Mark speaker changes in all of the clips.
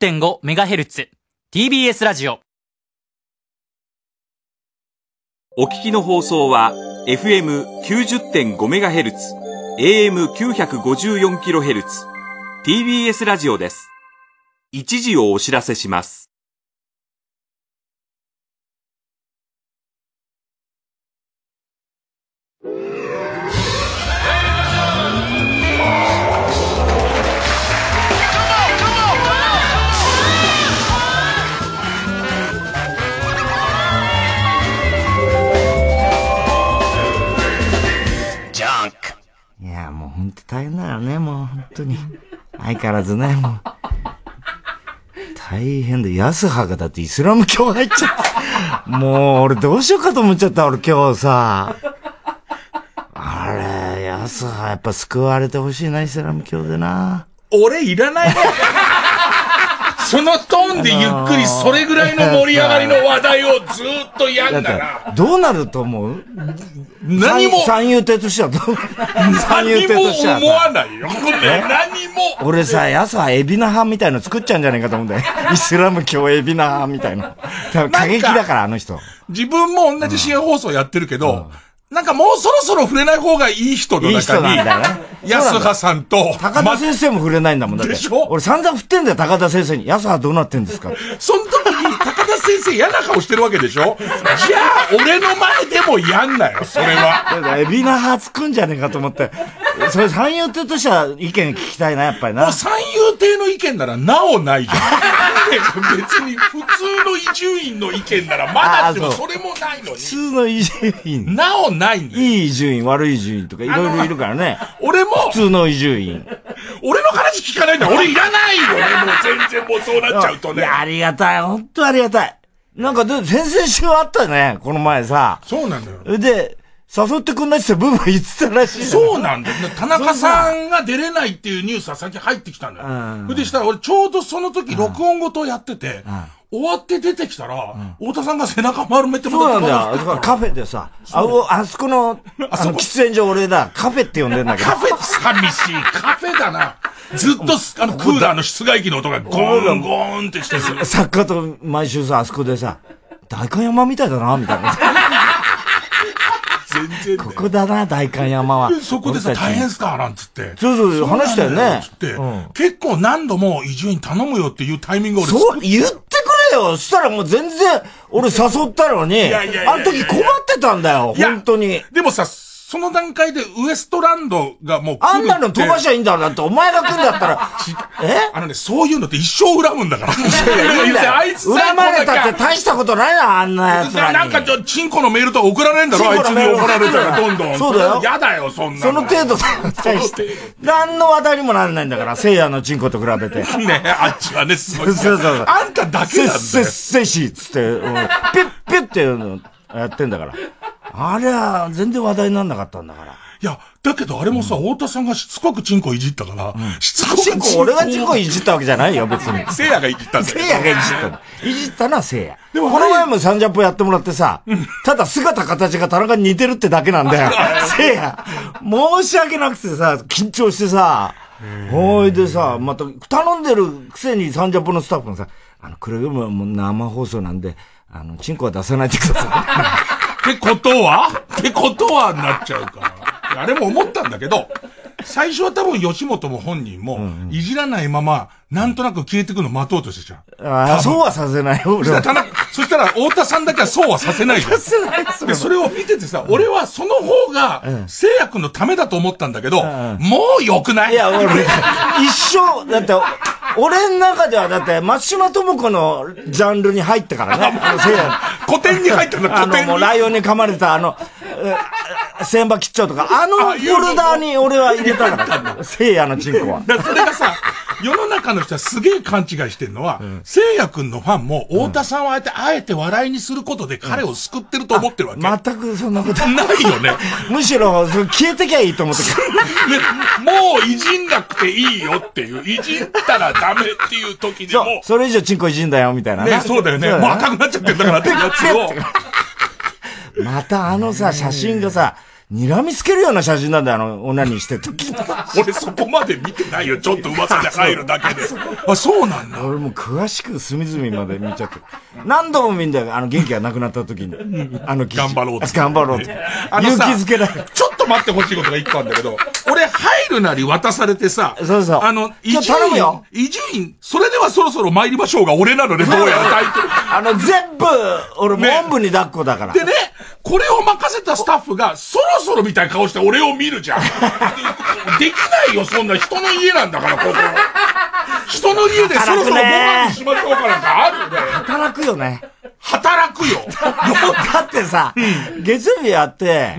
Speaker 1: 90.5MHz TBS ラジオ
Speaker 2: お聞きの放送は FM90.5MHz、AM954kHz、TBS ラジオです。一時をお知らせします。
Speaker 3: いや、もうほんと大変だよね、もう本当に。相変わらずね、もう。大変で、安葉がだってイスラム教入っちゃった。もう俺どうしようかと思っちゃった、俺今日さ。あれ、安葉やっぱ救われてほしいな、イスラム教でな。
Speaker 4: 俺いらない ね。そのトーンでゆっくりそれぐらいの盛り上がりの話題をずーっとやんだな。
Speaker 3: だって、どうなると思う
Speaker 4: 何も、
Speaker 3: 三三遊亭としてはどう三
Speaker 4: 何
Speaker 3: 遊亭
Speaker 4: も
Speaker 3: としては
Speaker 4: 思
Speaker 3: さ。
Speaker 4: わないよ。これ何も。
Speaker 3: 俺さ、安はエビナ派みたいの作っちゃうんじゃないかと思うんだ よ。イスラム教エビナ派みたいな。多分過激だから、あの人。
Speaker 4: 自分も同じ深夜放送やってるけど、なんかもうそろそろ触れない方がいい人の
Speaker 3: いい人
Speaker 4: 中
Speaker 3: なん
Speaker 4: に、
Speaker 3: だよな。
Speaker 4: 安葉さんと、
Speaker 3: 高
Speaker 4: ま
Speaker 3: 田先生も触れないんだもん、だって
Speaker 4: でしょ。
Speaker 3: 俺散々振ってんだよ、高田先生に。安はどうなってんですかって
Speaker 4: その時に高田先生嫌な顔してるわけでしょじゃあ、俺の前でもやんなよ、それは。
Speaker 3: だからエビナ派作んじゃねえかと思って。それ三遊亭としては意見聞きたいな、やっぱりな。
Speaker 4: 三遊亭の意見ならなおない じゃん。で別に普通の伊集院の意見ならまだでも
Speaker 3: あーそ
Speaker 4: それもないのに
Speaker 3: 普、通の伊集院。
Speaker 4: なおないのよ
Speaker 3: いい伊集院、悪い伊集院とかいろいろいるからね。
Speaker 4: 俺も、
Speaker 3: 普通の伊集院。
Speaker 4: 俺の話聞かないんだ。俺いらないよね。もう全然もうそうなっちゃうと
Speaker 3: い
Speaker 4: ね。
Speaker 3: や、ありがたい。本当ありがたい。なんか、で、先々週あったね、この前さ。
Speaker 4: そうなんだよ。
Speaker 3: で、誘ってくんないっつってブーブー言ってたらしい。う。
Speaker 4: そうなんだよ。田中さんが出れないっていうニュースが先入ってきたんだ
Speaker 3: う
Speaker 4: よ。
Speaker 3: ん
Speaker 4: それでしたら俺ちょうどその時録音ごとやってて、終わって出てきたら、太田さんが背中丸めて
Speaker 3: そうなんだよ。
Speaker 4: 戻
Speaker 3: だ
Speaker 4: って
Speaker 3: からカフェでさ、あ、おあそこの、あの、喫煙所俺だ、カフェって呼んでんだけど
Speaker 4: カ。フェって寂しい。カフェだな。ずっとすあのクーラーの室外機の音がゴーンゴーンってしてる。
Speaker 3: 作家と毎週さ、あそこでさ、大観山みたいだな、みたいな。
Speaker 4: 全然だ
Speaker 3: こ
Speaker 4: よ。
Speaker 3: こだな、大観山は。
Speaker 4: でそこでさ、
Speaker 3: 俺たち
Speaker 4: 大変っすかなんつって。
Speaker 3: そうそうそう話したよね
Speaker 4: つって
Speaker 3: うん、
Speaker 4: 結構何度も伊集院頼むよっていうタイミングを俺
Speaker 3: そう、言ってくれよそしたらもう全然、俺誘ったのに、
Speaker 4: やいやいやいや
Speaker 3: あの時困ってたんだよ、
Speaker 4: いや
Speaker 3: 本当に。
Speaker 4: でもさ、その段階でウエストランドがもう来るって
Speaker 3: あんなの飛ばしゃいいんだろ、だって、お前が来るんだったら、え
Speaker 4: あのね、そういうのって一生恨むんだから。いやいやあいつさ、
Speaker 3: 恨まれたって大したことないな、あんな奴ら
Speaker 4: な
Speaker 3: に。
Speaker 4: なんかちょ、チンコのメールとか送られんだろあ
Speaker 3: チ
Speaker 4: い
Speaker 3: ンコ
Speaker 4: つ
Speaker 3: のメ
Speaker 4: に
Speaker 3: ール
Speaker 4: 怒られたらどんどん。
Speaker 3: そうだよ
Speaker 4: やだよ、そんな。
Speaker 3: その程度だよ、大して。何の話題にもならないんだから、聖夜のチンコと比べて。
Speaker 4: 度。ね、あっちはね、すごい。
Speaker 3: そうそうそう
Speaker 4: あんただけ
Speaker 3: せ
Speaker 4: な
Speaker 3: っ
Speaker 4: んだよ。
Speaker 3: せっせしっつって、うんピュッピュッっていうのやってんだから。あれは全然話題になんなかったんだから。
Speaker 4: いや、だけどあれもさ、太田さんがしつこくチンコいじったから、しつこく
Speaker 3: チンコ、俺がチンコいじったわけじゃないよ、別に。
Speaker 4: せいやがいじったんだよ。
Speaker 3: せいやがいじったの。いじったのはせいや。
Speaker 4: でも
Speaker 3: この前もサンジャポやってもらってさ、ただ姿形が田中に似てるってだけなん だよ。せいや。申し訳なくてさ、緊張してさ、ほいでさ、また頼んでるくせにサンジャポのスタッフもさ、あの、くれぐれも生放送なんで、あの、チンコは出さないでくださ
Speaker 4: ってことはってことはになっちゃうから。あれも思ったんだけど、最初は多分吉本も本人も、いじらないまま、なんとなく消えてくの待とうとしてちゃ
Speaker 3: い。ああ、そうはさせないよ、
Speaker 4: う。
Speaker 3: 俺
Speaker 4: そ
Speaker 3: は
Speaker 4: した。ら、そしたら、太田さんだけはそうはさせないじゃん。
Speaker 3: せないっす
Speaker 4: で、それを見ててさ、俺はその方が、聖夜君のためだと思ったんだけど、もう良くない
Speaker 3: いや、俺、一生、だって、俺の中ではだって、松島智子のジャンルに入ったからね。あのせいや
Speaker 4: 古典に入ったんだ、
Speaker 3: あ
Speaker 4: 古
Speaker 3: の、
Speaker 4: 典
Speaker 3: もう
Speaker 4: に。
Speaker 3: ライオンに噛まれた、あの、え千葉吉兆とか、あのフォルダーに俺は入れたから、せいやのチンコは。
Speaker 4: だからそれがさ、世の中の人はすげえ勘違いしてるのは、聖夜くんのファンも、太田さんをあえて、あえて笑いにすることで彼を救ってると思ってるわ け。
Speaker 3: 全くそんなこと。
Speaker 4: ないよね。
Speaker 3: むしろ、それ消えてきゃいいと思って
Speaker 4: ねもういじんなくていいよっていう、いじったらダメっていう時でも、
Speaker 3: そう、それ以上チンコいじんだよ、みたいなね。
Speaker 4: ね、そうだよね。もう赤くなっちゃってんだからってやつを。
Speaker 3: またあのさ、写真がさ、睨みつけるような写真なんだよ、あの、女にしてる時
Speaker 4: 俺そこまで見てないよ。ちょっと噂で入るだけで。あ、そうなんだ。
Speaker 3: 俺もう詳しく隅々まで見ちゃってる。何度も見んだよ、あの、元気がなくなった時に。あの記事
Speaker 4: 頑張ろうって
Speaker 3: 頑張ろうって。
Speaker 4: あの
Speaker 3: 勇気
Speaker 4: さ
Speaker 3: づけだよ。
Speaker 4: ちょっと待ってほしいことが一個あるんだけど、俺入るなり渡されてさ、
Speaker 3: そうそう
Speaker 4: あの、伊
Speaker 3: ちょ
Speaker 4: 集
Speaker 3: 頼む
Speaker 4: 院
Speaker 3: よ、
Speaker 4: 伊集院、それではそろそろ参りましょうが俺なのね、どうやらタイトル。
Speaker 3: あの、全部、俺もおんぶに抱っこだから。
Speaker 4: でね、これを任せたスタッフが、そろそろみたいな顔して俺を見 るじゃん。できないよ、そんな人の家なんだから、ここ。人の家でそろそろご飯にしましょうかなんかあるね。
Speaker 3: 働くよね。
Speaker 4: 働くよ。
Speaker 3: だってさ、月曜日やって、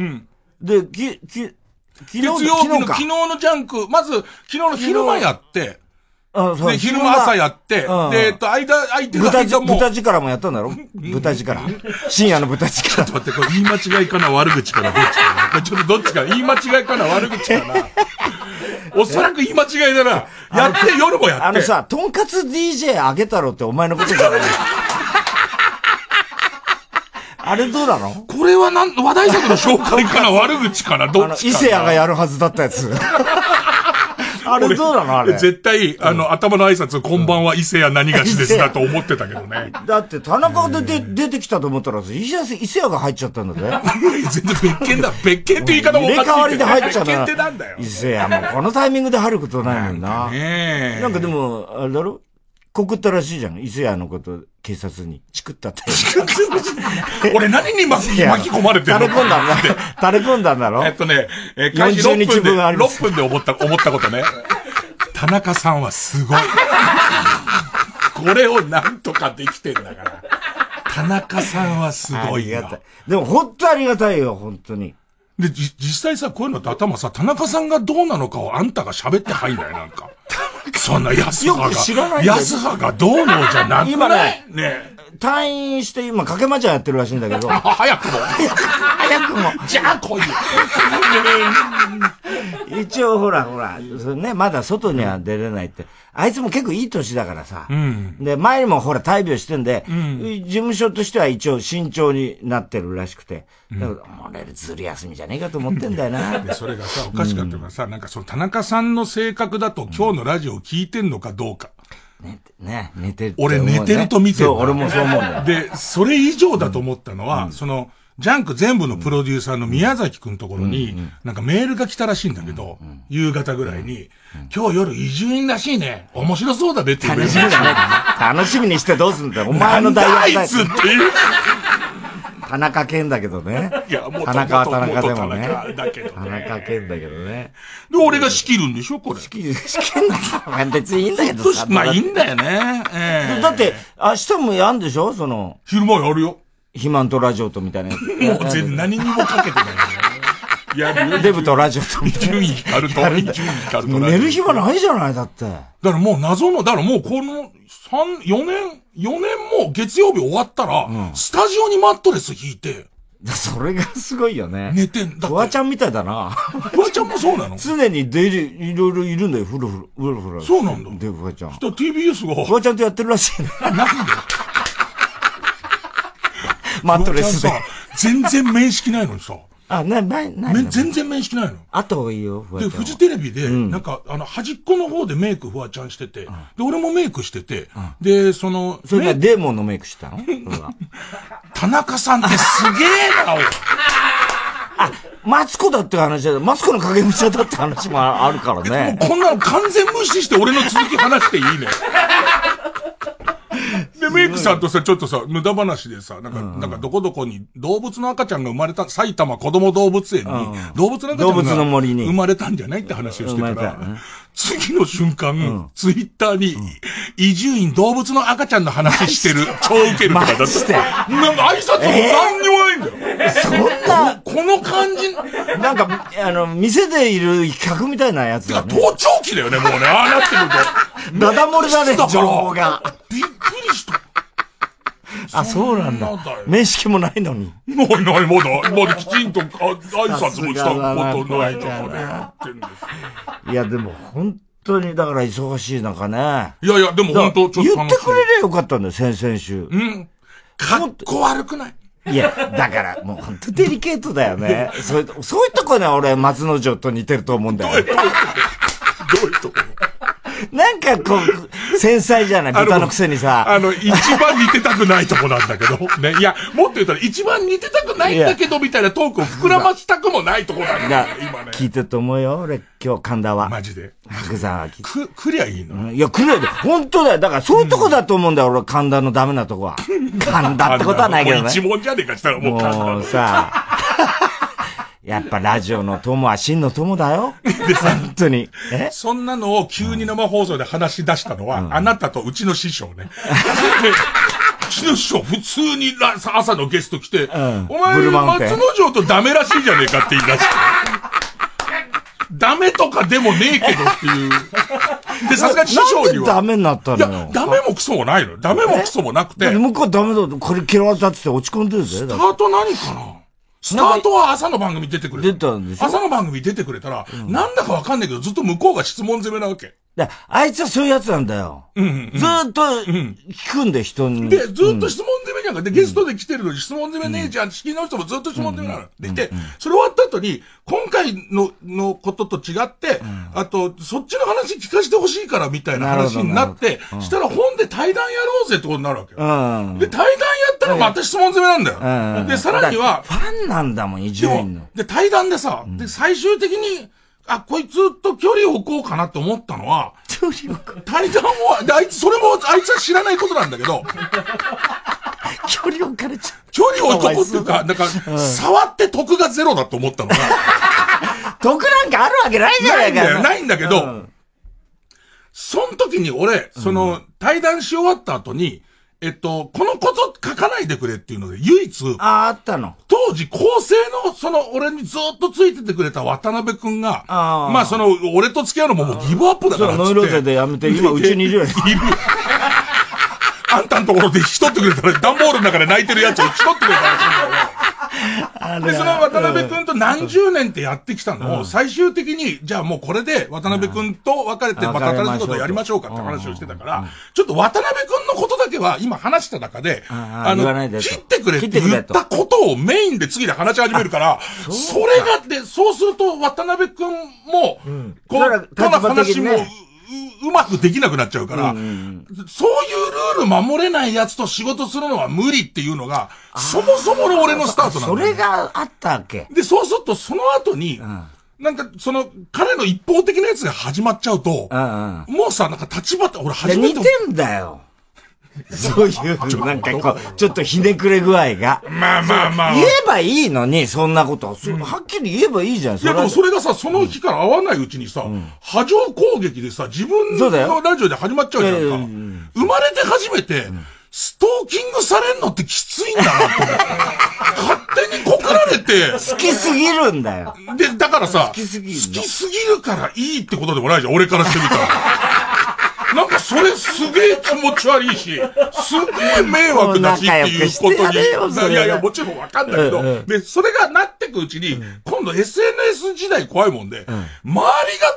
Speaker 3: で、き、き、昨日、
Speaker 4: 月曜日の
Speaker 3: 昨
Speaker 4: 昨
Speaker 3: 日
Speaker 4: 日
Speaker 3: か。
Speaker 4: のジャンク、まず、昨日の昼間やって、
Speaker 3: あそう
Speaker 4: で、昼間朝やって、
Speaker 3: うん
Speaker 4: で、えっと、間、相手が
Speaker 3: 豚じ、
Speaker 4: 間もう、ちょ
Speaker 3: 豚力もやったんだろ豚力。深夜の豚力
Speaker 4: っ。と待って、これ言い間違いかな、悪口かな、どっちかな。ちょっとどっちか、言い間違いかな、悪口かな。 おそらく言い間違いだな。やって、夜もやって。
Speaker 3: あの さ、とんかつ DJ あげたろってお前のことじゃない。あれどうなの
Speaker 4: これはなん、話題作の紹介かな悪口かなど
Speaker 3: あ
Speaker 4: っ
Speaker 3: の、
Speaker 4: ちかな
Speaker 3: 伊勢屋がやるはずだったや つ。あれどうなのあれ。
Speaker 4: 絶対、あの、頭の挨拶、こんばんは伊勢屋何がしで
Speaker 3: 伊勢
Speaker 4: す
Speaker 3: 屋
Speaker 4: だと思ってたけどね。
Speaker 3: だって田中でで出てきたと思ったら、伊勢屋伊勢屋が入っちゃったんだぜ。
Speaker 4: 全然別件だ。別件って言い方もお
Speaker 3: 入
Speaker 4: か
Speaker 3: れ
Speaker 4: しいけど
Speaker 3: 替わりで入っちゃう
Speaker 4: 別件
Speaker 3: な
Speaker 4: ってなんだよ。
Speaker 3: 伊勢屋もこのタイミングで入ることないもんな。
Speaker 4: ねえ。
Speaker 3: なんかでも、あれだろ告ったらしいじゃん。伊勢屋のこと、警察に。チクったって。
Speaker 4: 俺何に巻き 巻き込まれてるの
Speaker 3: 垂れ込ん だんだ。垂れ込んだんだろ
Speaker 4: えっとね、えー開始
Speaker 3: 40
Speaker 4: 6
Speaker 3: 日
Speaker 4: 分で、
Speaker 3: 分あります
Speaker 4: 6分で思った、思ったことね。田中さんはすごい。これをなんとかできてんだから。田中さんはす
Speaker 3: あ
Speaker 4: ごい
Speaker 3: り
Speaker 4: よ
Speaker 3: が。たい。でも本当ありがたいよ、本当に。
Speaker 4: で、じ、実際さ、こういうのって頭さ、田中さんがどうなのかをあんたが喋って入んだよ、なんか。そんな安葉が。
Speaker 3: よく知らないんだよ
Speaker 4: 安葉がどうのじゃなくない
Speaker 3: 今ね
Speaker 4: ねえ
Speaker 3: 退院して今、掛けまちゃんやってるらしいんだ けど、
Speaker 4: あ、早くも。
Speaker 3: 早くも、
Speaker 4: じゃあ来いよ。
Speaker 3: 一応ほらほら、それね、まだ外には出れないって。あいつも結構いい年だからさ。で、前にもほら大病してんで、事務所としては一応慎重になってるらしくて。だから、俺ずる休みじゃねえかと思ってんだよな。
Speaker 4: で、それがさ、おかしかったからさ、なんかその田中さんの性格だと今日のラジオを聞いてんのかどうか。
Speaker 3: ね、寝てるって思う
Speaker 4: 俺
Speaker 3: ね、
Speaker 4: 寝てると見てる
Speaker 3: そう、俺もそう思うんだよ。
Speaker 4: で、それ以上だと思ったのは、その、ジャンク全部のプロデューサーの宮崎くんところに、なんかメールが来たらしいんだけど、夕方ぐらいに、今日夜移住院らしいね。面白そうだねっていうメ
Speaker 3: 楽し
Speaker 4: ー
Speaker 3: み
Speaker 4: ル
Speaker 3: だ
Speaker 4: が。
Speaker 3: ね。楽しみにしてどうすんだよ。お
Speaker 4: あ
Speaker 3: 前
Speaker 4: の
Speaker 3: の
Speaker 4: だ
Speaker 3: 大
Speaker 4: あ
Speaker 3: 学
Speaker 4: いつっていう。
Speaker 3: 田中健だけどね。
Speaker 4: いや、もう
Speaker 3: 田中は田中
Speaker 4: 元
Speaker 3: で
Speaker 4: 々
Speaker 3: もね。
Speaker 4: 田中だけど
Speaker 3: 田
Speaker 4: ね。
Speaker 3: 中健だけど ね。
Speaker 4: で、俺が仕切るんでしょこれ。
Speaker 3: 試験だから別にいいんだけどさ。
Speaker 4: まあいいんだよね。ええ
Speaker 3: だって、明日もやんでしょその、
Speaker 4: 昼間やるよ。
Speaker 3: 肥満とラジオとみたいな やつ。
Speaker 4: もう全然何にもかけてないよね。やるよ。
Speaker 3: デブとラジオ とみたい
Speaker 4: 順位光ると。順位光る
Speaker 3: な。
Speaker 4: と。
Speaker 3: もう寝る暇ないじゃないだって。
Speaker 4: だからもう謎の、だからもうこの三4年、4年も月曜日終わったら、スタジオにマットレス引いて、
Speaker 3: それがすごいよね。
Speaker 4: 寝てんだ
Speaker 3: フワち
Speaker 4: ゃ
Speaker 3: ゃんみたいだ な。
Speaker 4: ん。フワちゃんもそうなの
Speaker 3: 常に出る、いろいろいるんだよ。ふるふる、ふるふる。
Speaker 4: そうなんだ
Speaker 3: で、フワちゃん。
Speaker 4: と TBS
Speaker 3: フ
Speaker 4: が、
Speaker 3: ワちゃんとやってるらし いね。マットレス
Speaker 4: フワ
Speaker 3: で
Speaker 4: ちゃ。んさ、全然面識ないのにさ、
Speaker 3: あ、な、な、な、
Speaker 4: め
Speaker 3: な。
Speaker 4: 全然面識ないの。
Speaker 3: あった方がいいよ、フワち
Speaker 4: で、
Speaker 3: ゃん
Speaker 4: フ
Speaker 3: は。
Speaker 4: ジテレビで、なんか、あの、端っこの方でメイクフワちゃんしてて、で、俺もメイクしてて、で、その、
Speaker 3: それ
Speaker 4: メイ
Speaker 3: が
Speaker 4: ク
Speaker 3: デーモンのメイク してたのそれは
Speaker 4: 田中さんってすげえな、おい。
Speaker 3: マツコだって話だ。マツコの影武者だって話もあるから
Speaker 4: も
Speaker 3: ね
Speaker 4: う。こんなの完全無視して俺の続き話していい ね。で、メイクさんとさ、ちょっとさ、無駄話でさ、なんか、なんかどこどこに動物の赤ちゃんが生まれた、埼玉こども動物園に、動物の赤ちゃ
Speaker 3: 動
Speaker 4: ん
Speaker 3: 物
Speaker 4: が
Speaker 3: の森に
Speaker 4: 生まれたんじゃないって話をしてた
Speaker 3: 生まれたよ
Speaker 4: ら
Speaker 3: ね、
Speaker 4: 次の瞬間、ツイッターに、伊集院動物の赤ちゃんの話してる、超ウケるとかだった。
Speaker 3: マジで
Speaker 4: なんか挨拶も何にもないんだよ。
Speaker 3: そんな、
Speaker 4: この感じ、
Speaker 3: なんか、あの、店でいる客みたいなやつだね。
Speaker 4: 盗聴器だよね、もうね。ああなってくると。
Speaker 3: ダダ漏れだね、
Speaker 4: だから
Speaker 3: 情報が。
Speaker 4: びっくりした。
Speaker 3: あ、そうなんだ
Speaker 4: そんなだよ。
Speaker 3: 面識もないのに。
Speaker 4: ないない、まだ、まだきちんとあ挨拶もしたことないと
Speaker 3: さ
Speaker 4: か
Speaker 3: すがだな
Speaker 4: ね、やってんです
Speaker 3: い
Speaker 4: よ
Speaker 3: や、でも本当に、だから忙しい中ね。
Speaker 4: いやいや、でも
Speaker 3: だ
Speaker 4: 本
Speaker 3: から
Speaker 4: 当
Speaker 3: 言ってくれりゃよかったんだよ、先々週。
Speaker 4: うん。かっこ悪くない。
Speaker 3: いや、だから、もう本当デリケートだよね。そういう、そういうとこね、俺、松之丞と似てると思うんだよ。どういうとこなんかこう、繊細じゃない
Speaker 4: あの
Speaker 3: 豚のくせにさ。
Speaker 4: あの、一番似てたくないとこなんだけど。ね。いや、もっと言ったら、一番似てたくないんだけど、みたいなトークを膨らましたくもないとこなんだ
Speaker 3: が
Speaker 4: よ、今ね。
Speaker 3: 聞いてると思うよ、俺、今日、神田は。
Speaker 4: マジで。
Speaker 3: 白山は聞いて
Speaker 4: く、くりゃいいの。
Speaker 3: いや、来るよ。本当だよ。だから、そういうとこだと思うんだよ、俺、神田のダメなとこは。神田ってことはないけど
Speaker 4: もう一
Speaker 3: ね。
Speaker 4: 問じゃねえか、したらもう簡単
Speaker 3: もうさ、 やっぱラジオの友は真の友だよ。本当に。え
Speaker 4: そんなのを急に生放送で話し出したのは、あなたとうちの師匠 ね。うちの師匠、普通にら朝のゲスト来て、お
Speaker 3: ブ
Speaker 4: 前、
Speaker 3: ルマウンテン
Speaker 4: 松之丞とダメらしいじゃねえかって言い出して。ダメとかでもねえけどってい う。で、さすがに師匠
Speaker 3: なん
Speaker 4: に
Speaker 3: で
Speaker 4: は。
Speaker 3: ダメになった
Speaker 4: い
Speaker 3: の
Speaker 4: や
Speaker 3: よ、。
Speaker 4: ダメもクソもないのよ。ダメもクソもなくて
Speaker 3: だって。向こうダメだと、これ嫌われたって言って落ち込んでるぜ。だ
Speaker 4: ス
Speaker 3: っ
Speaker 4: タ
Speaker 3: て
Speaker 4: ート何かなスタートは朝の番組出てくれ
Speaker 3: 出たんでしょ
Speaker 4: 朝の番組出てくれたら、なんだかわかんないけど、ずっと向こうが質問攻めなわけ。
Speaker 3: だからあいつはそういうやつなんだよ。ずーっと聞くんで、人に。
Speaker 4: で、ずっと質問攻めじゃんか。で、ゲストで来てるのに質問攻めねえじゃん。式の人もずっと質問攻めなの。で、いて、それ終わった後に、今回の、のことと違って、あと、そっちの話聞かせてほしいからみたいな
Speaker 3: なるほ
Speaker 4: 話
Speaker 3: ど
Speaker 4: になって、したら本で対談やろうぜってことになるわけよ。
Speaker 3: うん。
Speaker 4: で、対談やったらまた質問攻めなんだ
Speaker 3: う
Speaker 4: よ。
Speaker 3: ん。
Speaker 4: で、さらには
Speaker 3: だ、からファンなんだもん、伊集
Speaker 4: で
Speaker 3: 院の
Speaker 4: も。、で、対談でさ、で、最終的に、あ、こいつと距離を置こうかなって思ったのは、対談を、であいつ、それも、あいつは知らないことなんだ けど、
Speaker 3: 距離置かれちゃう。
Speaker 4: 距離を置こうっていうか、なんか、触って得がゼロだと思ったのが、
Speaker 3: 得なんかあるわけないじゃな
Speaker 4: ないいんだ
Speaker 3: か
Speaker 4: よ、ないんだけ
Speaker 3: う
Speaker 4: ど
Speaker 3: ん、
Speaker 4: その時に俺、その、対談し終わった後に、えっと、このこと書かないでくれっていうので、唯一、
Speaker 3: ああ、あったの。
Speaker 4: 当時、構成の、その、俺にずっとついててくれた渡辺くんが、
Speaker 3: あー
Speaker 4: まあ、その、俺と付き合うのももうギブアップだ
Speaker 3: そ
Speaker 4: か
Speaker 3: う
Speaker 4: らっつって。
Speaker 3: ノイローゼでやめて、今うちにいるよ。
Speaker 4: いる。あんたのところで引き取ってくれたら、段ボールの中で泣いてるやつを引き取ってくれたらしいんだよねで、その渡辺くんと何十年ってやってきたのを、最終的に、じゃあもうこれで渡辺くんと別れて、
Speaker 3: うん
Speaker 4: また新しいことをやりましょうかって話をしてたから、ちょっと渡辺くんのことだけは、今話した中で、
Speaker 3: んうん言わないでと
Speaker 4: 切ってくれって
Speaker 3: 切ってく
Speaker 4: 言
Speaker 3: れ
Speaker 4: っ
Speaker 3: と
Speaker 4: たことをメインで次で話し始めるから、それが、で、そうすると渡辺くんも、こ
Speaker 3: だから
Speaker 4: う、との話
Speaker 3: 立場的に
Speaker 4: も、
Speaker 3: ね
Speaker 4: うううまくできなくなっちゃうから、そういうルール守れないやつと仕事するのは無理っていうのが、そもそもの俺のスタートなんだ
Speaker 3: そ
Speaker 4: よね
Speaker 3: れがあったわけ。
Speaker 4: で、そうすると、その後に、なんか、その、彼の一方的なやつが始まっちゃうと、
Speaker 3: うんうん。
Speaker 4: もうさ、なんか立場って、俺
Speaker 3: で
Speaker 4: 初め
Speaker 3: 似
Speaker 4: て
Speaker 3: て、んだ よ。そういう、なんかこう、ちょっとひねくれ具合が。
Speaker 4: まあまあまあ。
Speaker 3: 言
Speaker 4: い
Speaker 3: えばいいのに、そんなこと。そはっきり言えばいいじゃん、そ
Speaker 4: や、
Speaker 3: れ
Speaker 4: で
Speaker 3: は
Speaker 4: もそれがさ、その日から会わないうちにさ、波状攻撃でさ、自分
Speaker 3: そうだよ
Speaker 4: のラジオで始まっちゃうじゃんか。
Speaker 3: いやいやいや
Speaker 4: 生まれて初めて、ストーキングされんのってきついんだな と思って。勝手に告られ て、
Speaker 3: 好きすぎるんだよ。
Speaker 4: で、だからさ、好
Speaker 3: きすぎるの
Speaker 4: 好きすぎるからいいってことでもないじゃん、俺からしてみた ら。なんかそれすげえ気持ち悪いし、すげえ迷惑だしっていうこと
Speaker 3: もう仲良くしてやれよそれはい
Speaker 4: に。やいや、もちろんわかんだけ
Speaker 3: うんう
Speaker 4: ど、で、それがなってくうちに、今度 SNS 時代怖いもんで、周りが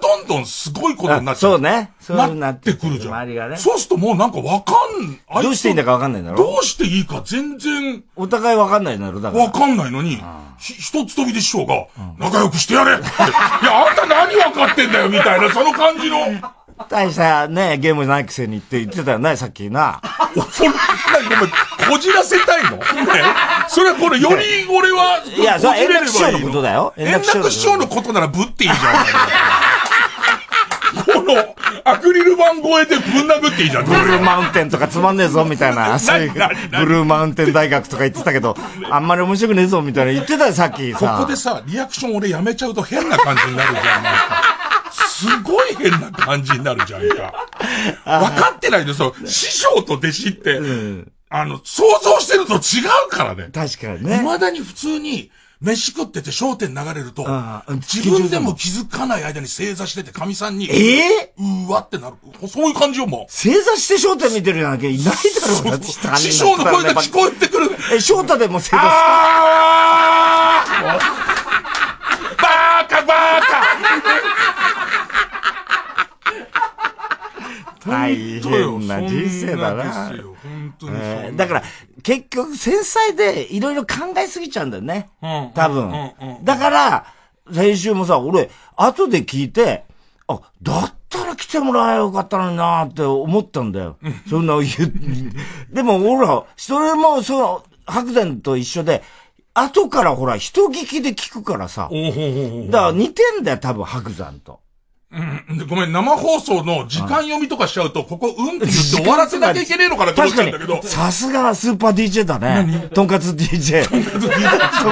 Speaker 4: どんどんすごいことになっちゃう。
Speaker 3: そうね。そういうふうに
Speaker 4: なってくるじゃん。
Speaker 3: 周りがね。
Speaker 4: そうするともうなんかわかん、あいつ
Speaker 3: どうしていいんだかわかんないんだろ
Speaker 4: どうしていいか全然、
Speaker 3: お互いわかんないんだろだから
Speaker 4: わ。かんないのに、ひ一つ飛びで師匠が、仲良くしてやれって。いや、あんた何分かってんだよみたいな、その感じの。お
Speaker 3: 大したね、ゲームないくせにって言ってたよね、さっきな。
Speaker 4: そんな、お前、こじらせたいのねそれはこれ、より俺は、
Speaker 3: いや、それは円楽師匠
Speaker 4: こ
Speaker 3: のことだよ。
Speaker 4: 円楽師匠のことならぶっていいじゃん。お前この、アクリル板越えでぶん殴っていい じゃん。
Speaker 3: ブルーマウンテンとかつまんねえぞみたいな、そういうブ
Speaker 4: 何何
Speaker 3: ルーマウンテン大学とか言ってたけど、あんまり面白くねえぞみたいな言ってたよ、さっき
Speaker 4: ここ
Speaker 3: さ
Speaker 4: で。さ、リアクション俺やめちゃうと変な感じになるじゃんなんか。すごい変な感じになるじゃん か。分かってないで、その、師匠と弟子って、あの、想像してると違うからね。
Speaker 3: 確かにね。
Speaker 4: 未だに普通に、飯食ってて焦点流れると
Speaker 3: ああ、
Speaker 4: 自分でも気づかない間に正座してて神さんに、
Speaker 3: ええ
Speaker 4: うーわってなる。そういう感じよ、もう。
Speaker 3: 正座して翔太見てるやんけいないだろうな、
Speaker 4: 師匠の声が聞こえてくる。
Speaker 3: え。え、翔太でも正座し
Speaker 4: あーバーカバーカ
Speaker 3: 大変な人生だ
Speaker 4: そん
Speaker 3: な。
Speaker 4: ですよ本当にそん
Speaker 3: え
Speaker 4: な
Speaker 3: ーだから、結局、繊細でいろいろ考えすぎちゃうんだよね。
Speaker 4: うん
Speaker 3: 多
Speaker 4: うんうんう
Speaker 3: 分。
Speaker 4: ん
Speaker 3: だから、先週もさ、俺、後で聞いて、あ、だったら来てもらえばよかったのになーって思ったんだよ。そんな言う。でも、ほら、それも、その、白善と一緒で、後からほら、人聞きで聞くからさ。
Speaker 4: おうほうほうほう
Speaker 3: だから似てんだよ、多分、白山と。
Speaker 4: うんでごめん、生放送の時間読みとかしちゃうと、ここ、うんって言って終わらせなきゃいけねえのかなと思っちゃうんだけど。
Speaker 3: さすがスーパー DJ だね。とんかつ DJ。とん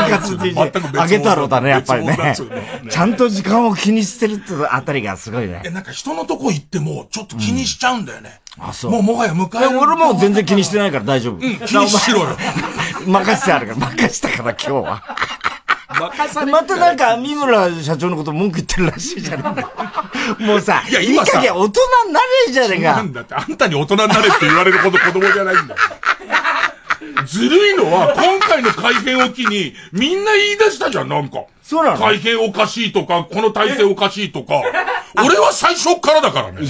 Speaker 3: かつ DJ。あげ太郎だね、やっぱりね
Speaker 4: 別物だっつう。の
Speaker 3: ちゃんと時間を気にしてるってあたりがすごいね
Speaker 4: え、。なんか人のとこ行っても、ちょっと気にしちゃうんだよね。
Speaker 3: あ、そう。
Speaker 4: もうもはや迎える。
Speaker 3: 俺もう全然気にしてないから大丈夫。気
Speaker 4: 気にしろよ。
Speaker 3: 任せてあるから、任せたから今日は。任されまたなんか、三村社長のこと文句言ってるらしいじゃない。もうさ、
Speaker 4: いや今さ
Speaker 3: いい加減大人になれじゃねえ
Speaker 4: な
Speaker 3: か
Speaker 4: ん。だって、あんたに大人になれって言われるほど子供じゃないんだよ。ずるいのは、今回の改変を機に、みんな言い出したじゃん、なんか。
Speaker 3: そうなの
Speaker 4: 改変おかしいとか、この体制おかしいとか。俺は最初っからだからね。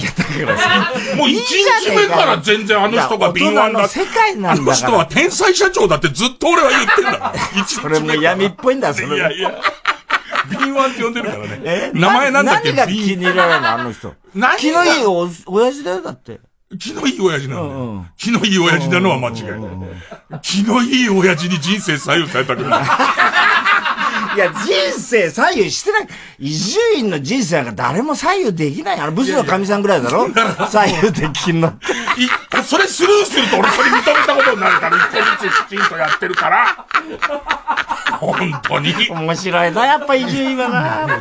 Speaker 4: もう一日目から全然あの人が敏腕だ
Speaker 3: いや大人の世界なんだから
Speaker 4: あの人は天才社長だってずっと俺は言ってんだから。一
Speaker 3: それ
Speaker 4: 日
Speaker 3: も
Speaker 4: 目から。
Speaker 3: 闇っぽいんだよ、それも
Speaker 4: いやいや。敏腕って呼んでるから
Speaker 3: え
Speaker 4: ね。名前なんだっけ
Speaker 3: 何が気
Speaker 4: 敏
Speaker 3: に入らないのあの人。
Speaker 4: 何が
Speaker 3: 気のいいお、親父だよ、だって。
Speaker 4: 気のいい親父なんだ
Speaker 3: うんうん
Speaker 4: よ。気のいい親父なのは間違いない。気のいい親父に人生左右されたく ない。
Speaker 3: いや、人生左右してない。伊集院の人生なんか誰も左右できない。あの、武士の神さんぐらいだろ左右できんのって。
Speaker 4: いそれスルーすると俺それ認めたことになるから、一個ずつきちんとやってるから。本当に。
Speaker 3: 面白いな、やっぱ伊集院はな。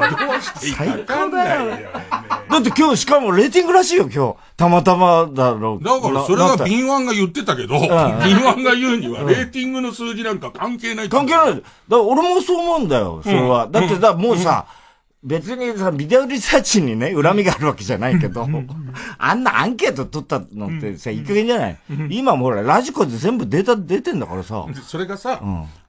Speaker 3: 最高だよ。だって今日、しかもレーティングらしいよ、今日。たまたまだろう。
Speaker 4: だからそれ
Speaker 3: な
Speaker 4: が
Speaker 3: なった
Speaker 4: 敏腕が言ってたけど、敏腕が言うにはレーティングの数字なんか関係ない。
Speaker 3: 関係ない。だから俺もそう思うんだよ、それは。だって、だ、もうさ、別にさ、ビデオリサーチにね、 恨みがあるわけじゃないけど、あんなアンケート取ったのってさ、いい加減じゃない今もうほら、ラジコで全部データ出てんだからさ、
Speaker 4: それがさ、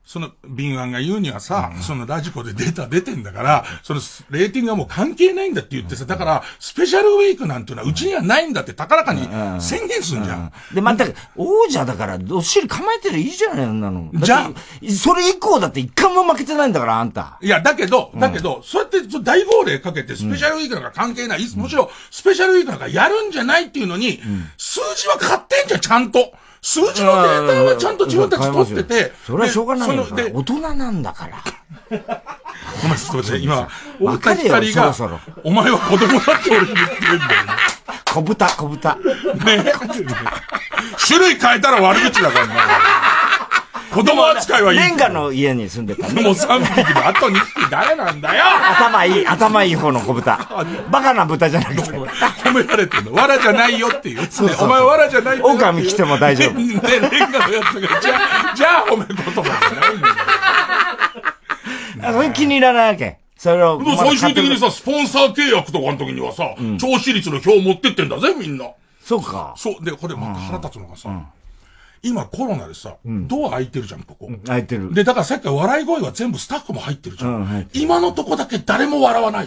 Speaker 4: その、敏腕が言うにはさ、そのラジコでデータ出てんだから、その、レーティングはもう関係ないんだって言ってさ、だから、スペシャルウィークなんていうのはうちにはないんだって高らかに宣言すんじゃん。
Speaker 3: で、また、王者だから、どっしり構えてりゃいいじゃない、あんなの。
Speaker 4: じゃあ
Speaker 3: だってそれ以降だって一回も負けてないんだから、あんた。
Speaker 4: いや、だけど、だけど、そうやって大号令かけて、スペシャルウィークなんか関係ない、むしろ、スペシャルウィークなんかやるんじゃないっていうのに、数字は買ってんじゃん、ちゃんと。数字のデータはちゃんと自分たち取ってて。
Speaker 3: それはしょうがないよ
Speaker 4: で。そ。ので
Speaker 3: 大人なんだから。
Speaker 4: ごめん、すいません、今、
Speaker 3: わかれよ
Speaker 4: 太田光が
Speaker 3: そろそ
Speaker 4: お前は子供だって俺に言ってるんだよね。
Speaker 3: 小豚、小豚。
Speaker 4: 種類変えたら悪口だからな。 子供扱いはいい。
Speaker 3: レンガの家に住んでたね
Speaker 4: でも3匹で、あと2匹誰なんだよ
Speaker 3: 頭いい、頭いい方の小豚。バカな豚じゃなくて。
Speaker 4: 褒められてんの。わらじゃないよっていう。
Speaker 3: うそうそう
Speaker 4: お前わらじゃないって言う
Speaker 3: 狼来ても大丈夫
Speaker 4: で、ねレンガのやつが、じゃあ、じゃあ褒め言葉じゃないんだよ。
Speaker 3: それ気に入らないわけ。それを。
Speaker 4: でも最終的に
Speaker 3: まだ買ってくる
Speaker 4: さ、スポンサー契約とかの時にはさ、調子率の表を持ってってんだぜ、みんな。
Speaker 3: そうか。
Speaker 4: そう。で、これまた腹立つのがさ、今コロナでさ、ドア開いてるじゃん、ここ。
Speaker 3: 空いてる。
Speaker 4: で、だからさっきから笑い声は全部スタッフも入ってるじゃん。
Speaker 3: うん入って
Speaker 4: 今のとこだけ誰も笑わない。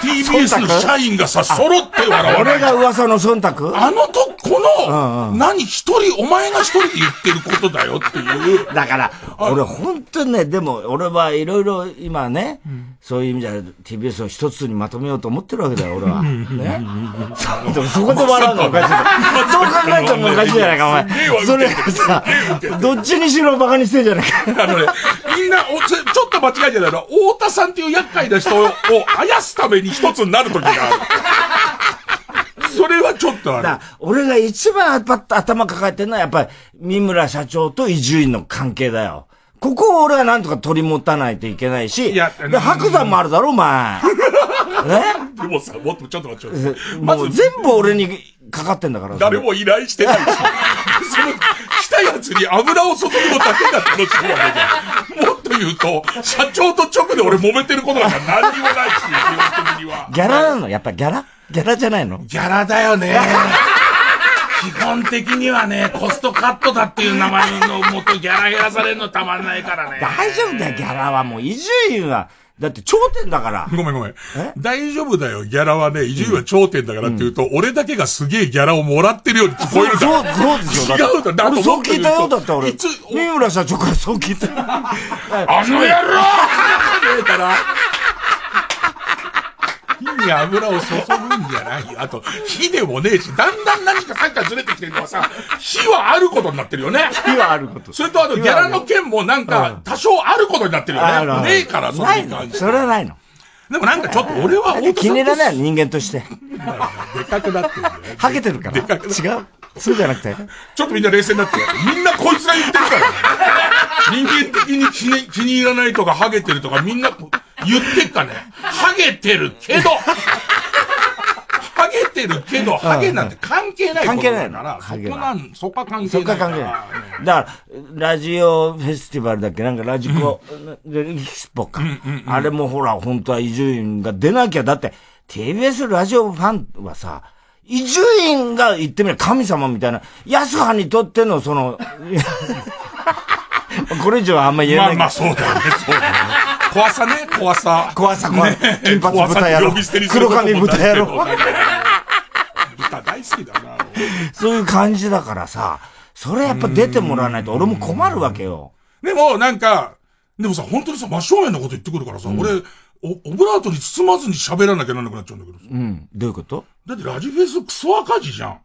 Speaker 4: TBS の社員がさ、揃って笑わな
Speaker 3: 俺
Speaker 4: いじゃ
Speaker 3: が
Speaker 4: ん。
Speaker 3: 噂の忖度
Speaker 4: あのと、こ
Speaker 3: うん
Speaker 4: の、
Speaker 3: うん
Speaker 4: 何一人、お前が一人で言ってることだよっていう。
Speaker 3: だから、俺本当にね、でも俺はいろいろ今ね、そういう意味じゃ TBS を一つにまとめようと思ってるわけだよ、俺は。ね。そうでもそこで笑うのおかしいな。そう考えたのおかしいじゃないか、お
Speaker 4: すげえ
Speaker 3: 前。
Speaker 4: わ
Speaker 3: それさ、どっちにしろ馬鹿にしてんじゃないか。
Speaker 4: あのね、みんなおちょ、ちょっと間違えてないのは、太田さんっていう厄介な人をあやすために一つになる時がある。それはちょっとある。
Speaker 3: だ俺が一番やっぱ頭抱えてるのはやっぱり三村社長と伊集院の関係だよ。ここを俺はなんとか取り持たないといけないし、
Speaker 4: いや
Speaker 3: で白山もあるだろ、お 前。ね
Speaker 4: でもさ、もっとちょっと待って、ちょっ
Speaker 3: も
Speaker 4: と
Speaker 3: う全部俺にかかってんだから。
Speaker 4: 誰も依頼してないし、その、来たやつに油を注ぐだけが楽しみなんだけど、もっと言うと、社長と直で俺揉めてることなんか何にもないし、基本的には。
Speaker 3: ギャラなのやっぱギャラギャラじゃないの
Speaker 4: ギャラだよね。 基本的にはね、コストカットだっていう名前のもとギャラ減らされるのたまんないからね。
Speaker 3: 大丈夫だよ、ギャラはもう。伊集院は、だって頂点だから。
Speaker 4: ごめんごめん。大丈夫だよ、ギャラはね、伊集院は頂点だからって言うと、俺だけがすげえギャラをもらってるように聞こえるから。
Speaker 3: そうそうですよ。だって
Speaker 4: 違うだだ
Speaker 3: 俺そう聞いたよ。だって俺。
Speaker 4: いつ
Speaker 3: 三村社長からそう聞いたよ。
Speaker 4: あ の野郎言うたら、火に油を注ぐんじゃないよ。あと、火でもねえし、だんだん何かさっきからずれてきてるのはさ、火はあることになってるよね。
Speaker 3: 火 はあること。
Speaker 4: それとあと、ギャラの件もなんか、多少あることになってる
Speaker 3: ある
Speaker 4: よ
Speaker 3: あ
Speaker 4: ね。
Speaker 3: る
Speaker 4: ねえから、そう
Speaker 3: ないいうの
Speaker 4: 感じ。
Speaker 3: それはないの。
Speaker 4: でもなんかちょっと俺は、
Speaker 3: で気に入らないの、人間として。
Speaker 4: でかくなってるんだよね。
Speaker 3: ハゲてるから。違
Speaker 4: かく
Speaker 3: う。そうじゃなくて。
Speaker 4: ちょっとみんな冷静になって。みんなこいつが言ってるから、人間的に気に気に入らないとか、ハゲてるとか、みんな言ってっかね。ハゲてるけど、ハゲてるけど、ハゲなんて関係ないことだから、そ
Speaker 3: 関係
Speaker 4: こ
Speaker 3: な
Speaker 4: なん、そこは関
Speaker 3: そ
Speaker 4: 係
Speaker 3: っ
Speaker 4: な
Speaker 3: か
Speaker 4: いか
Speaker 3: 関係
Speaker 4: ら。
Speaker 3: ない。だから、ラジオフェスティバルだっけなんかラジコ、でエキスポか。あれもほら、本当は伊集院が出なきゃ、だって、TBS ラジオファンはさ、伊集院が言ってみれば神様みたいな、安葉にとってのそ の、これ以上はあんま言え
Speaker 4: ま
Speaker 3: な
Speaker 4: あ
Speaker 3: い。
Speaker 4: まあ、そうだよね、そうだよね。怖さね、怖さ。
Speaker 3: 怖さ怖い。金髪
Speaker 4: 怖さ
Speaker 3: 豚野
Speaker 4: に
Speaker 3: 郎
Speaker 4: 呼び捨てに。する
Speaker 3: 黒
Speaker 4: ことも
Speaker 3: 髪豚野郎
Speaker 4: ない。豚大好きだな。
Speaker 3: そういう感じだからさ、それやっぱ出てもらわないと俺も困るわけよ。
Speaker 4: でも、なんか、でもさ、本当にさ、真正面のこと言ってくるからさ、俺、お、オブラートに包まずに喋らなきゃなんなくなっちゃうんだけどさ。
Speaker 3: うん。どういうこと
Speaker 4: だってラジフェスクソ赤字じゃん。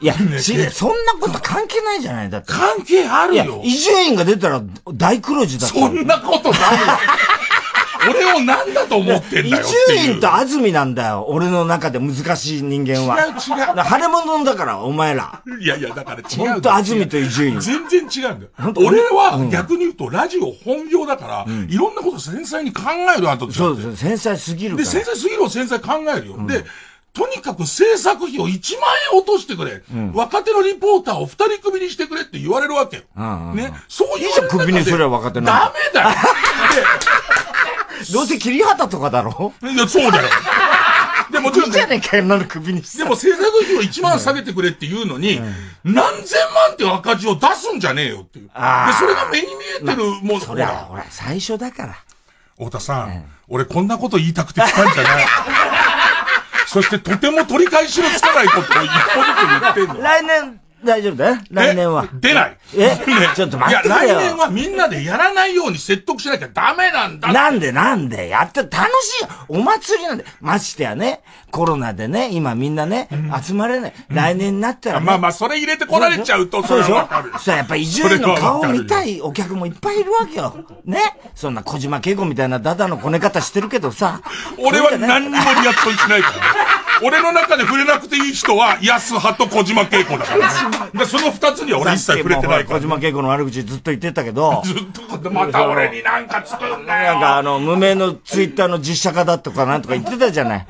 Speaker 3: いや、しそんなこと関係ないじゃないだって。
Speaker 4: 関係ある
Speaker 3: いや
Speaker 4: よ、。
Speaker 3: 伊集院が出たら大黒字だった
Speaker 4: そんなことないよ。俺を何だと思ってん
Speaker 3: 伊
Speaker 4: だよって
Speaker 3: 集
Speaker 4: いう。
Speaker 3: 院と安住なんだよ。俺の中で難しい人間は。
Speaker 4: 違う違う
Speaker 3: だから腫れ物だから、お前ら。
Speaker 4: いやいや、だから違うんだよ
Speaker 3: ほんと安住と伊集院。
Speaker 4: 全然違うんだよ
Speaker 3: 本。当
Speaker 4: 俺は逆に言うと、ラジオ本業だから、いろんなこと繊細に考えるあんたと違って
Speaker 3: そうです繊細すぎるか
Speaker 4: で、
Speaker 3: ら。
Speaker 4: 繊細すぎるを繊細考えるよ。で、とにかく制作費を1万円落としてくれ。若手のリポーターを2人組にしてくれって言われるわけよ。
Speaker 3: んうんうん
Speaker 4: ね。そういう
Speaker 3: いいじゃん
Speaker 4: 中で
Speaker 3: 組にすりゃ若手なん
Speaker 4: ダ
Speaker 3: だ
Speaker 4: メだよ。
Speaker 3: どうせ切り旗とかだろ
Speaker 4: でいやそ うだよ。で、もちろ
Speaker 3: い
Speaker 4: ん
Speaker 3: いじゃ
Speaker 4: ね、
Speaker 3: ねえかよ、なる首にして。
Speaker 4: でも制作費を1万下げてくれって言うのに、何千万っていう赤字を出すんじゃねえよっていう。で、
Speaker 3: あー
Speaker 4: それが目に見えてる、もう、
Speaker 3: そ
Speaker 4: ほ
Speaker 3: りゃ、
Speaker 4: ら。
Speaker 3: ほら、最初だから。
Speaker 4: 太田さん、俺こんなこと言いたくて来たんじゃ ない。そしてとても取り返しのつかないことを一歩ずつ言ってんの。
Speaker 3: 来年、大丈夫だよ。来年は
Speaker 4: え。出ない。
Speaker 3: えちょっと待ってくれよ
Speaker 4: いや、来年はみんなでやらないように説得しなきゃダメなんだ。
Speaker 3: なんでなんでやって、楽しいよお祭りなんで。ましてやね、コロナでね、今みんなね、集まれない。来年になったらね。
Speaker 4: まあまあ、それ入れてこられちゃうと、
Speaker 3: そ
Speaker 4: そうれ
Speaker 3: でしょ
Speaker 4: はわかる。
Speaker 3: そうやっぱ伊集院の顔を見たいお客もいっぱいいるわけよ。ねそんな小島慶子みたいなダダのこね方してるけどさ。
Speaker 4: 俺は何に
Speaker 3: に
Speaker 4: もリアクションしないから。俺の中で触れなくていい人は、安派と小島慶子だ から、ね。で、その二つには俺一切触れてないか
Speaker 3: 小。
Speaker 4: ら
Speaker 3: 島慶子の悪口ずっと言ってたけど。
Speaker 4: ずっと、また俺になんか作んな
Speaker 3: なん
Speaker 4: よ。
Speaker 3: かあの、無名のツイッターの実写化だとかなんとか言ってたじゃない。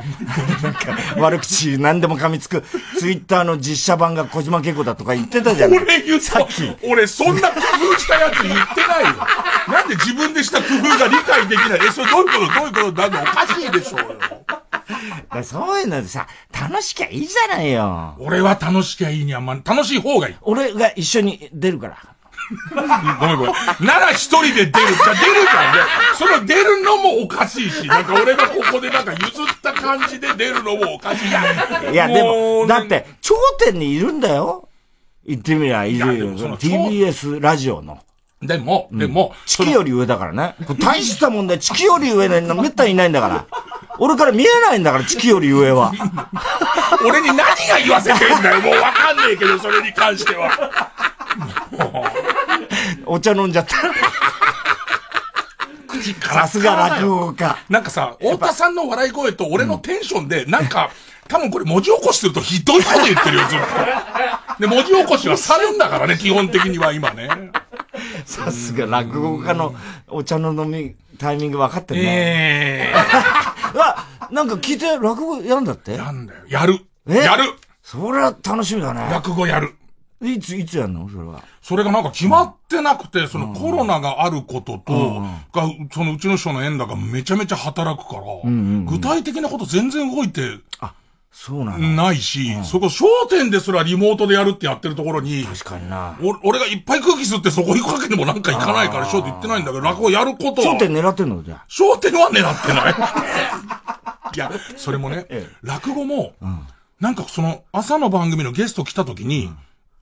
Speaker 3: なんか、悪口何でも噛みつく、ツイッターの実写版が小島慶子だとか言ってたじゃない。
Speaker 4: 俺言った、俺そんな工夫したやつ言ってないよ。なんで自分でした工夫が理解できない。え、それどういうことどういうことなんでおかしいでしょうよ。
Speaker 3: そういうのでさ、楽しきゃいいじゃないよ。
Speaker 4: 俺は楽しきゃいいにあんま、楽しい方がいい。
Speaker 3: 俺が一緒に出るから。
Speaker 4: ごめんごめん。なら一人で出る。じゃあ出るじゃんね。その出るのもおかしいし、なんか俺がここでなんか譲った感じで出るのもおかしい。
Speaker 3: いや、で
Speaker 4: う
Speaker 3: も、
Speaker 4: ね
Speaker 3: だって、頂点にいるんだよ。言ってみりゃいる
Speaker 4: いやで
Speaker 3: よ。
Speaker 4: もその
Speaker 3: TBS ラジオの。
Speaker 4: でも、でも、
Speaker 3: 地球より上だからね。これ大したもんだよ。地球より上なんてめったにいないんだから。俺から見えないんだから、地球より上は。
Speaker 4: 俺に何が言わせてんだよ。もうわかんねえけど、それに関しては。
Speaker 3: お茶飲んじゃった。
Speaker 4: 口から
Speaker 3: さすが落語家。
Speaker 4: なんかさ、太田さんの笑い声と俺のテンションで、なん か、多分これ文字起こしするとひどいこと言ってるよ、ずっと。で、文字起こしはされんだからね、基本的には今ね。
Speaker 3: さすが落語家のお茶の飲みタイミング分かってるね。
Speaker 4: ええ
Speaker 3: あ、なんか聞いて落語やるんだって
Speaker 4: なんだよ。やる。
Speaker 3: え
Speaker 4: やる。
Speaker 3: それは楽しみだね。
Speaker 4: 落語やる。
Speaker 3: いつ、いつやんのそれは。
Speaker 4: それがなんか決まってなくて、そのコロナがあることと、が、そのうちの師匠の縁だがめちゃめちゃ働くから、具体的なこと全然動いて
Speaker 3: そうなの。
Speaker 4: ないし、そこ、商店ですらリモートでやるってやってるところに、
Speaker 3: 確かにな。
Speaker 4: お俺がいっぱい空気吸ってそこ行くわけでもなんか行かないから、商店行ってないんだけど、落語やることは
Speaker 3: 頂点狙ってんのじゃあ。
Speaker 4: 笑点は狙っ てない。いや、それもね、
Speaker 3: ええ
Speaker 4: 落語も、なんかその、朝の番組のゲスト来た時に、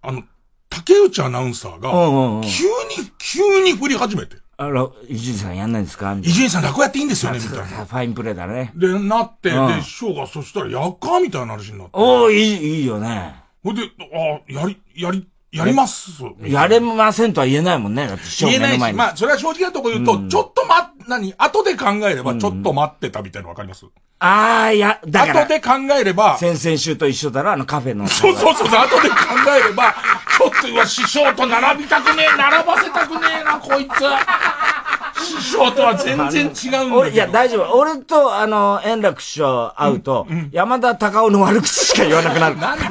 Speaker 4: あの、竹内アナウンサー
Speaker 3: うんう
Speaker 4: が、
Speaker 3: んうん。
Speaker 4: 急に、急に振り始めて、
Speaker 3: あら、伊集院さんやんないですかみた
Speaker 4: 伊
Speaker 3: い
Speaker 4: 集院さん落語やっていいんですよ
Speaker 3: な
Speaker 4: ね、みたいな。
Speaker 3: ファインプレーだね。
Speaker 4: で、なって、
Speaker 3: うん
Speaker 4: で、師匠がそしたら、やっかみたいな話になって。
Speaker 3: おー、いい、いいよね。
Speaker 4: ほいで、ああ、やり、やり、やります。
Speaker 3: やれませんとは言えないもんね。だって師匠
Speaker 4: 言え
Speaker 3: 目
Speaker 4: な
Speaker 3: の
Speaker 4: い
Speaker 3: 前
Speaker 4: し、
Speaker 3: に。
Speaker 4: まあ、それは正直なとこ言うと、ちょっとま、何後で考えれば、ちょっと待ってたみたいなのわかります、
Speaker 3: あー、いや、だから
Speaker 4: 後。で考えれば、
Speaker 3: 先々週と一緒だろ、あのカフェの。
Speaker 4: そうそうそうそう、後で考えれば、ちょっとうわ、師匠と並びたくねえ、並ばせたくねえな、こいつ。師匠とは全然違うんだ
Speaker 3: 俺、い
Speaker 4: け
Speaker 3: や、
Speaker 4: ど。
Speaker 3: 大丈夫。俺と、あの、円楽師匠会うと、山田隆夫の悪口しか言わなくなる。
Speaker 4: なんだ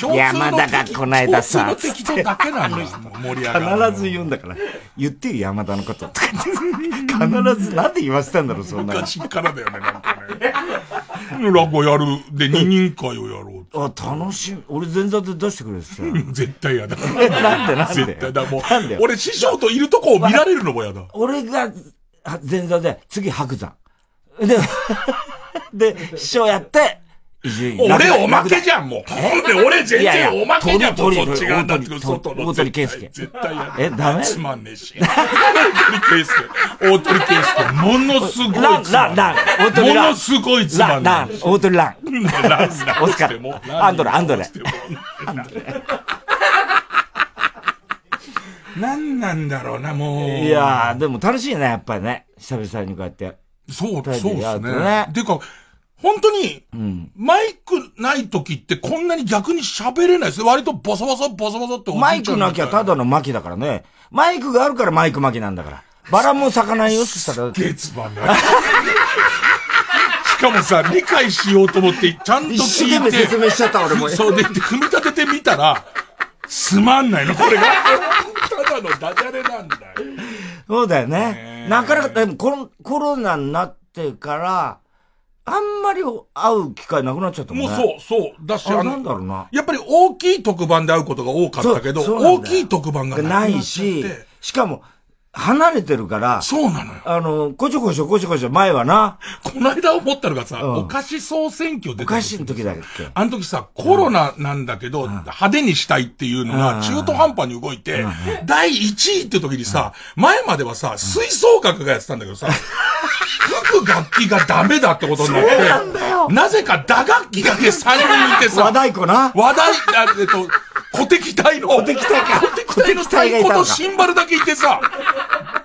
Speaker 4: 共通の敵
Speaker 3: 山田がこないださ
Speaker 4: 共通の敵とだけなんだよ、盛り上がるの。
Speaker 3: 必ず言うんだから。言ってよ、山田のこと。とか言って必ず、なんで言わせたんだろう、そん なの。
Speaker 4: 昔からだよね、なんかね。落語やる。で、二人会をやろ
Speaker 3: あ、楽しい。俺前座で出してくれるっすよ。
Speaker 4: う。絶対やだ。
Speaker 3: えなんでなんで
Speaker 4: 絶対だ、もう
Speaker 3: なんで。よ
Speaker 4: 俺、師匠といるとこを見られるのもやだ。
Speaker 3: 俺があ前座で、次白山。で、 で、師匠やって、伊集院
Speaker 4: 俺
Speaker 3: 楽だ
Speaker 4: おまけじゃん、もう。で俺全
Speaker 3: いやい
Speaker 4: 然
Speaker 3: や
Speaker 4: おまけじゃん、もう
Speaker 3: 鳥
Speaker 4: そ
Speaker 3: 鳥
Speaker 4: っち側だって
Speaker 3: 鳥鳥
Speaker 4: 外の。
Speaker 3: 大鳥圭介
Speaker 4: 絶対や
Speaker 3: え、
Speaker 4: る。
Speaker 3: ダメ
Speaker 4: つまんねえし。大鳥圭介。大鳥圭介。ものすごいつま
Speaker 3: ラ
Speaker 4: ん
Speaker 3: ン、
Speaker 4: ね
Speaker 3: ラン、ラン。大
Speaker 4: え。
Speaker 3: 鳥
Speaker 4: も
Speaker 3: ラン
Speaker 4: の。すごいつま
Speaker 3: ラ
Speaker 4: ん
Speaker 3: ン、
Speaker 4: ね
Speaker 3: ラン
Speaker 4: え。。
Speaker 3: 大鳥ラン。
Speaker 4: ラン、ラン。
Speaker 3: オスカル
Speaker 4: も
Speaker 3: アンドレアンドレ。
Speaker 4: なんなんだろうな、もう。
Speaker 3: いやー、でも楽しいね、やっぱりね。久々にこうやって。
Speaker 4: そう、そ
Speaker 3: 二
Speaker 4: うで
Speaker 3: 人
Speaker 4: す
Speaker 3: でやるとね
Speaker 4: ね。てか、本当に、マイクない時ってこんなに逆に喋れないです。割とボソボソ、ボソボソっておじいちゃん
Speaker 3: マイクなきゃただの巻きだからね。マイクがあるからマイク巻きなんだから。バラも咲かないよって言ったら、
Speaker 4: ゲつまんない。しかもさ、理解しようと思って、ちゃんと聞いて。
Speaker 3: 一生懸命説明しちゃった俺も
Speaker 4: くそうで、で組み立ててみたら、つまんないの、これが。ただのダジャレなんだよ。
Speaker 3: そうだよね。なかなか、でもコロコロナになってから、あんまり会う機会なくなっちゃったもん
Speaker 4: も
Speaker 3: ね。
Speaker 4: うそう、そう。だし、
Speaker 3: あ
Speaker 4: あ
Speaker 3: なんだ
Speaker 4: の、
Speaker 3: ろうな。
Speaker 4: やっぱり大きい特番で会うことが多かったけど、
Speaker 3: そうそうなん
Speaker 4: 大
Speaker 3: だよ
Speaker 4: きい特番がなくな
Speaker 3: な
Speaker 4: っちゃ
Speaker 3: い
Speaker 4: って
Speaker 3: し、しかも、離れてるから、
Speaker 4: そうなのよ。
Speaker 3: あの、こちょこちょこちょこちょ前はな、
Speaker 4: この間思ったのがさ、
Speaker 3: ん
Speaker 4: お菓子総選挙出て
Speaker 3: お
Speaker 4: た
Speaker 3: 菓子の時だっけ。
Speaker 4: あの時さ、コロナなんだけど、派手にしたいっていうの
Speaker 3: う
Speaker 4: が
Speaker 3: ん
Speaker 4: 中途半端に動いて、第1位って時にさ、前まではさ、吹奏楽がやってたんだけどさ、吹く楽器がダメだってことになって、なぜか打楽器だけ3人いて
Speaker 3: 和
Speaker 4: さ、
Speaker 3: 太鼓な。
Speaker 4: 話題、あえっと、小敵隊の、小敵隊か。小敵隊の太
Speaker 3: 小敵隊がい
Speaker 4: 鼓
Speaker 3: たの
Speaker 4: と
Speaker 3: か
Speaker 4: シンバルだけいてさ、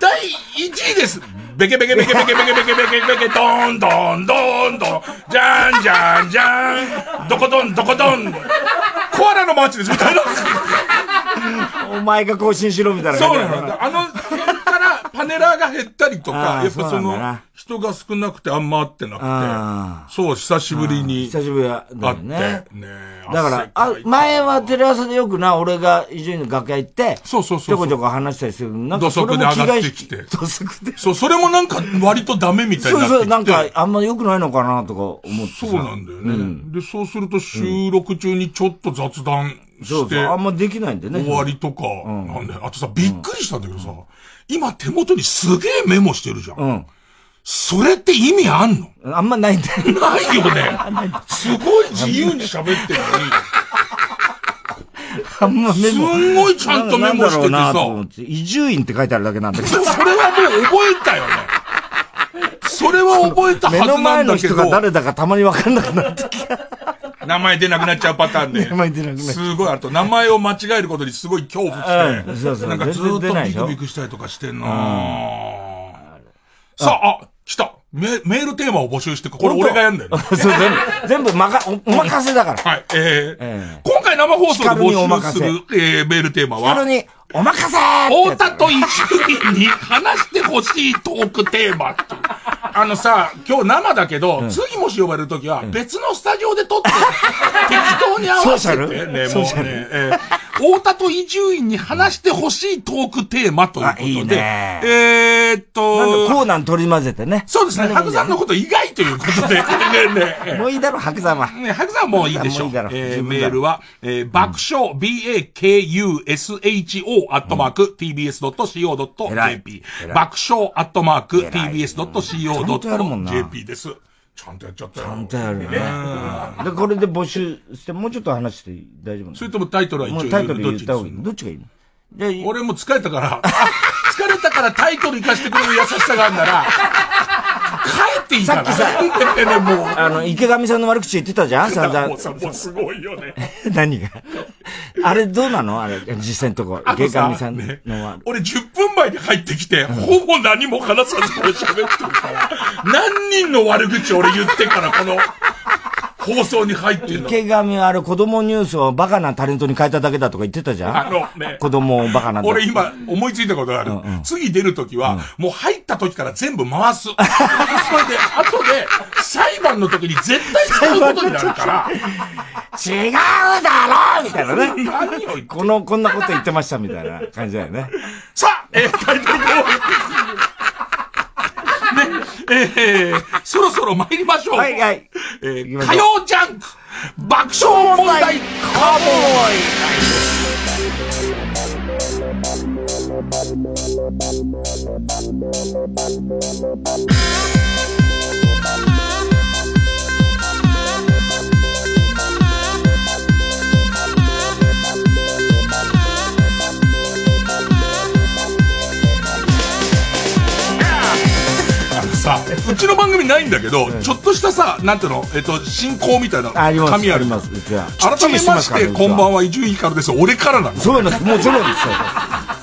Speaker 4: 第1位です。ベケベケベケベケベケベケベケベケ、ドーンドーンドーンドーン、じゃんじゃんじゃん、どこどんどこどん、コアラのマーチですみたいな。
Speaker 3: お前が更新しろみたいな感
Speaker 4: そう
Speaker 3: じ
Speaker 4: な
Speaker 3: だから
Speaker 4: の。あの辺からパネラーが減ったりとか、
Speaker 3: あー
Speaker 4: やっぱ
Speaker 3: そ
Speaker 4: そう
Speaker 3: なん
Speaker 4: の
Speaker 3: だな、
Speaker 4: 人が少なくてあんま会ってな
Speaker 3: あ
Speaker 4: くて、そう、久しぶり
Speaker 3: あ。
Speaker 4: に
Speaker 3: 久しぶりだ
Speaker 4: 会
Speaker 3: よ
Speaker 4: って、
Speaker 3: ね
Speaker 4: ね。え
Speaker 3: だから、
Speaker 4: 汗
Speaker 3: あ
Speaker 4: かい、た
Speaker 3: 前はテレ朝でよくな、俺が伊集院の楽屋行って、
Speaker 4: そうそうそうそう
Speaker 3: ちょこちょこ話したりする。なん
Speaker 4: 土
Speaker 3: か
Speaker 4: 足
Speaker 3: そ
Speaker 4: で
Speaker 3: れも
Speaker 4: 上
Speaker 3: 気
Speaker 4: がって
Speaker 3: が引
Speaker 4: きて
Speaker 3: 土足で。
Speaker 4: そう、それもなんか割とダメみたいに
Speaker 3: そ
Speaker 4: な
Speaker 3: う
Speaker 4: ってき
Speaker 3: そ
Speaker 4: て。
Speaker 3: う、なんか、あんま良くないのかな、とか思ってさ
Speaker 4: そうなんだよね、で、そうすると収録中にちょっと雑談
Speaker 3: そ
Speaker 4: し
Speaker 3: う
Speaker 4: て、
Speaker 3: そう、あんまできないんでね。
Speaker 4: 終わりとか、なんで、あとさ、びっくりしたんだけどさ、今手元にすげえメモしてるじゃん。
Speaker 3: うん。
Speaker 4: それって意味あんの
Speaker 3: あんまないんだよ。
Speaker 4: ないよね。すごい自由に喋ってる
Speaker 3: あんまメモ。
Speaker 4: のに、すんごいちゃんとメモしてて
Speaker 3: なんだろうな
Speaker 4: さ、
Speaker 3: と思って伊集院って書いてあるだけなんだけ
Speaker 4: そ
Speaker 3: ど
Speaker 4: れ。はもう覚えたよね。それは覚えた
Speaker 3: 目
Speaker 4: は
Speaker 3: の
Speaker 4: ずな
Speaker 3: 前
Speaker 4: ん
Speaker 3: の
Speaker 4: だけ
Speaker 3: 人が
Speaker 4: ど、
Speaker 3: 誰だかたまに分かんなくなってき
Speaker 4: 名前出なくなっちゃうパターンで。
Speaker 3: て、前出なくなって。
Speaker 4: すごい、あと名前を間違えることにすごい恐怖して、
Speaker 3: うんそうそう
Speaker 4: なんかずー
Speaker 3: 全然
Speaker 4: っ
Speaker 3: 出ないでし
Speaker 4: と
Speaker 3: ょ
Speaker 4: ビクビクしたりとかしてんな、さあ、あ、来たメメールテーマを募集してく、これ俺がやんだよね、
Speaker 3: そう、全部、全部まか、おお任せだから。
Speaker 4: はい、えー
Speaker 3: え
Speaker 4: 今回生放送で
Speaker 3: 光にお
Speaker 4: 募集
Speaker 3: 任
Speaker 4: す
Speaker 3: せ
Speaker 4: る、えーメールテーマ
Speaker 3: あれ
Speaker 4: は、
Speaker 3: に、お任せーって
Speaker 4: 太
Speaker 3: やつ
Speaker 4: 田と伊集院に話してほしいトークテーマっていう。あのさ、今日生だけど、次もし呼ばれるときは、別のスタジオで撮って、適当に合わせ
Speaker 3: ソーシ
Speaker 4: て、
Speaker 3: ャル
Speaker 4: ね、もうね、えー太田と伊集院に話してほしいトークテーマということ
Speaker 3: あ
Speaker 4: で。
Speaker 3: いいね
Speaker 4: えーっ
Speaker 3: なんかコ
Speaker 4: と、
Speaker 3: ーナーに取り混ぜてね。
Speaker 4: そうですね、白山のこと以外ということで。ね えねえ
Speaker 3: もういいだろ、白山は。
Speaker 4: ね、白山はもういいでし
Speaker 3: もう
Speaker 4: ょう。
Speaker 3: いいだろ
Speaker 4: えー
Speaker 3: 十分だろ
Speaker 4: メールは、えー爆笑、bakusho、アットマーク、
Speaker 3: 偉い
Speaker 4: tbs.co.jp
Speaker 3: 偉。い
Speaker 4: 爆笑、アットマーク、
Speaker 3: ちゃんとやるもんな
Speaker 4: tbs.co.jp です。ちゃんとやっちゃったよ。ちゃ
Speaker 3: 本当やるよね。で、これで募集して、もうちょっと話して大丈夫なの
Speaker 4: それともタイトルは一
Speaker 3: も
Speaker 4: 応
Speaker 3: うタイトル
Speaker 4: どっ
Speaker 3: 言っ
Speaker 4: ち
Speaker 3: た
Speaker 4: で
Speaker 3: 方
Speaker 4: す
Speaker 3: がいいのどっちがいいのじゃあい
Speaker 4: 俺もう疲れたから、あ疲れたからタイトル生かしてくれる優しさがあるなら、帰っていいかな。
Speaker 3: さっ
Speaker 4: ねえねえもう。
Speaker 3: あの、池上さんの悪口言ってたじゃん散々
Speaker 4: もう。さ、もうすごいよね。
Speaker 3: 何があれどうなのあれ、実際のとこ。
Speaker 4: あ
Speaker 3: 池
Speaker 4: とさ
Speaker 3: 上さんの
Speaker 4: ね
Speaker 3: は。
Speaker 4: 俺10分前に入ってきて、ほぼ何も話さずこれ喋ってるから、何人の悪口俺言ってからこの放送に入ってるの。
Speaker 3: 池上はあれ、子供ニュースをバカなタレントに変えただけだとか言ってたじゃ
Speaker 4: あ
Speaker 3: ん
Speaker 4: のね、
Speaker 3: 子供をバカなんだ
Speaker 4: 俺今思いついたことがある。次出るときは、もう入ったときから全部回す。それ で、後で裁判のときに絶対使うことになるから、
Speaker 3: 違うだろみたいなね。
Speaker 4: 何を言って。
Speaker 3: この、こんなこと言ってましたみたいな感じだよ ね。
Speaker 4: さあ、えータイトルコール。ね、えーそろそろ参りましょう。
Speaker 3: はいはい。
Speaker 4: えー
Speaker 3: 行きましょう
Speaker 4: 火曜ジャンク爆笑問題カーボーイあのさうちの番組ないんだけど、ちょっとしたさ、なんていうの、えっと、進行みたいな、
Speaker 3: あります。
Speaker 4: 紙ある
Speaker 3: ります。じゃあ
Speaker 4: 改めまして、こんば
Speaker 3: は。
Speaker 4: んは、伊集院光です。俺からなんです。
Speaker 3: そうなんです。もうそうなんですよ。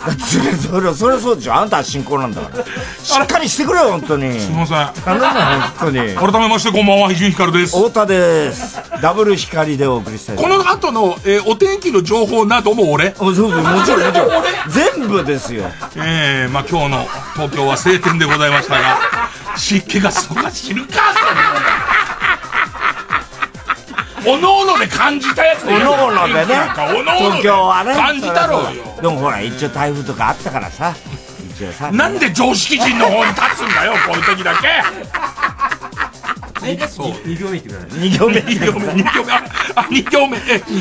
Speaker 3: だってそれ、それそうでしょ。あんたは信仰なんだ から。しっかりしてくれよ、本当に。
Speaker 4: すみません。
Speaker 3: 頼むよ、本当に。
Speaker 4: 改めまして、こんばんは、伊集院光です。
Speaker 3: 太田です。ダブル光でお送りしたいと
Speaker 4: こ
Speaker 3: 思い
Speaker 4: の後の、えーお天気の情報なども俺。
Speaker 3: ます。おそうそう、もちろん、もちろん
Speaker 4: これも。
Speaker 3: 全部ですよ。
Speaker 4: えー、まあ今日の東京は晴天でございましたが、湿気がそうか知るか、それおのおので感じたやつ
Speaker 3: おのおのでね
Speaker 4: なんかおのおの。で
Speaker 3: 東京はね。
Speaker 4: 感じたろうよ。
Speaker 3: でもほら、一応台風とかあったからさ。一応さ。
Speaker 4: なんで常識人の方に立つんだよ、こういう時だけ。そう
Speaker 1: 2行目言ってくださいね。
Speaker 3: 二行目。
Speaker 4: 二行目、二行目、あ、あ二行目、え、え
Speaker 3: 目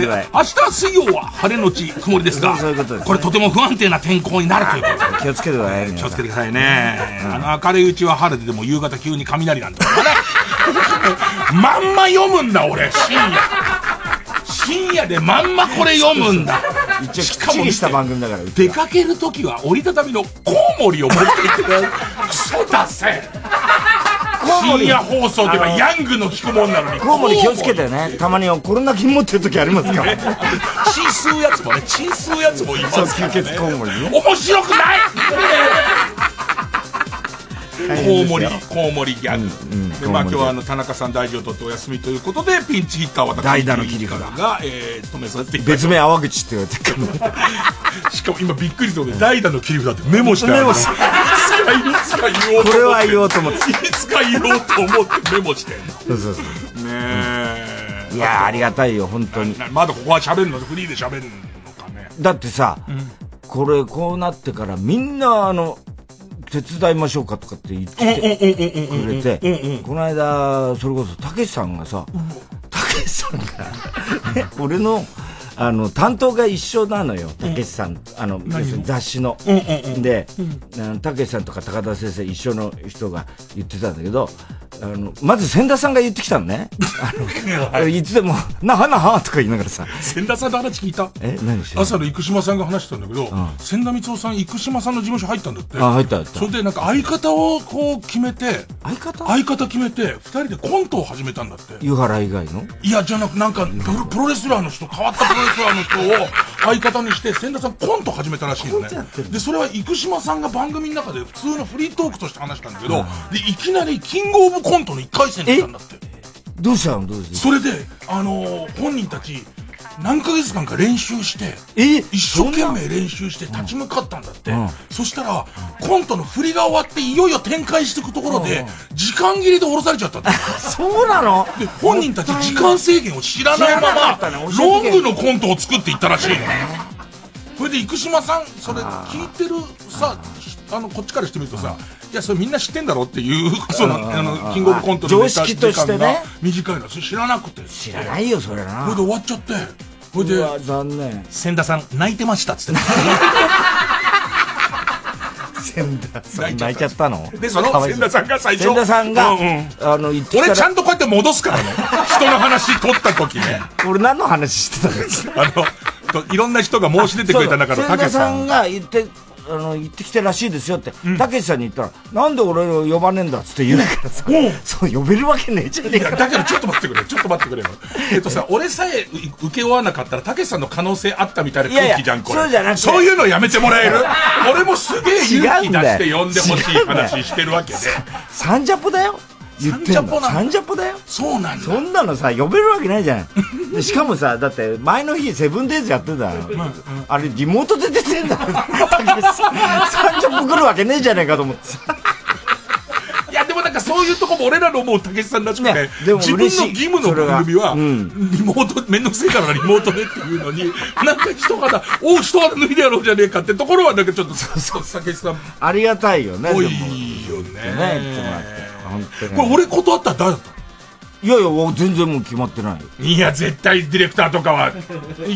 Speaker 3: ぐらい
Speaker 4: ー、明日水曜は晴れのち曇りですが、
Speaker 3: そういうことですね
Speaker 4: これとても不安定な天候になるということです。
Speaker 3: 気をつけてくださいね。
Speaker 4: 気をつけてくださいね。あの、明るいうちは晴れてでも夕方急に雷なんだからね。 まんま読むんだ、俺、深夜。深夜でまんまこれ読むんだ。
Speaker 3: 一応きっちりした番組だから。うち
Speaker 4: 出
Speaker 3: は
Speaker 4: かけるときは折りたたみのコウモリを持って行ってください。クソ出せ深夜放送というか
Speaker 3: あの
Speaker 4: ヤングの聞くもんなのに
Speaker 3: コウモリ気をつけてね。たまにコロナ菌持ってる時ありますから。
Speaker 4: チン吸うやつもねチン吸うやつもいますから
Speaker 3: そう吸血コウモリね
Speaker 4: 面白くない
Speaker 3: 大変です
Speaker 4: コウモリ
Speaker 3: よ
Speaker 4: コウモリギャグ、でまあ今日はあの田中さん大事を取ってお休みということでピンチヒッターは私
Speaker 3: 代打の切り
Speaker 4: か
Speaker 3: 方
Speaker 4: が、えー、止めさせていただき
Speaker 3: 別名泡口って言われてるか
Speaker 4: しかも今びっくりしたことで代打の切り札ってメモしてある
Speaker 3: メモし
Speaker 4: いつかいつか言おうと思って
Speaker 3: これは言おうと思って
Speaker 4: いつか言おうと思ってメモしてんの
Speaker 3: ら。そうそうそう。
Speaker 4: ねえ
Speaker 3: いやーありがたいよ、本当に。
Speaker 4: なまだここは喋るのフリーで喋るのか ね
Speaker 3: だってさ、これこうなってからみんなあの、手伝いましょうかとかって言ってくれて、この間、それこそたけしさんがさ、たけしさんが、 俺の、あの、担当が一緒なのよ、たけしさん、あの、要するに雑誌の。で、あのたけしさんとか高田先生一緒の人が言ってたんだけど、あの、まず千田さんが言ってきたのね。あの、いつでも、 なはなはとか言いながらさ、
Speaker 4: 千田さんの話聞いた
Speaker 3: え、何してんの
Speaker 4: 朝の生島さんが話してたんだけど、千田光夫さん生島さんの事務所入ったんだって
Speaker 3: あ、入った入った
Speaker 4: そ。れでなんか相方をこう決めて
Speaker 3: 相方
Speaker 4: 相方決めて二人でコントを始めたんだって
Speaker 3: 湯原以外の
Speaker 4: いやじゃなくなんかプロプロレスラーの人変わったプロレスラーの人を相方にして千田さんコント始めたらしいのね
Speaker 3: コントやってる
Speaker 4: でそれは生島さんが番組の中で普通のフリートークとして話したんだけど、でいきなりキングオブコントの1回戦に行ったんだって
Speaker 3: どうしたのどうした
Speaker 4: それで、あのー本人たち、何ヶ月間か練習して、
Speaker 3: え
Speaker 4: 一生懸命練習して立ち向かったんだって、
Speaker 3: うん
Speaker 4: そしたら、コントの振りが終わっていよいよ展開していくところで、時間切れで降ろされち ゃったって
Speaker 3: そうなの
Speaker 4: で本人たち時間制限を知らないま
Speaker 3: 知らなか
Speaker 4: ま
Speaker 3: ったね教えて
Speaker 4: ロングのコントを作っていったらしいのそれで生島さんそれ聞いてるさあのこっちからしてみるとさいやそれみんな知ってんだろっていうそのあのキングオブコントの
Speaker 3: 常識としてね
Speaker 4: ネタ時間が短いのそれ知らなくて
Speaker 3: 知らないよ、それ
Speaker 4: それ
Speaker 3: な
Speaker 4: で。終わっちゃってそれ
Speaker 3: う
Speaker 4: で
Speaker 3: わ、残念。
Speaker 4: 千田さん泣いてましたっつって
Speaker 3: 千田さ
Speaker 4: ん
Speaker 3: ん泣いちゃったの
Speaker 4: で、その
Speaker 3: かわい
Speaker 4: 千田さんが最初。
Speaker 3: 千田さんが、
Speaker 4: うんうん
Speaker 3: あの、言ってきた
Speaker 4: 俺ちゃ
Speaker 3: ら、
Speaker 4: んとこうやって戻すからね。 人の話取った 時ね。
Speaker 3: 俺何の話してたんですか
Speaker 4: あの、といろんな人が申し出てくれた中の
Speaker 3: 千
Speaker 4: たけ
Speaker 3: 田さ
Speaker 4: さん
Speaker 3: ん。が言って、あの、言ってきてらしいですよって、たけしさんに言ったら、なんで俺を呼ばねえんだっつって言うからさ、そう、呼べるわけねえじゃねえ
Speaker 4: いや
Speaker 3: か。
Speaker 4: だけどちょっと待ってくれよちょっと待ってくれよえっとさ俺さえう受け負わなかったらたけしさんの可能性あったみたいない
Speaker 3: やいや
Speaker 4: 空気じゃんこれ
Speaker 3: そうじゃなくて
Speaker 4: そういうのやめても らえる俺もすげえ勇気出して呼んでほし
Speaker 3: 違
Speaker 4: い
Speaker 3: うんだよ
Speaker 4: 話してるわけで
Speaker 3: サンジャポだよ。言ってん
Speaker 4: サンジャ
Speaker 3: の。
Speaker 4: ポなんだ
Speaker 3: サンジャポだよ。
Speaker 4: そうなんだ
Speaker 3: そんなのさ、呼べるわけない じゃん。でしかもさ、だって、前の日、セブンデイズやってたよ。あれ、リモートで出てんだよ。30分来るわけねえじゃねえかと思ってさ。
Speaker 4: いやでもなんかそういうとこも俺らのもうたけしさんらしくて、
Speaker 3: ねでも
Speaker 4: 自分の
Speaker 3: 嬉しい
Speaker 4: 義務の番組は、
Speaker 3: それはうん
Speaker 4: リモート、面倒くせえからリモートでっていうのに、なんか一肌、おう、一肌脱いでやろうじゃねえかってところはなんかちょっと、そうたけしさんっ
Speaker 3: ありがたいよね、で
Speaker 4: ぽ
Speaker 3: も。
Speaker 4: い
Speaker 3: ね、
Speaker 4: よ
Speaker 3: 言
Speaker 4: ね。
Speaker 3: ってもらって。本当に。
Speaker 4: これ俺断ったら誰だっ
Speaker 3: いやいや、もう全然もう決まってないよ。
Speaker 4: たいや、絶対ディレクターとかは、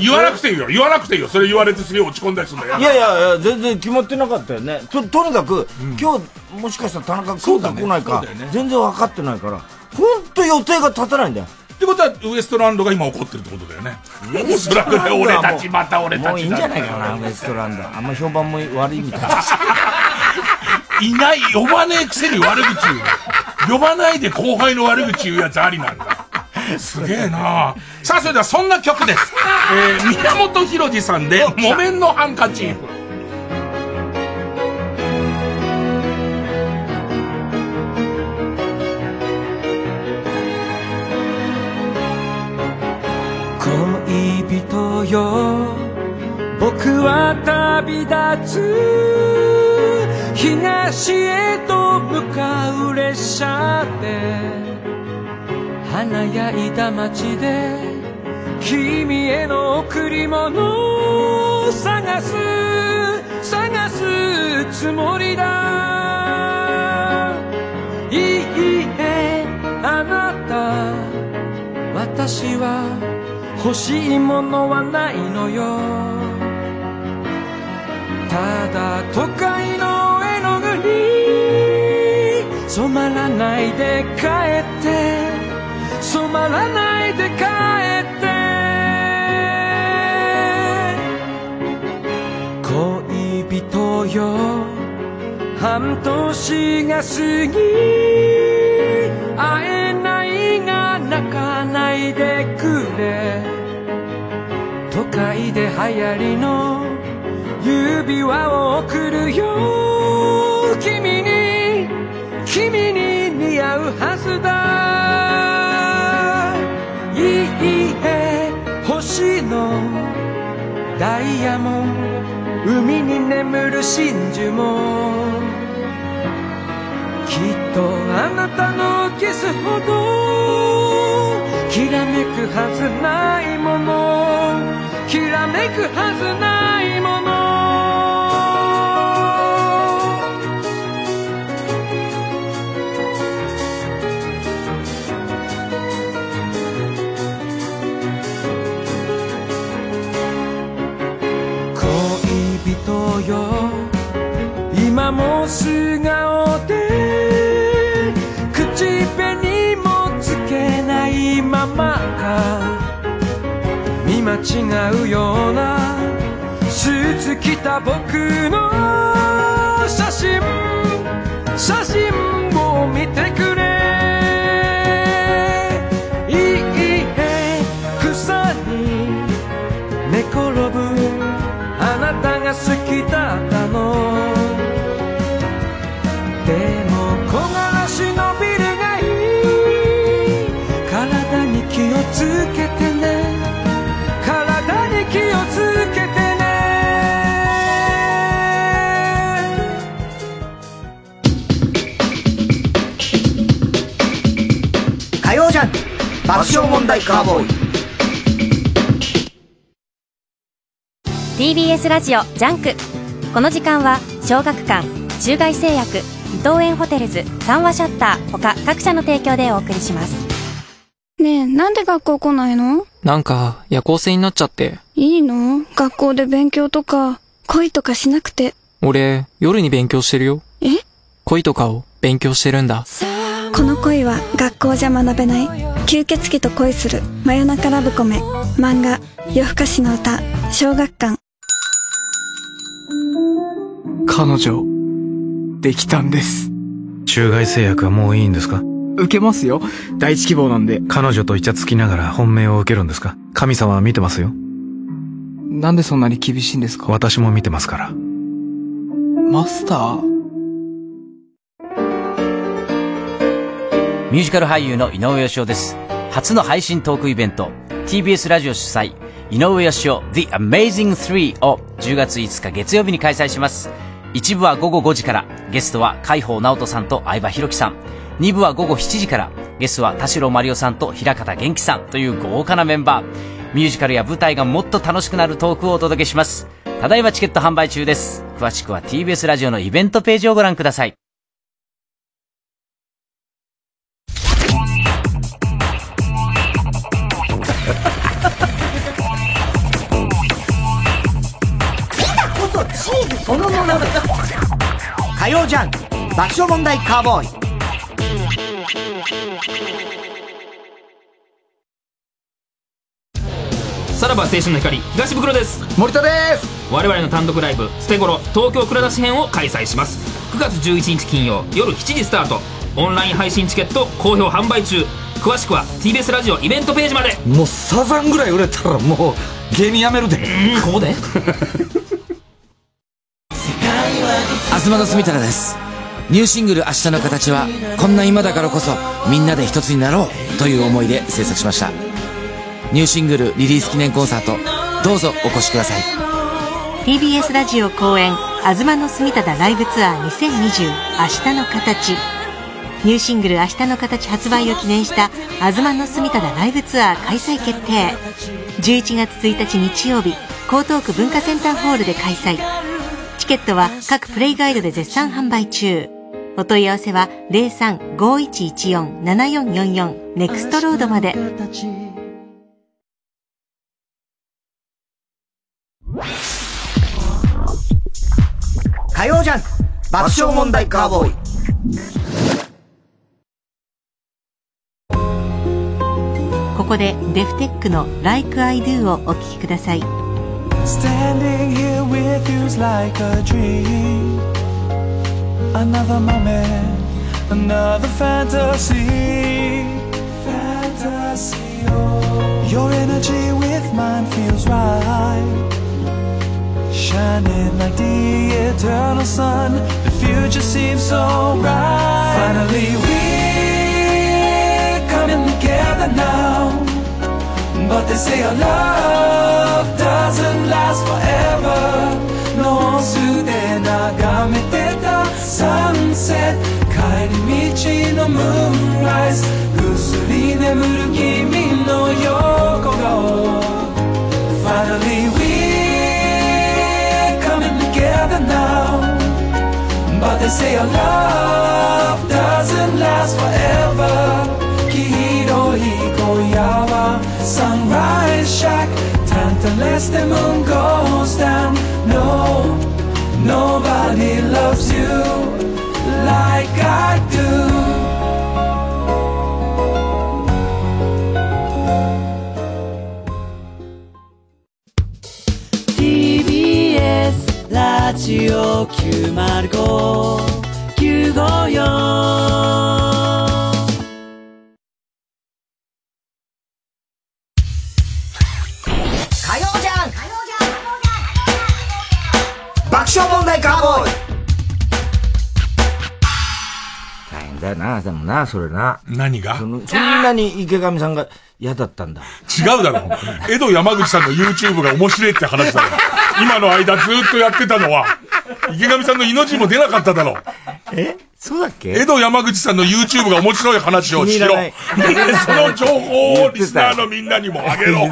Speaker 4: 言わなくていいよ、言わなくていいよ。それ言われてすげえ落ち込んだりするんだよ。
Speaker 3: いやいやいや、全然決まってなかったよね。と、とにかく、今日、もしかしたら田中
Speaker 4: そ
Speaker 3: 来
Speaker 4: う
Speaker 3: る
Speaker 4: だ
Speaker 3: か
Speaker 4: ね
Speaker 3: 来ないか
Speaker 4: そうだよね、
Speaker 3: 全然分かってないから、ほんと予定が立たないんだよ。
Speaker 4: ってことは、ウエストランドが今怒ってるってことだよね。おそらくね、俺たち、また俺たちだ
Speaker 3: もういいんじゃないかな、ウエストランド。あんま評判も悪いみたいだし
Speaker 4: いない、呼ばねえくせに悪口言う。呼ばないで後輩の悪口言うやつありなんだ。すげえなさあ、それではそんな曲です。えー、宮本浩次さん で、木綿のハンカチーフ。
Speaker 5: 恋人よ僕は旅立つ東へと向かう列車で華やいだ街で君への贈り物を探す探すつもりだいいえあなた私は欲しいものはないのよただ都会の絵の具に染まらないで帰って染まらないで帰って恋人よ半年が過ぎ会えないが泣かないでくれ都会で流行りの指輪を贈るよ君に君に似合うはずだいいえ星のダイヤも海に眠る真珠もきっとあなたのキスほどきらめくはずないものきらめくはずないもの恋人よ今も素顔で口紅もつけないままか見間違うようなスーツ着た僕の写真写真を見てくれいいえ草に寝転ぶあなたが好きだったのでも木枯らしのビルがいい体に気をつけてね体
Speaker 6: 爆笑問題カーボーイ
Speaker 7: TBS ラジオジャンクこの時間は小学館中外製薬伊藤園ホテルズ三話シャッター他各社の提供でお送りします
Speaker 8: ねえ、なんで学校来ないの
Speaker 9: なんか、夜行性になっちゃって。
Speaker 8: いいの学校で勉強とか、恋とかしなくて。
Speaker 9: 俺、夜に勉強してるよ。
Speaker 8: え
Speaker 9: 恋とかを勉強してるんだ。
Speaker 8: この恋は学校じゃ学べない。吸血鬼と恋する、真夜中ラブコメ。漫画、夜更かしの歌、小学館。
Speaker 10: 彼女、できたんです。
Speaker 11: 中外製薬はもういいんですか
Speaker 10: 受けますよ。第一希望なんで。
Speaker 11: 彼女とイチャつきながら本命を受けるんですか神様は見てますよ。
Speaker 10: なんでそんなに厳しいんですか
Speaker 11: 私も見てますから。
Speaker 10: マスター
Speaker 12: ミュージカル俳優の井上芳雄です。初の配信トークイベント、TBS ラジオ主催、井上芳雄 The Amazing Three を10月5日月曜日に開催します。一部は午後5時から、ゲストは海宝直人さんと相葉弘樹さん。二部は午後7時から、ゲストは田代真理夫さんと平方元気さんという豪華なメンバー。ミュージカルや舞台がもっと楽しくなるトークをお届けします。ただいまチケット販売中です。詳しくは TBS ラジオのイベントページをご覧ください。
Speaker 6: こそチーズそのものだ火曜ジャンク爆笑問題カーボーイ
Speaker 13: さらば青春の光東袋です森田です我々の単独ライブ「ステゴロ東京蔵出し編」を開催します9月11日金曜夜7時スタートオンライン配信チケット好評販売中詳しくは TBS ラジオイベントページまで
Speaker 14: もうサザンぐらい売れたらもう芸人やめるでこうで
Speaker 15: 東田住太郎ですニューシングル「明日の形は」こんな今だからこそみんなで一つになろうという思いで制作しましたニューシングルリリース記念コンサートどうぞお越しください
Speaker 16: TBS ラジオ公演「東の隅田ライブツアー2020明日の形」ニューシングル「明日の形」発売を記念した「東の隅田ライブツアー」開催決定11月1日日曜日江東区文化センターホールで開催チケットは各プレイガイドで絶賛販売中お問い合わせは0351147444ネクストロードまで
Speaker 6: 火曜ジャンク爆笑問題カーボーイ
Speaker 16: ここでデフテックの「Like I Do」をお聴きください
Speaker 5: Standing here with you's like a dream. Another moment, another fantasy. Fantasy. oh. Your energy with mine feels right. Shining like the eternal sun. The future seems so bright. Finally, we're coming together now. But they say our love doesn't last forever. No soothing nagamete sunset. Kairi michi no moonrise. Gusuri nemuru kimi no yoko ga Finally we're coming together now. But they say our love doesn't last forever. Kihiroi koyawa, sunrise shack. Time to let the moon goes down. No, nobody loves you like I do.
Speaker 17: ラジオ905954
Speaker 6: 火曜ジャンク爆笑問題カーボーイ
Speaker 3: 大変だよな、でもな、それな。
Speaker 4: 何が
Speaker 3: そのそんなに池上さんが嫌だったんだ。
Speaker 4: 違うだろ。江戸山口さんの YouTube が面白いって話だろ。今の間ずっとやってたのは、池上さんの命も出なかっただろ。
Speaker 3: えそうだっけ
Speaker 4: 江戸山口さんの YouTube が面白い話をしろ。
Speaker 3: 気
Speaker 4: そ
Speaker 3: に入らない
Speaker 4: の情報をリスナーのみんなにもあげ ろ。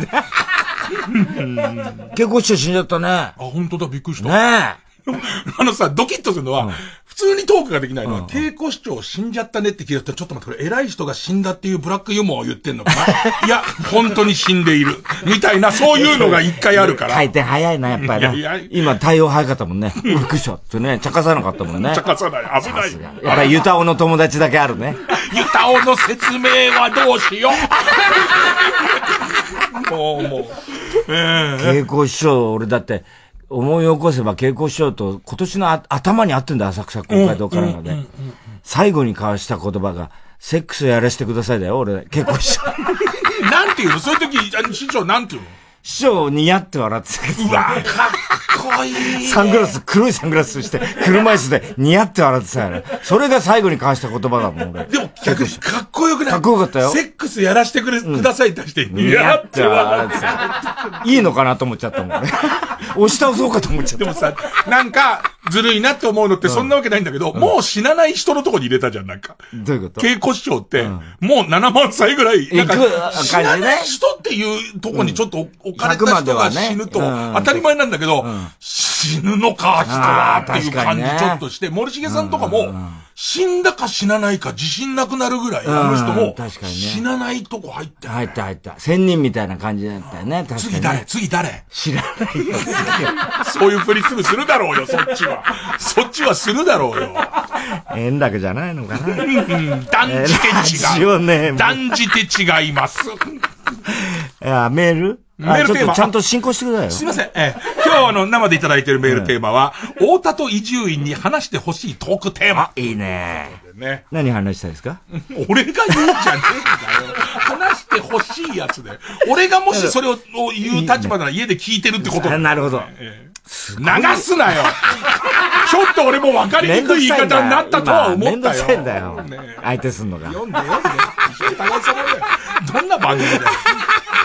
Speaker 3: 結婚して死んじゃったね。あ、
Speaker 4: 本当だ、びっくりした。
Speaker 3: ね
Speaker 4: あのさ、ドキッとするのは、普通にトークができないのは、稽古市長死んじゃったねって聞いたら、ちょっと待って、これ偉い人が死んだっていうブラックユーモアを言ってんのかな いや、本当に死んでいる。みたいな、そういうのが一回あるから。
Speaker 3: 回転早いな、やっぱり
Speaker 4: いやいや
Speaker 3: ね。今、対応早かったもんね。 びっくりしたってね、茶化さなかったもんね。
Speaker 4: ちゃかさない。危ない。
Speaker 3: やっぱり、ゆたおの友達だけあるね。
Speaker 4: ゆたおの説明はどうしよう。 もう、もう。
Speaker 3: 稽古師匠、俺だって、思い起こせば稽古師匠と今年のあ頭に合ってんだ、浅草公会堂からので。最後に交わした言葉が、セックスやらせてくださいだよ、俺、稽古師匠。
Speaker 4: なんて言うのそういう時、あの市長なんて言うの
Speaker 3: 師匠にやって笑ってたけど。
Speaker 4: うわ、かっこいい。
Speaker 3: サングラス、黒いサングラスして、車椅子でニヤって笑ってたよね。それが最後に交わした言葉だもん、俺。
Speaker 4: でも、逆にかっこよくない
Speaker 3: かっこよかったよ
Speaker 4: セックスやらしてくれ、くださいってして、
Speaker 3: ニ
Speaker 4: い
Speaker 3: ヤ
Speaker 4: や
Speaker 3: っ
Speaker 4: ってて
Speaker 3: 笑
Speaker 4: 笑
Speaker 3: っ
Speaker 4: ってて
Speaker 3: いいのかなと思っちゃったもん、俺。押し倒そうかと思っちゃった。
Speaker 4: でもさ、なんか、ずるいなって思うのってそんなわけないんだけど、もう死なない人のとこに入れたじゃん、なんか。
Speaker 3: どういうこと
Speaker 4: 稽古師匠って、もう7万歳ぐらい、なんか
Speaker 3: 行く、
Speaker 4: 死なない人っていうとこにちょっと置かれた人が死ぬと、
Speaker 3: 100まではねうん
Speaker 4: 当たり前なんだけど、死ぬのか、人はっていう感じ
Speaker 3: あー確かにね
Speaker 4: ちょっとして、森重さんとかも、死んだか死なないか自信なくなるぐらい、
Speaker 3: うん
Speaker 4: あの人も
Speaker 3: 確か、にね
Speaker 4: 死なないとこ入って、
Speaker 3: 入った入った。仙人みたいな感じだったよね、確かに。
Speaker 4: 次誰次誰
Speaker 3: 知らないよ。
Speaker 4: そういうふりすぐするだろうよ、そっちは。そっちはするだろうよ。
Speaker 3: 円楽じゃないのかな。
Speaker 4: うん断じて
Speaker 3: ラ
Speaker 4: 違
Speaker 3: ジオ
Speaker 4: う。
Speaker 3: ネーム
Speaker 4: 断じて違います。
Speaker 3: あ、メールあ
Speaker 4: メールテー
Speaker 3: ちょっと
Speaker 4: マ
Speaker 3: ちゃんと進行してくださいよ。
Speaker 4: すいません。えー今日あの生でいただいているメールテーマは、太田と伊集院に話してほしいトークテーマ。
Speaker 3: いいね。
Speaker 4: ね。
Speaker 3: 何話したいですか
Speaker 4: 俺が言うんじゃねえんだよ。話してほしいやつで。俺がもしそれをを言う立場なら家で聞いてるってこと。
Speaker 3: なるほど。
Speaker 4: 流す なよ。ちょっと俺も分かりにくい言い方になったとは思
Speaker 3: めんど
Speaker 4: った
Speaker 3: くさ
Speaker 4: よ。
Speaker 3: いんだよ。相手すんのが。
Speaker 4: 読んで読んで。一緒に互い様だよどんな番組だよ。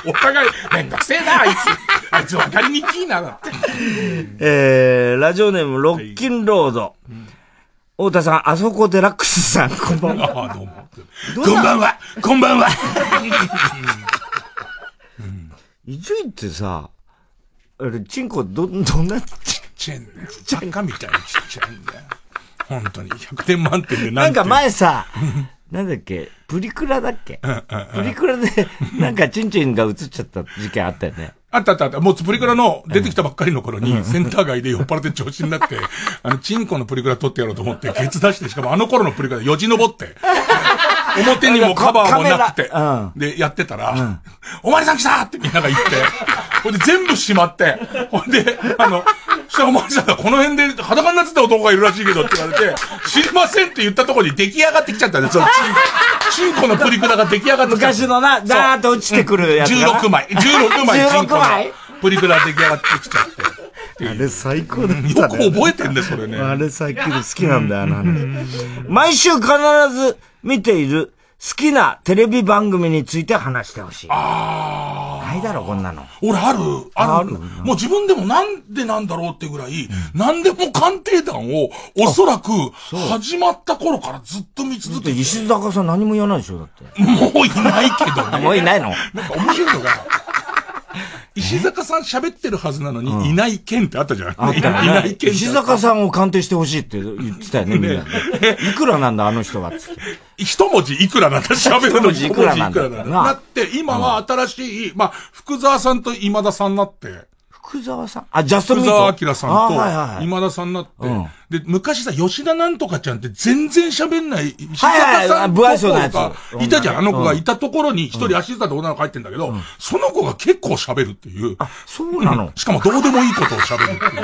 Speaker 4: お互い、めんどくせえな、あいつ。あいつ分かりにくいな、だって。
Speaker 3: えー、ラジオネーム、ロッキンロード。太田さん、あそこデラックスさん、こんば ん
Speaker 4: は。どうも。
Speaker 3: こんば
Speaker 4: んはこんばんは
Speaker 3: 伊集院ってさ、あれ、チンコ、ど、どんな、
Speaker 4: ちっちゃいんだよ。バカみたいにちっちゃいんだよ。本当に100点満点で
Speaker 3: なんか前さ
Speaker 4: うん、
Speaker 3: なんだっけ、プリクラだっけ
Speaker 4: うんうん
Speaker 3: プリクラで、なんかチンチンが映っちゃった事件あったよね。
Speaker 4: あったあったあった。もうプリクラの出てきたばっかりの頃に、センター街で酔っ払って調子にな って、あの、チンコのプリクラ撮ってやろうと思って、ケツ出して、しかもあの頃のプリクラでよじ登 って、表にもカバーもなくて、で、やってたら、おまりさん来たってみんなが言って、ほんで全部閉まって、ほんで、あの、そしたらおまりさんがこの辺で裸になってた男がいるらしいけどって言われて、知りませんって言ったところに出来上がってきちゃったんですよ。チンチンコのプリクラが出来上がってきちゃった。
Speaker 3: 昔のなダーッと落ちてくるやつ
Speaker 4: うん
Speaker 3: がな
Speaker 4: 16枚。16枚。チンコ
Speaker 3: 16
Speaker 4: の
Speaker 3: 枚
Speaker 4: プリクラ出来上がってきちゃって。
Speaker 3: あれ最高だった
Speaker 4: よく覚えてんね、それね。
Speaker 3: あれ最近好きなんだよ、あの話。毎週必ず見ている好きなテレビ番組について話してほしい。ないだろ、こんなの。
Speaker 4: 俺ある、ある。もう自分でもなんでなんだろうってぐらい、何でも鑑定団を、おそらく、始まった頃からずっと見続けて。
Speaker 3: 石坂さん何も言わないでしょ、だって。
Speaker 4: もういないけどね。
Speaker 3: もういないの
Speaker 4: なんか面白いのが、石坂さん喋ってるはずなのに、いない件ってあったじゃん。
Speaker 3: あっ
Speaker 4: い
Speaker 3: た
Speaker 4: な
Speaker 3: よ
Speaker 4: いいな
Speaker 3: ね
Speaker 4: い件って
Speaker 3: 石坂さんを鑑定してほしいって言ってたよね、みんなね。いくらなんだ、あの人は。つって
Speaker 4: 一文字いくらなんだ喋るの
Speaker 3: 一文
Speaker 4: に
Speaker 3: 字いくらなんだ
Speaker 4: 一文字いくらなって、今は新しい、まあ、福沢さんと今田さんになって、
Speaker 3: 福沢さんあ、ジャストミー
Speaker 4: 福
Speaker 3: ト
Speaker 4: 沢明さ
Speaker 3: あはいはい
Speaker 4: ん
Speaker 3: は
Speaker 4: と、
Speaker 3: い
Speaker 4: 今田さんになって、で、昔さ、吉田なんとかちゃんって全然喋んない、石
Speaker 3: はい
Speaker 4: さん
Speaker 3: 不愛想なやつ
Speaker 4: とかいたじゃん、あの子がいたところに一
Speaker 3: う
Speaker 4: 人アシスタント女の子入ってんだけど、その子が結構喋るっていう。あ、
Speaker 3: そうなの
Speaker 4: しかもどうでもいいことを喋るっていう。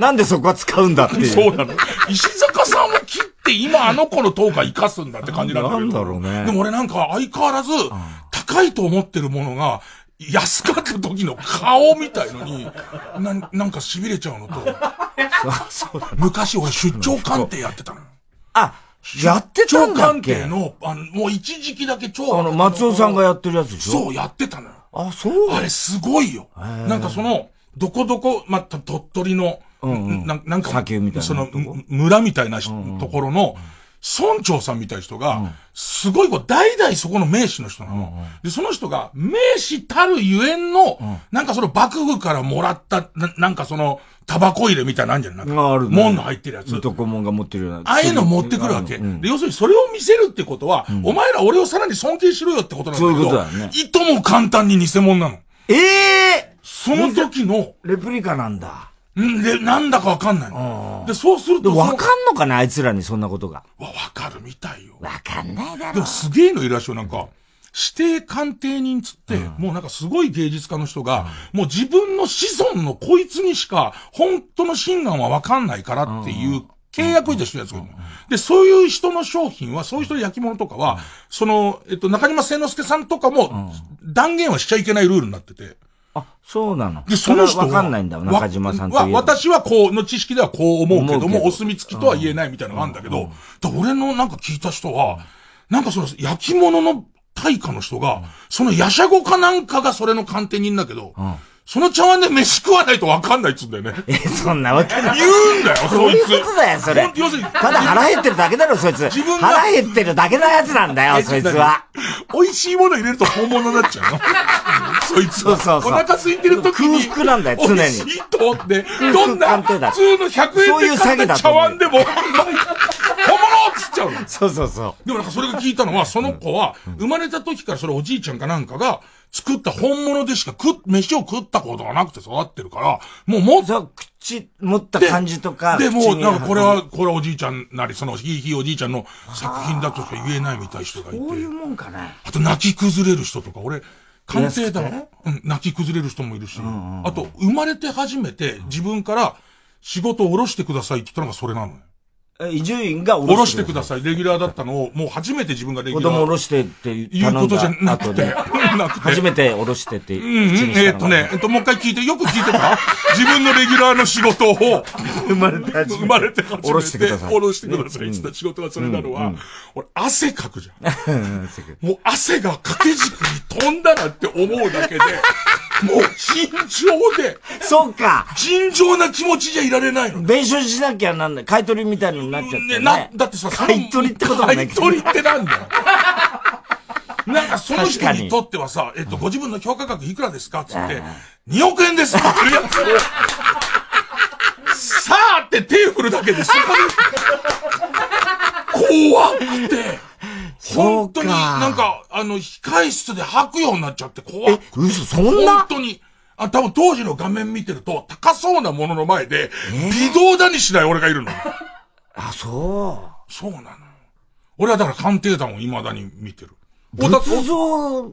Speaker 3: なんでそこは使うんだっていう。
Speaker 4: そうなの。石坂さんを切って今あの子のトークは生かすんだって感じなんだけど。
Speaker 3: なんだろうね
Speaker 4: でも俺なんか相変わらず、高いと思ってるものが、安かった時の顔みたいの に、な、なんか痺れちゃうのと、昔俺出張鑑定やってたの。
Speaker 3: あ、やってたんだっけ
Speaker 4: 出張鑑定の、あの、もう一時期だけ超、
Speaker 3: あの、松尾さんがやってるやつでしょ
Speaker 4: そう、やってたのよ。
Speaker 3: あ、そう
Speaker 4: あれすごいよ。なんかその、どこどこ、また鳥取の、ななんか、その、む村みたいなしところの、村長さんみたいな人が、すごいこう、代々そこの名士の人なの。で、その人が、名士たるゆえんの、なんかその幕府からもらった、ななんかその、タバコ入れみたいなのあんじゃない
Speaker 3: ある
Speaker 4: 門の入ってるやつ。
Speaker 3: いとこもんが持ってるような。
Speaker 4: ああいうの持ってくるわけ。で、要するにそれを見せるってことは、お前ら俺をさらに尊敬しろよってことなんだけど、
Speaker 3: そういうことだよね
Speaker 4: いとも簡単に偽物なの。
Speaker 3: ええ
Speaker 4: その時の。
Speaker 3: レプリカなんだ。
Speaker 4: んで、なんだかわかんないの。で、そうする
Speaker 3: で、
Speaker 4: と。
Speaker 3: わかんのかなあいつらにそんなことが。
Speaker 4: わ、わかるみたいよ。
Speaker 3: わかんないだろ。
Speaker 4: でもすげえのいるらしいよ、なんか。指定鑑定人つって、もうなんかすごい芸術家の人が、もう自分の子孫のこいつにしか、本当の真眼はわかんないからっていう、契約いた人やつがいるので、そういう人の商品は、そういう人の焼き物とかは、その、えっと、中島千之助さんとかも、断言はしちゃいけないルールになってて。
Speaker 3: あ、そうなの。
Speaker 4: で、その人は
Speaker 3: わかんないんだわ、中島さんと
Speaker 4: わ
Speaker 3: いえば
Speaker 4: 私はこう、の知識ではこう思うけど
Speaker 3: 思うけ
Speaker 4: も、
Speaker 3: ど
Speaker 4: お墨付きとは言えないみたいなのがあるんだけど、だから俺のなんか聞いた人は、なんかその焼き物の大家の人が、そのヤシャゴかなんかがそれの鑑定人だけど、その茶碗で飯食わないとわかんないっつうんだよね。
Speaker 3: え、そんなわけない。
Speaker 4: 言うんだよ、
Speaker 3: そう
Speaker 4: そい
Speaker 3: いう
Speaker 4: つ。
Speaker 3: ことだよ、それ。
Speaker 4: ほんと要するに
Speaker 3: ただ腹減ってるだけだろ、そいつ。
Speaker 4: 分が
Speaker 3: 腹減ってるだけのやつなんだよ、そいつは。
Speaker 4: 美味しいもの入れると本物になっちゃ うのそいつは。
Speaker 3: そうそう
Speaker 4: お腹空いてる時に。
Speaker 3: 空腹なんだよ常に
Speaker 4: 美味しいと思って、どんな、
Speaker 3: 空腹鑑
Speaker 4: 普
Speaker 3: 定
Speaker 4: 通の
Speaker 3: だ
Speaker 4: 100円
Speaker 3: そうい
Speaker 4: で
Speaker 3: う
Speaker 4: 買
Speaker 3: 詐
Speaker 4: っ
Speaker 3: 欺
Speaker 4: た
Speaker 3: だ
Speaker 4: 茶
Speaker 3: と思う
Speaker 4: 碗でも、本物っつっちゃうの。
Speaker 3: そうそうそ
Speaker 4: でもなんかそれが聞いたのは、その子は、生まれた時からそれおじいちゃんかなんかが、作った本物でしか食っ、飯を食ったことがなくて育ってるから、もうもっと、
Speaker 3: 口、持った感じとか。
Speaker 4: で、もうなんかこれ
Speaker 3: 口
Speaker 4: は、
Speaker 3: に入る
Speaker 4: これはおじいちゃんなり、そのひいひいおじいちゃんの作品だとしか言えないみたい人がいて。
Speaker 3: こういうもんかな。
Speaker 4: あと泣き崩れる人とか、俺、鑑定だ
Speaker 3: 安
Speaker 4: わ。うん、泣き崩れる人もいるし、あと、生まれて初めて自分から仕事を下ろしてくださいって言ったのがそれなのよ。
Speaker 3: え伊集院が
Speaker 4: 下ろして
Speaker 3: く
Speaker 4: ください。レギュラーだったのを、もう初めて自分がレギュ
Speaker 3: 子
Speaker 4: ラー。
Speaker 3: 供下ろしてって
Speaker 4: い
Speaker 3: 言
Speaker 4: うことじゃなくて
Speaker 3: 頼んだ後に
Speaker 4: なくて
Speaker 3: 初めて下ろしてって口
Speaker 4: うんうん、
Speaker 3: にしたのが。
Speaker 4: えーっとね、えっと、もう一回聞いて、よく聞いてた 自分のレギュラーの仕事を、生
Speaker 3: まれて初めて
Speaker 4: 生まれて初めて、
Speaker 3: 下ろしてください
Speaker 4: 下ろしてください。いつだ仕事がそれなのは、俺、汗かくじ ゃん。もう汗が掛け軸に飛んだなんて思うだけで、もう尋常で、
Speaker 3: そうか。
Speaker 4: 尋常な気持ちじゃいられないの。
Speaker 3: 弁償しなきゃなんない。買い取りみたいのになっちゃって、ね。
Speaker 4: な、だってさ、その
Speaker 3: 買い取りってこともない
Speaker 4: 買い
Speaker 3: けど。
Speaker 4: 取りってな んだよ。なんかその
Speaker 3: 確
Speaker 4: 人
Speaker 3: か
Speaker 4: に
Speaker 3: に
Speaker 4: とってはさ、えっと、ご自分の評価額いくらですかつって
Speaker 3: あ、
Speaker 4: 2億円ですって言ってるやつ を、さあって手振るだけでそこに、怖くて、
Speaker 3: そうか
Speaker 4: 本当になんか、あの、控室で吐くようになっちゃって怖くて。
Speaker 3: 嘘、そんな
Speaker 4: 本当に。あ、多分当時の画面見てると、高そうなものの前で、微動だにしない俺がいるの。
Speaker 3: あ、そう。
Speaker 4: そうなのよ。俺はだから鑑定団を未だに見てる。おだ
Speaker 3: 仏像、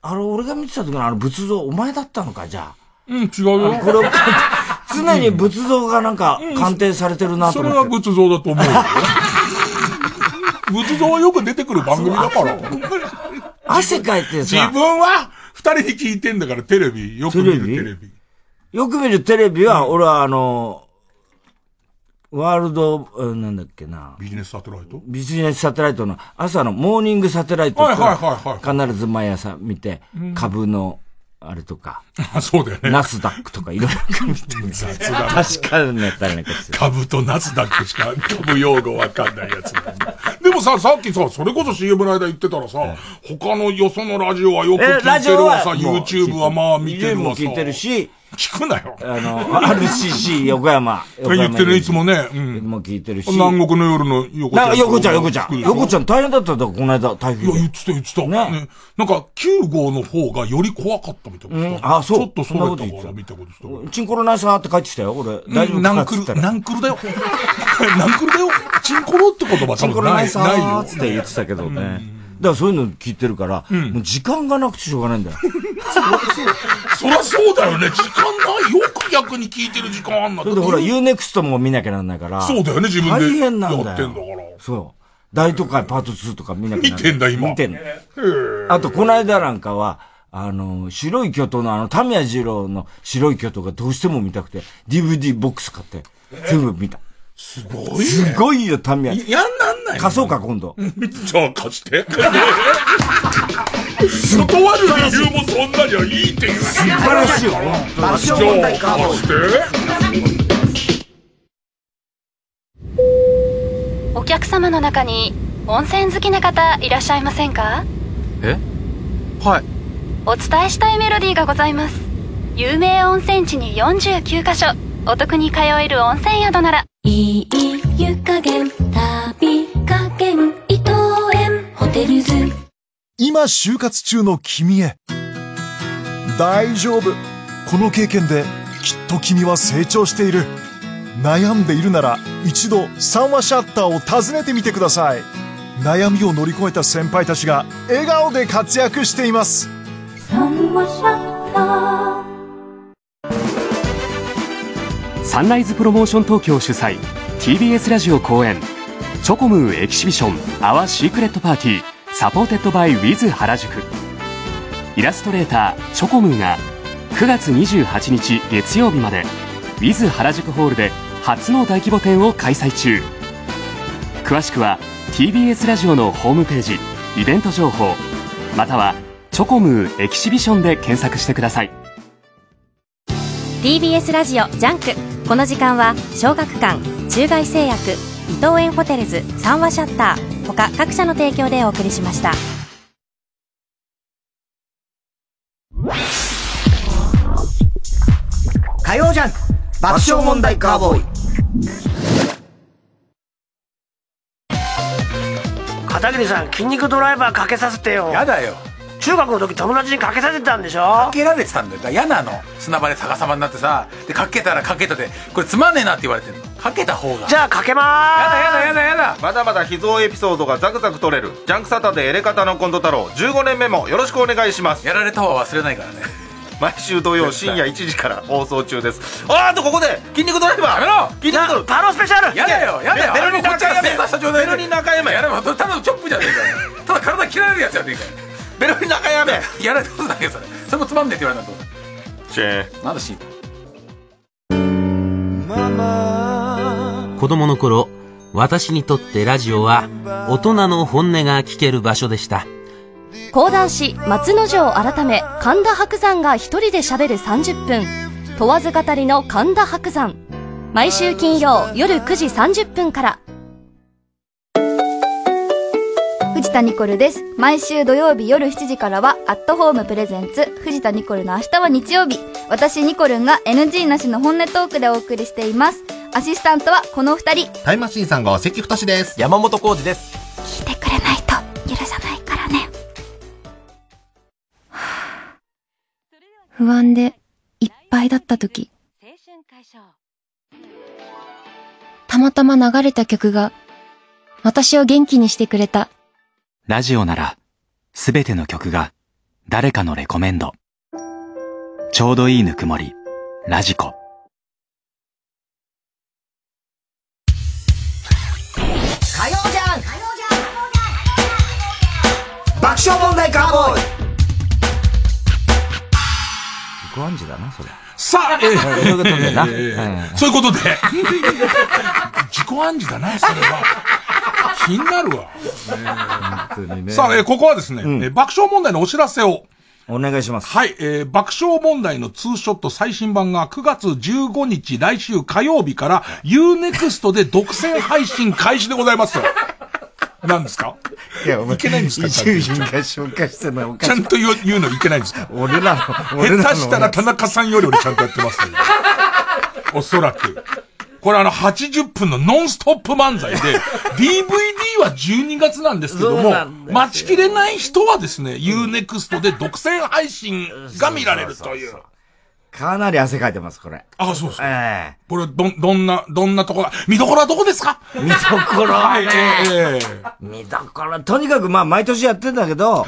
Speaker 3: あれ、俺が見てた時のあの仏像、お前だったのか、じゃあ。
Speaker 4: うん、違うよ。
Speaker 3: これを、常に仏像がなんか鑑定されてるなと
Speaker 4: そ
Speaker 3: 思
Speaker 4: れ
Speaker 3: って。
Speaker 4: は仏像だと思うよ。仏像はよく出てくる番組だ から。
Speaker 3: 汗かいて
Speaker 4: 自
Speaker 3: さ、
Speaker 4: 分は二人に聞いてんだからテレビ、よく見るテレビ。
Speaker 3: よく見るテレビは、俺はあの、ワールド、うんなんだっけな。
Speaker 4: ビジネスサテライ ト
Speaker 3: ビジネスサテライトの朝のモーニングサテライト
Speaker 4: はいはいはい
Speaker 3: 必ず毎朝見て
Speaker 4: うん、
Speaker 3: 株の、あれとか、
Speaker 4: あ、そうだよね。
Speaker 3: ナスダックとかいろいろ見てる。
Speaker 4: 雑だな
Speaker 3: 確かにやったらなんか して
Speaker 4: 株とナスダックしか株用語わかんないやつなんだ。でもさ、さっきさ、それこそ CM の間言ってたらさ、他のよそのラジオはよく聞
Speaker 3: え、ラ
Speaker 4: い
Speaker 3: ジ
Speaker 4: てる
Speaker 3: オ
Speaker 4: わ
Speaker 3: は
Speaker 4: さ、
Speaker 3: もう
Speaker 4: YouTube はまあ見てるわさ。
Speaker 3: YouTube も聞いてるし、
Speaker 4: 聞くなよ。
Speaker 3: あの、RCC 横山。横山
Speaker 4: 言ってるねいつもね。うん。
Speaker 3: も聞いてるし。
Speaker 4: 南国の夜の横ちゃ。
Speaker 3: なんんか横ちゃん、横ちゃ
Speaker 4: 聞く
Speaker 3: ん。
Speaker 4: でしょ
Speaker 3: 横ちゃん大変だったんだ、この間、台風
Speaker 4: いや、
Speaker 3: で。
Speaker 4: 言ってた、言ってた。ね。なんか、9号の方がより怖かったみたいなさ。
Speaker 3: うんあそう
Speaker 4: ちょっとそれ
Speaker 3: そんなこ
Speaker 4: と
Speaker 3: と言って
Speaker 4: か
Speaker 3: た
Speaker 4: 見たことした。
Speaker 3: チンコロないさーって帰ってきたよ、俺。大丈夫
Speaker 4: ナ
Speaker 3: か
Speaker 4: ン
Speaker 3: っ
Speaker 4: ク
Speaker 3: つった
Speaker 4: ル、ナ
Speaker 3: ら。
Speaker 4: ンクルだよ。 ナンクルだよ。チンコロって言葉
Speaker 3: チ
Speaker 4: 多
Speaker 3: ンコ
Speaker 4: 分
Speaker 3: ロ
Speaker 4: な、
Speaker 3: ないいさ
Speaker 4: ない
Speaker 3: ー
Speaker 4: よ
Speaker 3: っ。つって言ってたけどね。だからそういうの聞いてるから、もう時間がなくてしょうがないんだよ。
Speaker 4: そりゃそうだよね。時間ない。よく逆に聞いてる時間あんな
Speaker 3: それでほら、UNEXT も見なきゃなんないから。
Speaker 4: そうだよね、自分で。
Speaker 3: 大変なん
Speaker 4: やっ
Speaker 3: だ
Speaker 4: てんだか
Speaker 3: よ。
Speaker 4: ら。
Speaker 3: そう。大都会パート2とか見なきゃなんない。
Speaker 4: 見てんだ今
Speaker 3: 見てんの。あと、この間なんかは、あの、白い巨頭のあの、タミヤ二郎の白い巨頭がどうしても見たくて、DVD ボックス買って、全部見た。
Speaker 4: すごいね。
Speaker 3: すごいよ、タミヤ。
Speaker 4: やんなんないの
Speaker 3: 貸そうか、今度。
Speaker 4: じゃあ貸して。断る理由もそんなにはいいっていう。素
Speaker 3: 晴らしいよ
Speaker 4: じゃあ貸して。
Speaker 7: 客様の中に温泉好きな方いらっしゃいませんか
Speaker 18: えはい。
Speaker 7: お伝えしたいメロディーがございます有名温泉地に49カ所お得に通える温泉宿ならいい湯加減旅加減伊藤園ホテルズ
Speaker 19: 今就活中の君へ大丈夫この経験できっと君は成長している悩んでいるなら一度三話シャッターを訪ねてみてください悩みを乗り越えた先輩たちが笑顔で活躍しています
Speaker 20: サンライズプロモーション東京主催 TBS ラジオ公演チョコムーエキシビションアワーシークレットパーティーサポーテッドバイウィズ原宿イラストレーターチョコムーが9月28日月曜日までウィズ原宿ホールで初の大規模展を開催中詳しくは TBS ラジオのホームページイベント情報またはチョコムーエキシビションで検索してください
Speaker 7: TBS ラジオジャンクこの時間は小学館中外製薬伊藤園ホテルズ三和シャッター他各社の提供でお送りしました
Speaker 6: 火曜ジャンク爆笑問題カーボーイ
Speaker 21: 片桐さん筋肉ドライバーかけさせてよやだよ中学の時友達にかけさせてたんでしょか
Speaker 22: けられてたんだよだから嫌なの砂場で逆さまになってさでかけたらかけたでこれつまんねえなって言われてるのかけた方が
Speaker 21: じゃあかけま
Speaker 23: やだやだやだやだまだまだ秘蔵エピソードがザクザク取れるジャンクサタデーエレカタのコント太郎15年目もよろしくお願いしますやられたは忘れないからね毎週土曜深夜1時から放送中ですあーあとここで筋肉ドライバーやめろ筋肉ドライバー
Speaker 21: パロスペシャル
Speaker 22: やだよやだよ
Speaker 23: ベルニ中山
Speaker 22: ベルニ中山
Speaker 23: ベルニ中山
Speaker 22: やだよただのチョップじゃねえからただ体切られるやつやねえから
Speaker 23: ベルニ中山
Speaker 22: やられたことだけどそれそれもつまんねえって言われたんだ
Speaker 23: チェーン
Speaker 22: なんだし
Speaker 24: 子供の頃、私にとってラジオは大人の本音が聞ける場所でした。
Speaker 25: 講談師松之丞改め神田伯山が一人で喋る30分問わず語りの神田伯山毎週金曜夜9時30分から
Speaker 26: 藤田ニコルです毎週土曜日夜7時からは「アットホームプレゼンツ藤田ニコルの明日は日曜日」私ニコルンが NG なしの本音トークでお送りしていますアシスタントはこの2人
Speaker 27: タイムマシーンさんが関太です山本浩二です
Speaker 26: 許さないからね
Speaker 28: 不安でいっぱいだった時たまたま流れた曲が私を元気にしてくれた
Speaker 29: ラジオなら、すべての曲が、誰かのレコメンド。ちょうどいいぬくもり、ラジコ。
Speaker 6: 火曜じゃん爆笑問題カーボーイ
Speaker 23: ご案じだなそれ
Speaker 4: さあ、 え
Speaker 23: そういうことだな
Speaker 4: ーそういうことで。自己暗示だな、それ は。気になるわ。さあ、えーここはですね、えー爆笑問題のお知らせを。
Speaker 3: お願いします。
Speaker 4: はい、えー爆笑問題のツーショット最新版が9月15日来週火曜日から Unext で独占配信開始でございます。なんで すか
Speaker 3: いや、お前、
Speaker 4: いけないんですか
Speaker 3: 伊集院が紹介してるのはおか
Speaker 4: ち
Speaker 3: し
Speaker 4: ゃ
Speaker 3: い
Speaker 4: んと言う言うのいけないんですか
Speaker 3: 俺らの、 俺らの。
Speaker 4: 下手したら田中さんより俺ちゃんとやってます よ。おそらく。これあの80分のノンストップ漫 才で、DVD は12月なんですけど
Speaker 3: そう
Speaker 4: も
Speaker 3: なん、ですよ
Speaker 4: 待ちきれない人はですね、Unext で独占配信が見られるという。
Speaker 3: かなり汗かいてます、これ。
Speaker 4: あ、そうです。えこれ、どん、どんな、どんなところ、見どころはどこですか
Speaker 3: 見どころは
Speaker 4: は
Speaker 3: ね
Speaker 4: い、え
Speaker 3: 見どころ、とにかくまあ毎年やってんだけど、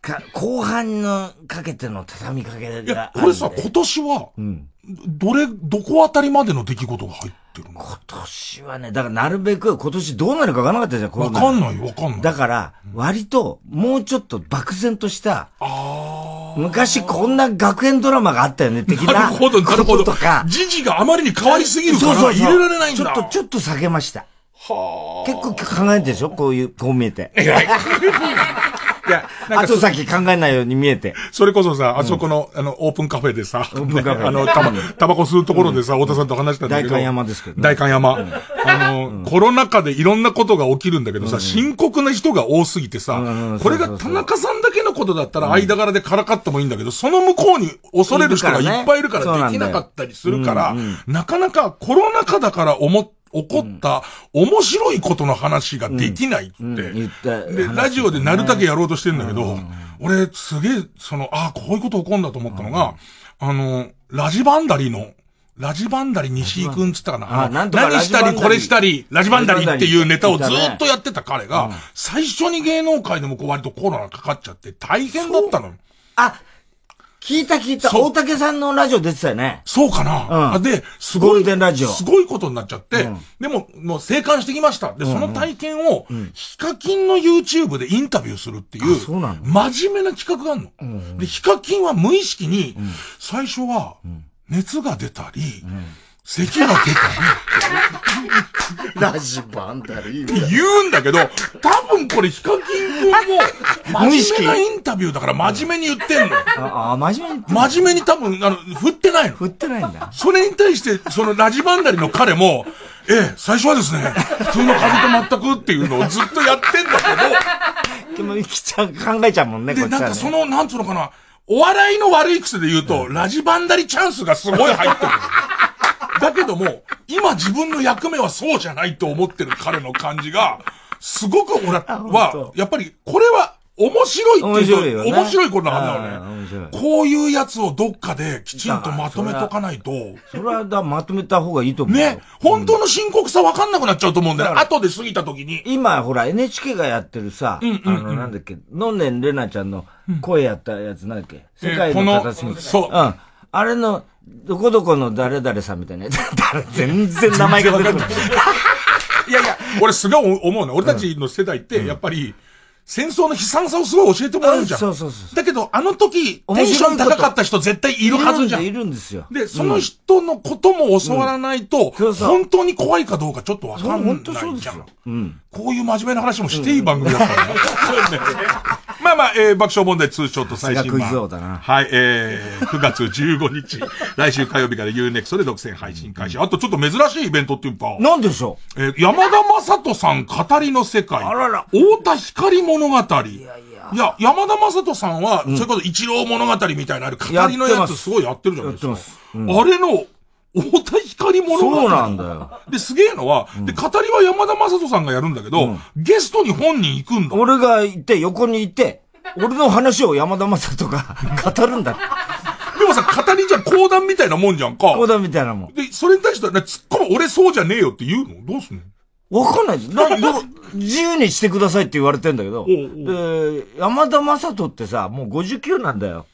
Speaker 3: か後半のかけての畳みかけ
Speaker 4: えいや
Speaker 3: が、あ
Speaker 4: こ
Speaker 3: る
Speaker 4: れ
Speaker 3: ん
Speaker 4: さ、
Speaker 3: で、
Speaker 4: 今年は、どれ、どこあたりまでの出来事が入って
Speaker 3: 今年はね、だからなるべく今年どうなるかわからなかったじゃん、わ
Speaker 4: かんないわかんない。
Speaker 3: だから、割と、もうちょっと漠然とした、昔こんな学園ドラマがあったよね、的な。
Speaker 4: なるほど、なるほど。
Speaker 3: とか
Speaker 4: 時事があまりに変わりすぎるから、
Speaker 3: そうそうそう
Speaker 4: 入れられないんだ。
Speaker 3: ちょっと、ちょっと下げました。結構考えてるでしょこういう、こう見えて。
Speaker 4: いやいいや、
Speaker 3: 後先考えないように見えて。
Speaker 4: それこそさ、あそこの、あの、オープンカフェでさ、オー
Speaker 3: プンカフェ
Speaker 4: あの、たま、タバコ吸うところでさ、太田さんと話したんだけど。
Speaker 3: 代官山ですけどね
Speaker 4: 大観山。あの、コロナ禍でいろんなことが起きるんだけどさ、深刻な人が多すぎてさ、これが田中さんだけのことだったら間柄でからかってもいいんだけど、その向こうに恐れる人がいっぱいいるか
Speaker 3: いるから
Speaker 4: ら
Speaker 3: ね
Speaker 4: できなかったりするから
Speaker 3: そうなんだよ、
Speaker 4: なかなかコロナ禍だから思っ起こった面白いことの話ができないって。で、ラジオでなるだけやろうとしてんだけど、俺すげえ、その、ああ、こういうこと起こんだと思ったのが、あの、ラジバンダリの、ラジバンダリ西井くんっつったかな。
Speaker 3: あ
Speaker 4: あの
Speaker 3: なんとか
Speaker 4: 何した
Speaker 3: ラジバンダ
Speaker 4: り
Speaker 3: リ
Speaker 4: これしたり、ラジバンダリっていうネタをず
Speaker 3: ラジバンダリ
Speaker 4: ーっとやってた彼が、最初に芸能界でもこう割とコロナかかっちゃって大変だったのよ。
Speaker 3: 聞いた聞いた。大竹さんのラジオ出てたよね。
Speaker 4: そうかな、
Speaker 3: うん。
Speaker 4: で、す
Speaker 3: ゴールデンラジオ。
Speaker 4: すごいことになっちゃって、でも、もう生還してきました。
Speaker 3: う
Speaker 4: で、
Speaker 3: んう
Speaker 4: そ
Speaker 3: ん
Speaker 4: の体験を、ヒカキンの YouTube でインタビューするっていう、真面目な企画があるの。で、ヒカキンは無意識に、最初は、熱が出たり、咳が出たり、
Speaker 3: ラジバンダリ
Speaker 4: って言うんだけど、多分これヒカキン君も、
Speaker 3: 無意
Speaker 4: 真
Speaker 3: 識
Speaker 4: 面目なインタビューだから真面目に言ってんの。
Speaker 3: ああ、真面目に。
Speaker 4: 真面目に多分、あの、振ってないの。振
Speaker 3: ってないんだ。
Speaker 4: それに対して、そのラジバンダリの彼も、ええ、最初はですね、普通の風と全くっていうのをずっとやってんだけど、
Speaker 3: でも、ゆきちゃん考えちゃうもんね、こ
Speaker 4: で、
Speaker 3: っち
Speaker 4: な
Speaker 3: は
Speaker 4: ん
Speaker 3: ね
Speaker 4: かその、なんつうのかな、お笑いの悪い癖で言うと、ラジバンダリチャンスがすごい入ってる。だけども、今自分の役目はそうじゃないと思ってる彼の感じが、すごく俺は、やっぱり、これは、面白いってい
Speaker 3: 面
Speaker 4: うと、
Speaker 3: 白いよね
Speaker 4: 面白いことなんだよね。
Speaker 3: 面白い。
Speaker 4: こういうやつをどっかできちんとまとめとかないと。
Speaker 3: それはだ、まとめた方がいいと思う。
Speaker 4: ね。本当の深刻さ分かんなくなっちゃうと思うんだよね。後で過ぎた時に。
Speaker 3: 今、ほら、NHK がやってるさ、
Speaker 4: うんうんうん
Speaker 3: あの、なんだっけ、のんねんれなちゃんの声やったやつ、なんだっけ、
Speaker 4: えー
Speaker 3: 世界の片隅
Speaker 4: このそう
Speaker 3: うん。あれの、どこどこの誰々さんみたいな やつ。誰全然名前が出てこない。
Speaker 4: いやいや、俺すごい思うの。俺たちの世代って、やっぱり、戦争の悲惨さをすごい教えてもらうじゃん。
Speaker 3: うんそうそう
Speaker 4: だけど、あの時、テンション高かった人絶対いるはずじゃん。
Speaker 3: いるんですよ。
Speaker 4: で、その人のことも教わらないと、本当に怖いかどうかちょっと分かんないじゃん。
Speaker 3: うん。
Speaker 4: こういう真面目な話もしていい番組だったからね。 まあまあ、えー爆笑問題通称と最新
Speaker 3: さすがクイズ王
Speaker 4: 版。
Speaker 3: だな
Speaker 4: はい、えー、9月15日、 来週火曜日から UNEXT で独占配信開始。あとちょっと珍しいイベントっていうか。
Speaker 3: なんでしょ
Speaker 4: うえー山田正人さん語りの世界。あらら。太田光物語。いや山田正人さんは、それこそ一郎物語みたいなある語り
Speaker 3: やっ
Speaker 4: のや
Speaker 3: てま
Speaker 4: つ
Speaker 3: す
Speaker 4: すごいやってるじゃないですか。
Speaker 3: うん
Speaker 4: あれの、太田光物語。
Speaker 3: そうなんだよ。
Speaker 4: で、すげえのは、で、語りは山田正人さんがやるんだけど、ゲストに本人行くんだ。
Speaker 3: 俺がいて、横にいて、俺の話を山田正人が 語るんだ。
Speaker 4: でもさ、語りじゃ講談みたいなもんじゃんか。講
Speaker 3: 談みたいなもん。
Speaker 4: で、それに対して、ね、突っ込む、俺そうじゃねえよって言うのどうすんの
Speaker 3: わかんないです。な、ど、自由にしてくださいって言われてんだけど、で、山田正人ってさ、もう59なんだよ。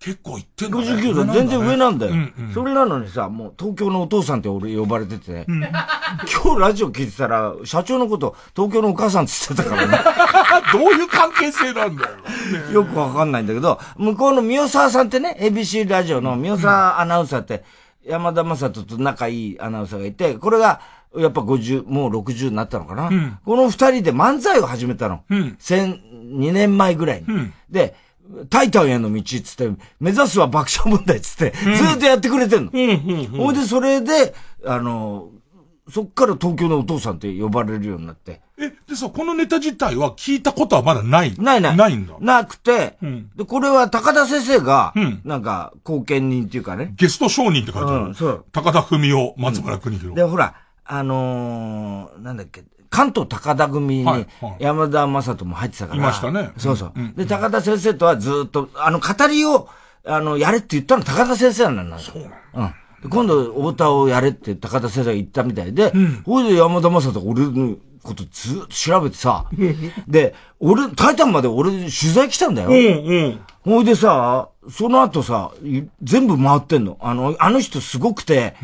Speaker 4: 結構いってん
Speaker 3: だ、59だ、全然上なんだよ、
Speaker 4: うんうん
Speaker 3: それなのにさ、もう東京のお父さんって俺呼ばれてて、
Speaker 4: うん
Speaker 3: 今日ラジオ聞いてたら、社長のこと、東京のお母さんって言ってたからね。
Speaker 4: どういう関係性なんだよ。
Speaker 3: よくわかんないんだけど、向こうの宮沢さんってね、ABC ラジオの宮沢アナウンサーって、山田正人と仲いいアナウンサーがいて、これが、やっぱ50、もう60になったのかな。
Speaker 1: うん
Speaker 3: この二人で漫才を始めたの。千2年前ぐらいに。で、タイタンへの道っつって、目指すは爆笑問題っつって、ずーっとやってくれてんの。ほいで、それで、あの、そっから東京のお父さんって呼ばれるようになって。
Speaker 4: え、でさ、このネタ自体は聞いたことはまだない。
Speaker 3: ないない。
Speaker 4: ないんだ。
Speaker 3: なくて、で、これは高田先生が、なんか、貢献人っていうかね。
Speaker 4: ゲスト商人って書いてある。
Speaker 3: うんそう
Speaker 4: 高田文夫、松村邦弘。
Speaker 3: で、ほら、あのー、なんだっけ、関東高田組に
Speaker 4: はい
Speaker 3: 山田正人も入ってたから。
Speaker 4: いましたね
Speaker 3: そうそう
Speaker 4: うんうん。
Speaker 3: で、高田先生とはずーっと、あの、語りを、あの、やれって言ったの高田先生なんだ。そううん。で今度、太田をやれって高田先生が言ったみたいで、ほいで山田正人が俺のことずーっと調べて さ、で、俺、タイタンまで俺取材来たんだよ。ほいでさ、その後さ、い全部回ってんの。あの、あの人すごくて、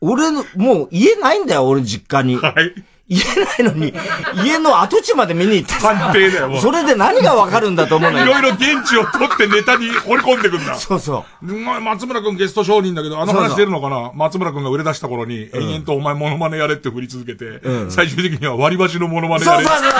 Speaker 3: 俺の、もう家ないんだよ、俺実家に。家ないのに、家の跡地まで見に行ってさ
Speaker 4: 探偵だよもう
Speaker 3: それで何がわかるんだと思うのよ。
Speaker 4: いろいろ現地を取ってネタに掘り込んでくんだ。。
Speaker 3: そうそう
Speaker 4: まあ、松村くんゲスト商人だけど、あの
Speaker 3: そうそ
Speaker 4: 話
Speaker 3: う
Speaker 4: 出るのかな松村くんが売れ出した頃に、延々とお前モノマネやれって振り続けて、最終的には割り箸のモノマネやれって。
Speaker 3: そうそう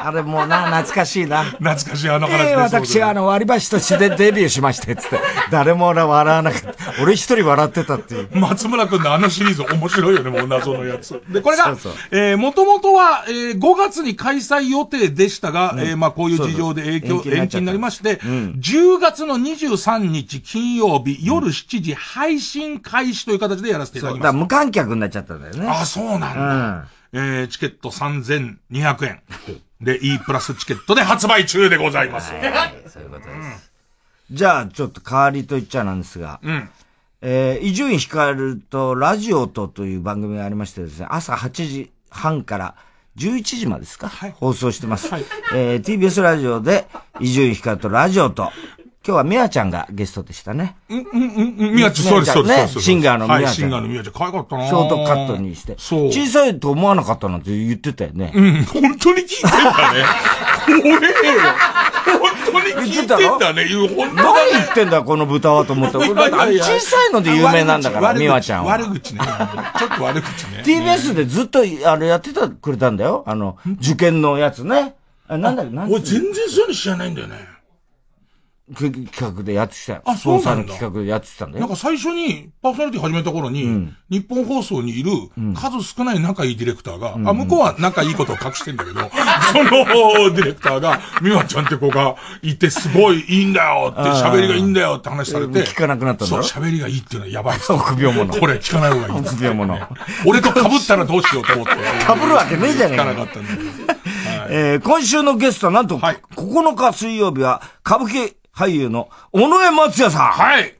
Speaker 3: あれもうな、懐かしいな。
Speaker 4: 懐かしい、あの話
Speaker 3: え
Speaker 4: で
Speaker 3: え
Speaker 4: す。
Speaker 3: 私、あの、割り箸としてデビューしまして、つって。誰も俺は笑わなかった。俺一人笑ってたっていう。
Speaker 4: 松村君のあのシリーズ面白いよね、もう謎のやつ。 で、これが、
Speaker 3: そうそう
Speaker 4: えもともとは、えー5月に開催予定でしたが、えーまあ、こういう事情で影響、
Speaker 3: そうそう
Speaker 4: 延期になりまして、10月の23日金曜日夜7時配信開始という形でやらせていただき
Speaker 3: だから
Speaker 4: ます。
Speaker 3: 無観客になっちゃったんだよね。
Speaker 4: あ、そうなんだ。えーチケット3200円。で、E プラスチケットで発売中でございます。
Speaker 3: そういうことです。じゃあ、ちょっと代わりと言っちゃなんですが、
Speaker 4: うん。
Speaker 3: えー伊集院光とラジオとという番組がありましてですね、朝8時半から11時までですか、放送してます。えー TBS ラジオで伊集院光とラジオと、今日はミヤちゃんがゲストでしたね。
Speaker 4: うん、うん、うん、宮地、そうです、そうですそ
Speaker 3: ね
Speaker 4: うです。そうです
Speaker 3: シンガーの
Speaker 4: はい
Speaker 3: 宮
Speaker 4: シ
Speaker 3: ちゃ
Speaker 4: ン
Speaker 3: ん。
Speaker 4: ガーの宮地、可愛かったな
Speaker 3: ショートカットにして。
Speaker 4: そう。
Speaker 3: 小さいと思わなかったなんて言ってたよね。
Speaker 4: うん、本当に聞いてんだね。怖えよ。本当に聞いてんだね。言う、本当
Speaker 3: 何
Speaker 4: だね。
Speaker 3: 言ってんだ、この豚はと思った。俺だってあれ小さいので有名なんだから、
Speaker 4: 悪口
Speaker 3: 美和ちゃんは。
Speaker 4: 悪口ね。ちょっと悪口ね。
Speaker 3: TBS でずっと、あれやってた、くれたんだよ。あの、受験のやつね。あなんだっけ、なん
Speaker 4: 俺全然そういうの知らないんだよね。
Speaker 3: く企画でやってきたよ。
Speaker 4: あそうなん
Speaker 3: 総裁の
Speaker 4: だ
Speaker 3: 企画でやってきたんだ
Speaker 4: なん
Speaker 3: よ
Speaker 4: か。最初にパーソナリティ始めた頃に、日本放送にいる数少ない仲いいディレクターが、あ、向こうは仲いいことを隠してん だけど、そのディレクターが、美和ちゃんって子がいてすごいいいんだよって、
Speaker 3: あー
Speaker 4: 喋りがいいんだよって話されて。
Speaker 3: 聞かなくなったんだろ
Speaker 4: そう、喋りがいいっていうのはやばいっす。
Speaker 3: 臆病 者
Speaker 4: これ聞かない方がいいっす。
Speaker 3: 臆病者。
Speaker 4: 俺と被ったらどうしようと思って。
Speaker 3: 被るわけねえじゃねえ
Speaker 4: 聞
Speaker 3: か
Speaker 4: かなかったんだけど。
Speaker 3: えー今週のゲストはなんと、9日水曜日は、歌舞伎俳優の尾上松也さん。
Speaker 4: はい。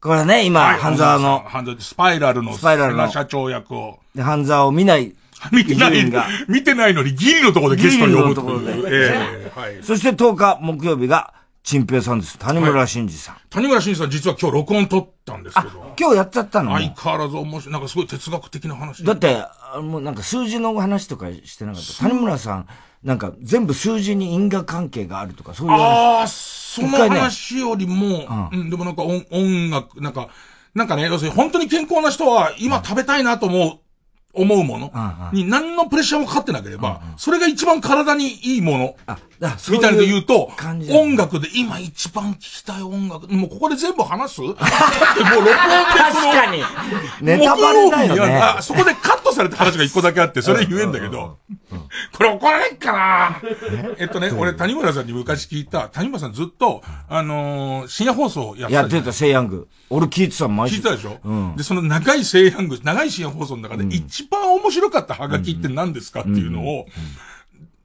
Speaker 3: これね、今、
Speaker 4: はい
Speaker 3: 半沢の、
Speaker 4: 半沢スパイラルの、
Speaker 3: スパイラルの
Speaker 4: 社長役を。
Speaker 3: で半沢を見ない。
Speaker 4: 見てな
Speaker 3: 伊集
Speaker 4: い
Speaker 3: 院が、
Speaker 4: 見てないのにギリのところでゲストに呼ぶと
Speaker 3: ギリ
Speaker 4: い
Speaker 3: のと
Speaker 4: う
Speaker 3: ころ。で
Speaker 4: ええはい。
Speaker 3: そして10日木曜日が、陳平さんです。谷村新司さん。
Speaker 4: 谷村新司さん実は今日録音撮ったんですけど。
Speaker 3: 今日やっちゃったのもう
Speaker 4: 相変わらず面白い。なんかすごい哲学的な話。
Speaker 3: だって、あもうなんか数字の話とかしてなかった。
Speaker 4: そう
Speaker 3: 谷村さん、なんか全部数字に因果関係があるとか、そういう
Speaker 4: ああ、
Speaker 3: 話。
Speaker 4: その話よりも、うん、でもなんか音音楽、なんか、なんかね、要するに本当に健康な人は今食べたいなと思う、思うものに何のプレッシャーもかかってなければ、それが一番体にいいもの、みたいなので言うと、音楽で今一番聴きたい音楽、もうここで全部話すだってもう録音でそ の
Speaker 3: 確かにネタバレだよね
Speaker 4: 木曜日にあそこでカットされた話が一個だけあって、それ言えんだけど、これ怒られっかなえっとね、俺谷村さんに昔聞いた、谷村さんずっと、あのー深夜放送やって
Speaker 3: や
Speaker 4: た
Speaker 3: っ
Speaker 4: じゃ
Speaker 3: て
Speaker 4: ん。
Speaker 3: た、セイヤング。俺聞いてた、毎
Speaker 4: 聞
Speaker 3: 週。
Speaker 4: いてたでしょ、
Speaker 3: うん
Speaker 4: で、その長い西洋口、長い深夜放送の中で一番面白かったハガキって何ですかっていうのを、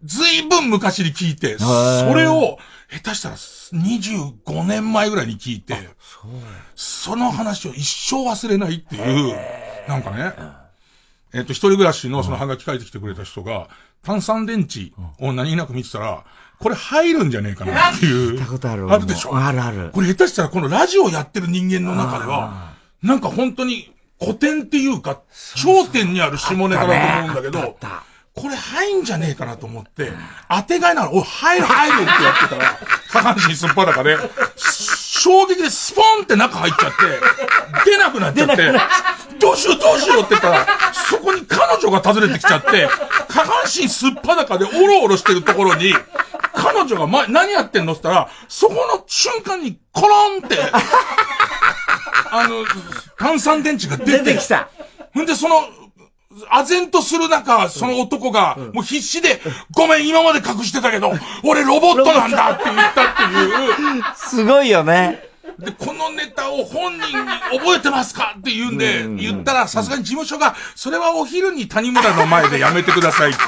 Speaker 4: ずいぶん昔に聞いて、そ
Speaker 3: ー
Speaker 4: れを、下手したら25年前ぐらいに聞いて、その話を一生忘れないっていう、なんかね、えっと、一人暮らしのそのハガキ書いてきてくれた人が、炭酸電池を何気なく見てたら、これ入るんじゃねえかなってい
Speaker 3: 聞
Speaker 4: う。
Speaker 3: いたことある。
Speaker 4: あるでしょ
Speaker 3: 俺もあるある。
Speaker 4: これ下手したらこのラジオやってる人間の中では、なんか本当に古典っていうか、頂点にある下ネタだと思うんだけど、これ入んじゃねえかなと思って、当てがいなら、おい、入る入るってやってたら、下半身すっぱだかで、衝撃でスポンって中入っちゃ って、出なくなっちゃって、どうしようどうしようって言ったら、そこに彼女が訪ねてきちゃって、下半身すっぱだかでオロオロしてるところに、彼女が、ま、何やってんのって言ったら、そこの瞬間にコロ ンって、あの、炭酸電池が出て
Speaker 3: 出てきた。
Speaker 4: ほんで、その、唖然とする中、その男が、もう必死で、ごめん、今まで隠してたけど、俺ロボットなんだって言ったっていう。
Speaker 3: すごいよね。
Speaker 4: で、このネタを本人に覚えてますかって言うんで、言ったら、さすがに事務所が、それはお昼に谷村の前でやめてくださいって。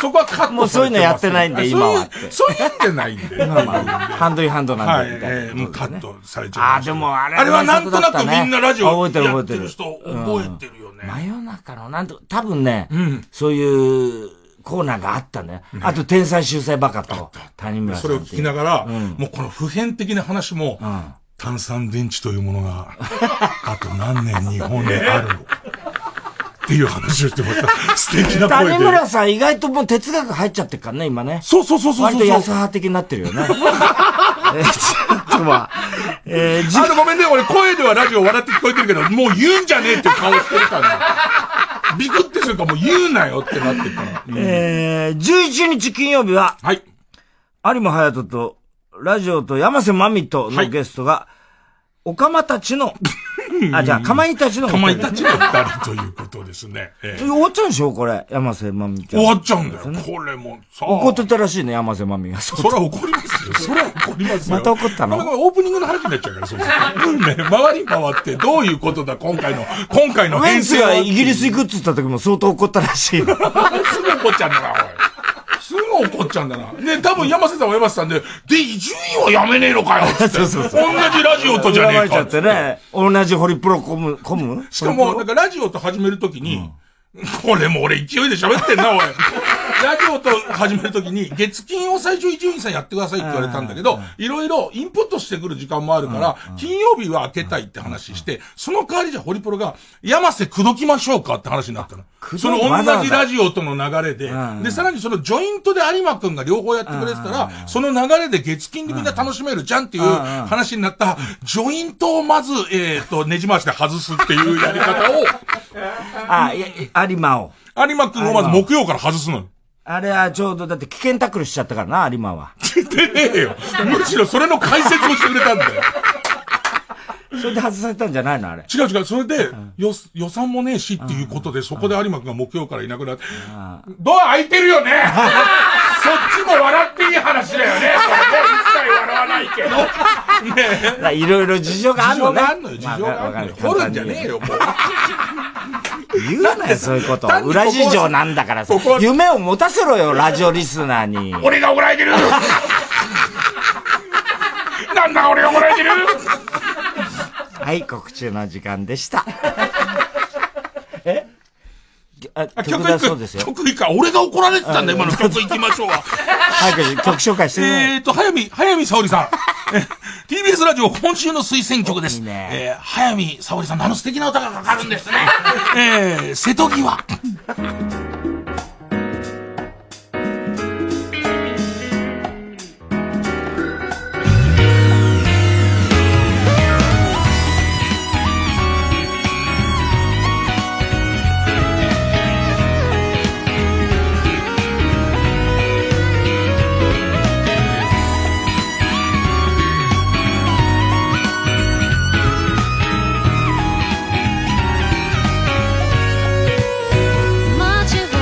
Speaker 4: そこはカットされてます
Speaker 3: もうそういうのやってないんで
Speaker 4: あ
Speaker 3: 今は
Speaker 4: そういう、そういうのってないんで。
Speaker 3: 今はハンドインハンドな
Speaker 4: は
Speaker 3: ん
Speaker 4: い
Speaker 3: で、みたいな。
Speaker 4: えーもうカットされちゃいました。あ、でも
Speaker 3: あ
Speaker 4: あれはなんとなくみんなラジオ
Speaker 3: 覚えてる
Speaker 4: や
Speaker 3: 覚
Speaker 4: っ
Speaker 3: えて
Speaker 4: て
Speaker 3: る。
Speaker 4: る人覚えてるよね。
Speaker 3: 真夜中のなんと、多分ね、そういうコーナーがあったね。あと、天才秀才バカと、谷村さん
Speaker 4: それを聞きな
Speaker 3: が
Speaker 4: がら、もうこの普遍的な話も、炭酸電池というものが、あと何年日本にあるのか。っていう話をしてました。素敵な声で。
Speaker 3: 谷村さん意外ともう哲学入っちゃってるからね、今ね。
Speaker 4: そうそうそうそうそう
Speaker 3: 割と安派的になってるよ ね。えーちょっとまあ、えー、じ
Speaker 4: あの、ごめんね、俺声ではラジオ笑って聞こえてるけど、もう言うんじゃねえっていう顔してるから、ビクってするともう言うなよってなってた。
Speaker 3: えー、11日金曜日は、はい。有馬隼人と、ラジオと山瀬まみとのゲストが、おかまた ちの、あ、じゃあ、かまいたちのお二
Speaker 4: か
Speaker 3: 人。
Speaker 4: まいたちの二人ということですね。ええ
Speaker 3: 終わっちゃうんでしょこれ、山瀬まみちゃん。
Speaker 4: 終わっちゃうんだよ。これもさ、
Speaker 3: 怒ってたらしいね、山瀬まみが。そ
Speaker 4: ら怒りますよ。そら怒りますよ。
Speaker 3: また怒ったの
Speaker 4: ごめんごめんオープニングの話になっちゃうから、そうそう。ね、回り回ってどういうことだ、今回の、今回の
Speaker 3: ウェン
Speaker 4: 編
Speaker 3: ス
Speaker 4: 成は
Speaker 3: がイギリス行くっつった時も相当怒ったらしいよ。
Speaker 4: すぐ怒っちゃうんだな、おい。すぐ怒っちゃうんだな。ね、多分山瀬さんは山瀬さんで、で、伊集院はやめねえのかよっつって。
Speaker 3: そうそうそう
Speaker 4: 同じラジオとじゃね
Speaker 3: 恨
Speaker 4: え
Speaker 3: まれち
Speaker 4: か
Speaker 3: ゃってね。同じホリプロコム、コム
Speaker 4: しかも、なんかラジオと始めるときに、これも俺勢いで喋ってんな、おい。ラジオと始めるときに、月金を最初伊集院さんやってくださいって言われたんだけど、いろいろインプットしてくる時間もあるから、金曜日は開けたいって話して、その代わりじゃホリプロが、山瀬口説きましょうかって話になったの。
Speaker 3: 口説
Speaker 4: その
Speaker 3: い
Speaker 4: 同
Speaker 3: わざわ
Speaker 4: じ
Speaker 3: ざ
Speaker 4: ラジオとの流れで、で、さらにそのジョイントで有馬くんが両方やってくれてたら、その流れで月金でみんな楽しめるじゃんっていう話になった、ジョイントをまず、えっと、ねじ回しで外すっていうやり方を、
Speaker 3: あ、いや、有馬を。
Speaker 4: 有馬くんをまず木曜から外すのよ。
Speaker 3: あれはちょうど、だって危険タックルしちゃったからな、有馬は。
Speaker 4: 出ねえよ。むしろそれの解説をしてくれたんだよ。
Speaker 3: それで外されたんじゃないのあれ。
Speaker 4: 違う違う、それで、よ、予算もねえしっていうことで、そこで有馬くんが木曜からいなくなって、ドア開いてるよねそっちも笑っていい話だよね。それね一切笑わないけど。
Speaker 3: まあいろいろ事情があるのね。
Speaker 4: 事情があんのよ事情があんのよ
Speaker 3: ま
Speaker 4: 掘るんじゃねえよ
Speaker 3: 簡単に言う言うなよ、そういうこと。
Speaker 4: 単にここ
Speaker 3: 裏事情なんだからさ
Speaker 4: ここ。は
Speaker 3: 夢を持たせろよ、ラジオリスナーに。
Speaker 4: 俺が怒られ てるなんだ俺が怒られてる
Speaker 3: はい、告知の時間でした。えあ曲
Speaker 4: 曲行
Speaker 3: だ
Speaker 4: く
Speaker 3: そうですよ。
Speaker 4: 曲行くか。俺が怒られてたんだ、今の曲行きましょうは。
Speaker 3: 早く曲紹介してくれ
Speaker 4: えーと、早見、早見沙 織さん。え TBS ラジオ今週の推薦曲です。えー早見沙織さんのあの素敵な歌がかかる んですね。えー瀬戸際。
Speaker 1: 「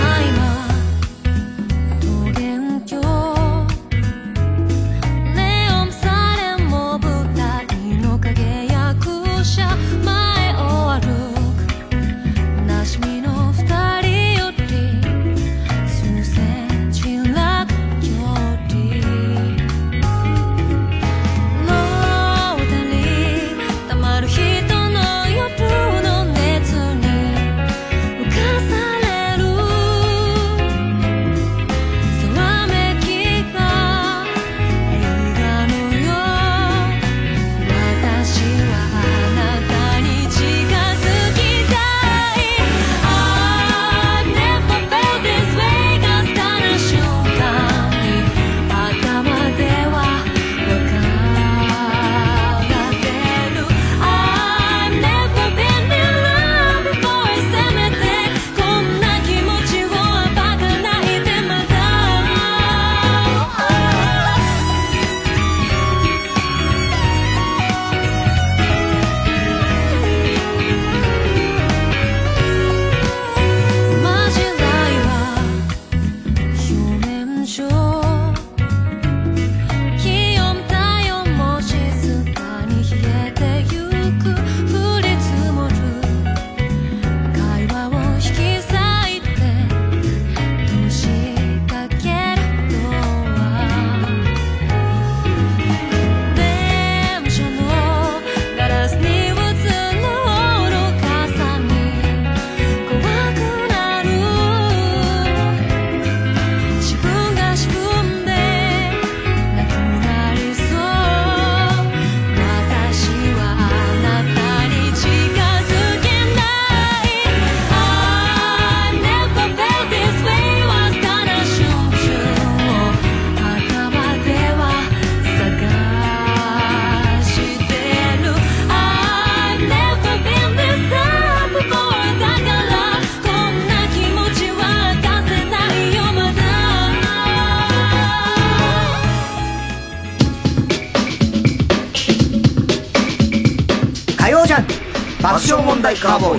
Speaker 6: 爆笑問題カーボー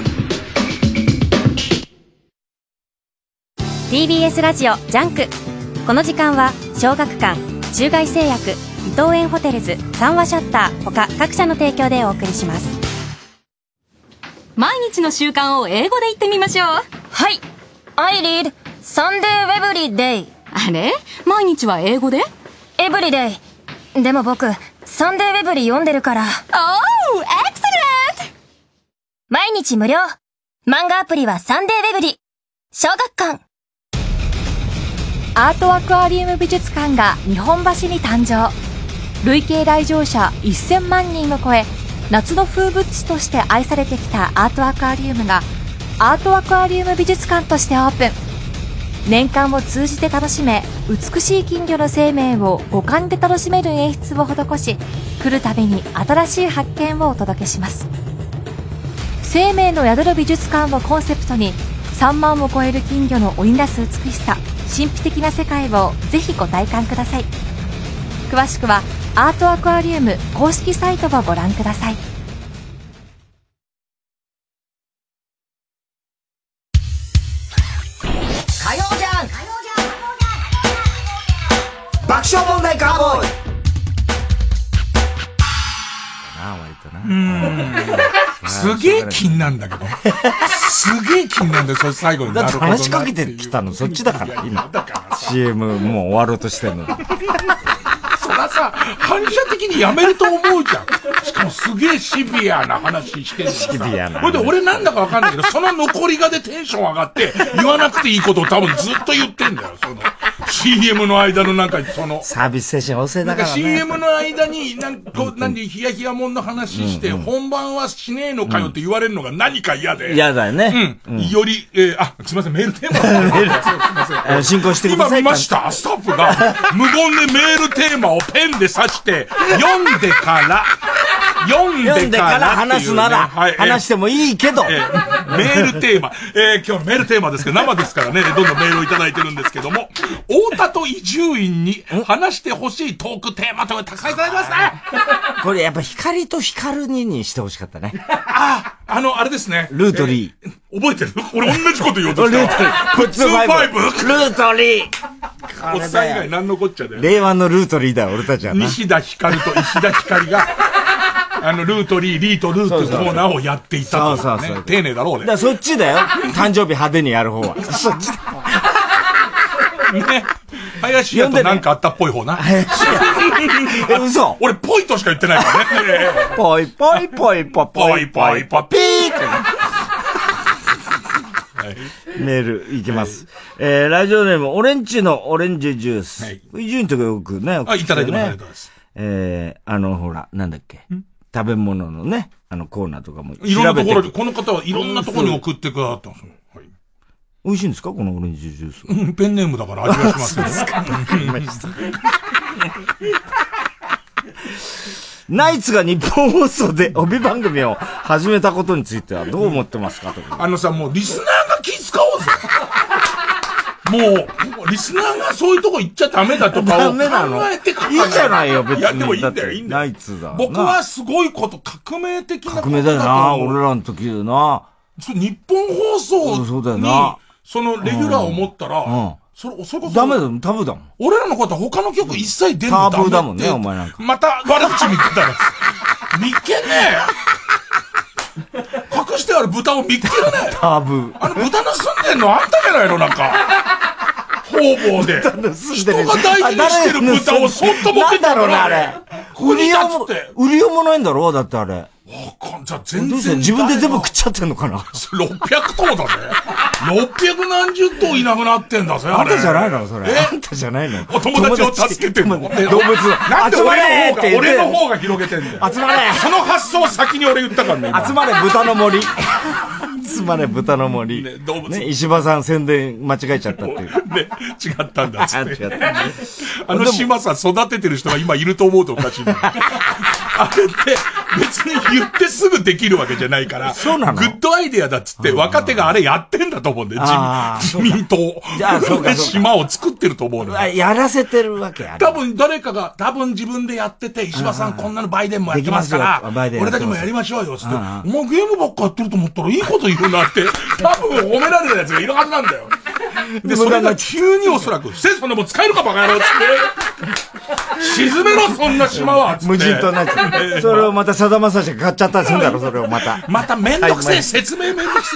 Speaker 6: イ
Speaker 1: TBS ラジオジャンクこの時間は小学館中外製薬伊藤園ホテルズ三話シャッター他各社の提供でお送りします
Speaker 2: 毎日の習慣を英語で言ってみましょうはい I read Sunday every day あれ毎日は英語で
Speaker 1: Every day でも僕サンデーウェブリー読んでるから
Speaker 2: Oh, excellent!
Speaker 1: 毎日無料漫画アプリはサンデーウェブリー小学館
Speaker 2: アートアクアリウム美術館が日本橋に誕生累計来場者1000万人を超え夏の風物詩として愛されてきたアートアクアリウムがアートアクアリウム美術館としてオープン年間を通じて楽しめ美しい金魚の生命を五感で楽しめる演出を施し来るたびに新しい発見をお届けします生命の宿る美術館をコンセプトに3万を超える金魚の織り出す美しさ神秘的な世界をぜひご体感ください詳しくはアートアクアリウム公式サイトをご覧ください
Speaker 6: 火曜じゃん爆笑問題カーボーイ
Speaker 3: あ、割とな。
Speaker 4: すげえ気になんだけ ど。すげえ気になんだよ、それ最後に。
Speaker 3: だって
Speaker 4: なるほどな
Speaker 3: 話しかけてきたの、そっちだから、今。CM もう終わろうとしてるの。
Speaker 4: そらさ、反射的にやめると思うじゃん。しかもすげえシビアな話してるシ
Speaker 3: ビアな
Speaker 4: ほいで俺なんだかわかんないけど、その残りがでテンション上がって、言わなくていいことを多分ずっと言ってんだよ、その。CM の間のなんか、その。
Speaker 3: サービス精神旺盛
Speaker 4: な
Speaker 3: だか
Speaker 4: んか
Speaker 3: ら ね。
Speaker 4: CM の間に、なんかこう、なんでヒヤヒヤもんの話して、
Speaker 3: うんうん
Speaker 4: 本番はしねえのかよって言われるのが何か嫌で。
Speaker 3: 嫌だよね。うん
Speaker 4: より、えーあ、すみません、メールテーマ。メール
Speaker 3: あの進行してください
Speaker 4: 今見ました、スタッフが、無言でメールテーマをペンで刺して、読んでから、読んでから
Speaker 3: 読んでから話すなら話してもいいけど、
Speaker 4: えーメールテーマ、えー今日メールテーマですけど、生ですからね、どんどんメールをいただいてるんですけども、太田と伊集院に話してほしいトークテーマというのがたくさんいただきましたね
Speaker 3: これやっぱ光と光ににしてほしかったね。
Speaker 4: あの、あれですね。
Speaker 3: ルートリー。
Speaker 4: 覚えてる俺同じこと言おうとした。
Speaker 3: ルートリー
Speaker 4: 普通ファイブ
Speaker 3: ルートリー
Speaker 4: おっさん以外何のこっちゃだよ。
Speaker 3: 令和のルートリーだよ、俺たちは な。
Speaker 4: 西田ひかると石田ひかり が、あの、ルートリー、リートルートのコーナーをやっていたと
Speaker 3: そう
Speaker 4: か
Speaker 3: そうそう
Speaker 4: ね。丁寧だろ、
Speaker 3: だ
Speaker 4: 俺
Speaker 3: か。らそっちだよ。誕生日派手にやる方は。そっち
Speaker 4: ね。林家となんかあったっぽい方な。
Speaker 3: え、嘘
Speaker 4: 俺、ぽいとしか言ってないからね。
Speaker 3: ぽいぽいぽいぽいぽ
Speaker 4: ぽ
Speaker 3: い
Speaker 4: い
Speaker 3: ぽ
Speaker 4: ぽ
Speaker 3: い
Speaker 4: い
Speaker 3: ぽ
Speaker 4: ぽ
Speaker 3: ピ
Speaker 4: ピ
Speaker 3: ー
Speaker 4: ー
Speaker 3: メールいきます。えー、ラジオネーム、オレンジのオレンジジュース。はい。伊集院とかよくね、
Speaker 4: あいただいてますありがとうござい
Speaker 3: ます。えー、あの、ほら、なんだっけ。食べ物のね、あのコーナーとかも調べて。
Speaker 4: いろんなところに、この方はいろんなところに送ってくださったんですよ
Speaker 3: 美味しいんですかこのオレンジジュース。
Speaker 4: うんペンネームだから味がしますよ
Speaker 3: あそうですかわかりましたナイツが日本放送で帯番組を始めたことについてはどう思ってますかとか。
Speaker 4: あのさ、もうリスナーが気使おうぜ。もう、リスナーがそういうとこ行っちゃダメだとか
Speaker 3: ダ
Speaker 4: を考
Speaker 3: メなの
Speaker 4: えて考え
Speaker 3: いいじゃないよ、別に。
Speaker 4: いや、でもいいんだよ、いいんだよ。
Speaker 3: ナイツだ。
Speaker 4: 僕はすごいこと、革命的な
Speaker 3: 革
Speaker 4: こと
Speaker 3: 命
Speaker 4: だ
Speaker 3: だよな、
Speaker 4: と思う
Speaker 3: 俺らの時でな。
Speaker 4: そう日本放
Speaker 3: うんそうだ
Speaker 4: 送
Speaker 3: よ
Speaker 4: に
Speaker 3: な、
Speaker 4: そのレギュラーを持った
Speaker 3: うん
Speaker 4: ら、それ、それこそ、
Speaker 3: ダメだよ、タブーだもん。
Speaker 4: 俺らのことは他の曲一切出る
Speaker 3: タ
Speaker 4: の
Speaker 3: ブーだもんね、
Speaker 4: ダ
Speaker 3: お
Speaker 4: メって
Speaker 3: 前なんか。
Speaker 4: また悪口見てたら、見っけねえ隠してある豚を見っけるね
Speaker 3: タブー。
Speaker 4: あの豚盗んでんのあんたじゃないのなんか。方々で。
Speaker 3: 人
Speaker 4: 人が大事にしてる豚をそっと持ってった
Speaker 3: だろう
Speaker 4: か
Speaker 3: ね、あ
Speaker 4: ら
Speaker 3: れ
Speaker 4: ね。。
Speaker 3: 売りよう
Speaker 4: 国
Speaker 3: も、売りようもないんだろだってあれ。
Speaker 4: じゃあ全
Speaker 3: どうして
Speaker 4: 然。
Speaker 3: 自分で全部食っちゃってんのかな
Speaker 4: 600頭だぜ。600何十頭いなくなってんだぜ、
Speaker 3: あ
Speaker 4: あ
Speaker 3: ん
Speaker 4: れ。
Speaker 3: たじゃないのそれ。あ
Speaker 4: え
Speaker 3: んたじゃないの
Speaker 4: お友達を助けてんの動
Speaker 3: 達動物
Speaker 4: なんで
Speaker 3: 集まれ
Speaker 4: 俺の
Speaker 3: って言
Speaker 4: 方が、
Speaker 3: って
Speaker 4: 俺の方が広げてんだよ。
Speaker 3: 集まれ
Speaker 4: その発想を先に俺言ったからね、今
Speaker 3: 集まれ、豚の 森。集まれ、豚の森。ね、
Speaker 4: 動物
Speaker 3: 石破さん宣伝間違えちゃったっていう。
Speaker 4: ね、違ったんだっつっ
Speaker 3: 違
Speaker 4: て
Speaker 3: った。
Speaker 4: あの島さ、育ててる人が今いると思うとおかしいな。あれって、別に言ってすぐできるわけじゃないから、そうなのグッドアイデアだっつって、若手があれやってんだと思うんだよ、
Speaker 3: あ
Speaker 4: 自民自民党。
Speaker 3: あそうかそうか
Speaker 4: 島を作ってると思うのよ。
Speaker 3: やらせてるわけあれ
Speaker 4: 多分誰かが、多分自分でやってて、石破さんこんなのバイデンもやってますか
Speaker 3: でき
Speaker 4: ら
Speaker 3: ますよバイデ、ンやっ
Speaker 4: 俺
Speaker 3: てます
Speaker 4: たちもやりましょうよ、つって。お
Speaker 3: うんうん
Speaker 4: 前ゲームばっかやってると思ったらいいこと言うな って、多分褒められるやつがいるはずなんだよ。で、それが急におそらく、せ、そんなもん使えるかバカ野郎っつって。沈めろ、そんな島はっつって
Speaker 3: 無人島になっちゃうそれをまたさだまさしが買っちゃったりするんだろ、それをまた。
Speaker 4: まためんどくせえ、
Speaker 3: はい
Speaker 4: 説明めんどくせ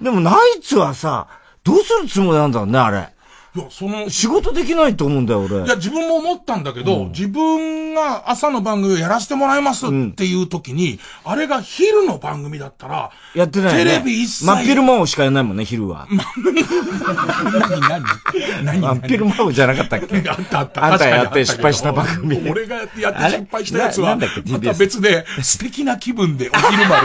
Speaker 3: でもナイツはさ、どうするつもりなんだろうね、あれ。
Speaker 4: いや、その、
Speaker 3: 仕事できないと思うんだよ、俺。
Speaker 4: え。いや、自分も思ったんだけど、自分が朝の番組をやらせてもらいますっていう時に、あれが昼の番組だったら、
Speaker 3: やってないよね。
Speaker 4: テレビ一切
Speaker 3: 真っ昼間をしかやらないもんね、昼は。
Speaker 4: 何
Speaker 3: 真っ昼間をじゃなか ったっけ
Speaker 4: あったあった。
Speaker 3: あんた
Speaker 4: 確かに
Speaker 3: や
Speaker 4: あ
Speaker 3: った
Speaker 4: け
Speaker 3: て
Speaker 4: ど
Speaker 3: 失敗した番組。
Speaker 4: 俺がやって
Speaker 3: あれ
Speaker 4: 失敗したやつは、
Speaker 3: ななんだっけ
Speaker 4: ま
Speaker 3: TBS
Speaker 4: た別で、素敵な気分でお昼まで。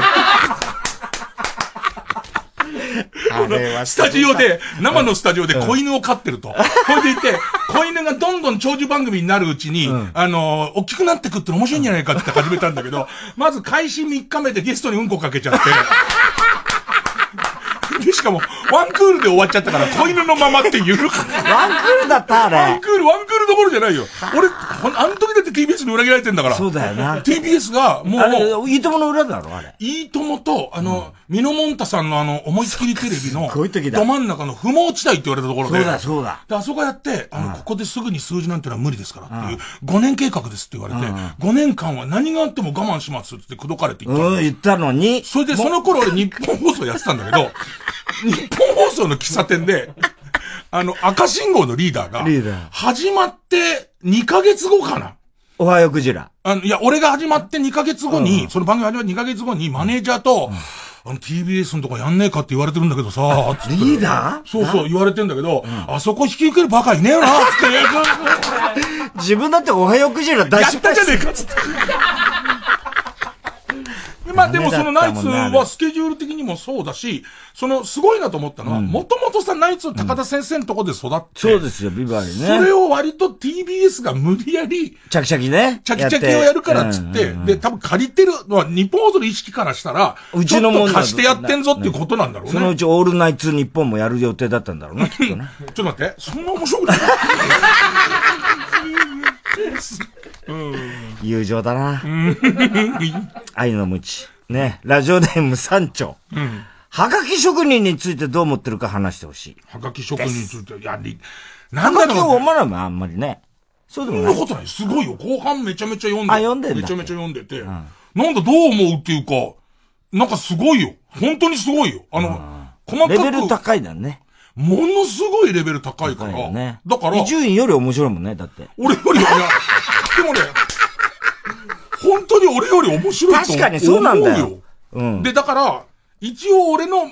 Speaker 3: あれは
Speaker 4: スタジオで、生のスタジオで子犬を飼ってると。それでいて、子犬がどんどん長寿番組になるうちに、あの、大きくなってくっての面白いんじゃないかって始めたんだけど、 まず開始3日目でゲストにうんこかけちゃ って。で、しかも、ワンクールで終わっちゃったから、子犬のままっていう。ワン ク
Speaker 3: ールだったあれ
Speaker 4: ワンクール、ワンクールどころじゃないよ。俺、ほんあの時だって TBS に裏切られてんだから。
Speaker 3: そうだよな
Speaker 4: TBS が、もう、
Speaker 3: あれ、いいともの裏だろ、あれ。
Speaker 4: いいともと、あの、ミノモンタさんのあの、思いっきりテレビの、
Speaker 3: だ
Speaker 4: ど真ん中の不毛地帯って言われたところで、
Speaker 3: そうだそうだ
Speaker 4: で、あそこやって、あの、ここですぐに数字なんてのは無理ですからっていう、5年計画ですって言われて、
Speaker 3: うん
Speaker 4: 5年間は何があっても我慢しますって口説かれていったの。
Speaker 3: うん、言ったのに。
Speaker 4: それで、その頃俺日本放送やってたんだ けど、日本放送の喫茶店で、あの、赤信号のリーダーが、
Speaker 3: リーダー
Speaker 4: 始まって2ヶ月後かな。
Speaker 3: おはようクジラ。
Speaker 4: あの、いや、俺が始まって2ヶ月後に、その番組始まって2ヶ月後に、マネージャーと、あの、TBS のとこやんねえかって言われてるんだけどさ、つって
Speaker 3: リーダー
Speaker 4: そうそう、言われてんだけど、あそこ引き受けるバカいねえよな、つ って。
Speaker 3: 自分だっておはようクジラ大失敗
Speaker 4: やったじゃねえか、つって。で まあでもそのナイツはスケジュール的にもそうだし、そのすごいなと思ったのは、もともとさ、ナイツの高田先生のとこで育って、
Speaker 3: そうですよ、ビバリーね。
Speaker 4: それを割と TBS が無理やり、
Speaker 3: チャキチャキね。
Speaker 4: チャキチャキをやるからっつって、
Speaker 3: うん
Speaker 4: で、多分借りてるのは日本ほどの意識からしたら、
Speaker 3: うちの
Speaker 4: ちょ
Speaker 3: もん
Speaker 4: っと
Speaker 3: だ
Speaker 4: 貸してやってんぞっていうことなんだろうね。
Speaker 3: そのうちオールナイツ日本もやる予定だったんだろうな、きっとね。
Speaker 4: ちょっと待って、そんな面 白くない
Speaker 3: 友情だな。愛の無知。ね。ラジオネーム三丁。
Speaker 4: うん。
Speaker 3: はがき職人についてどう思ってるか話してほしい。
Speaker 4: はがき職人について、いや、りな
Speaker 3: は
Speaker 4: んだ
Speaker 3: がきを
Speaker 4: ろう
Speaker 3: 思
Speaker 4: ね。
Speaker 3: わないもん、あんまりね。そうで
Speaker 4: そん
Speaker 3: も
Speaker 4: な
Speaker 3: ない。
Speaker 4: ことない。すごいよ。後半めちゃめちゃ読んで
Speaker 3: あ読んでんだ
Speaker 4: めちゃめちゃ読んでて、なんだどう思うっていうか、なんかすごいよ。本当にすごいよ。あの、細か
Speaker 3: レ
Speaker 4: く。
Speaker 3: ベル高いだね。
Speaker 4: ものすごいレベル高いから。
Speaker 3: ね。
Speaker 4: だから、
Speaker 3: 伊集院より面白いもんね、だって。
Speaker 4: 俺よりはいや、でもね、本当に俺より面白いと思う
Speaker 3: 確かにそうなんだよ。
Speaker 4: で、だから、一応俺の、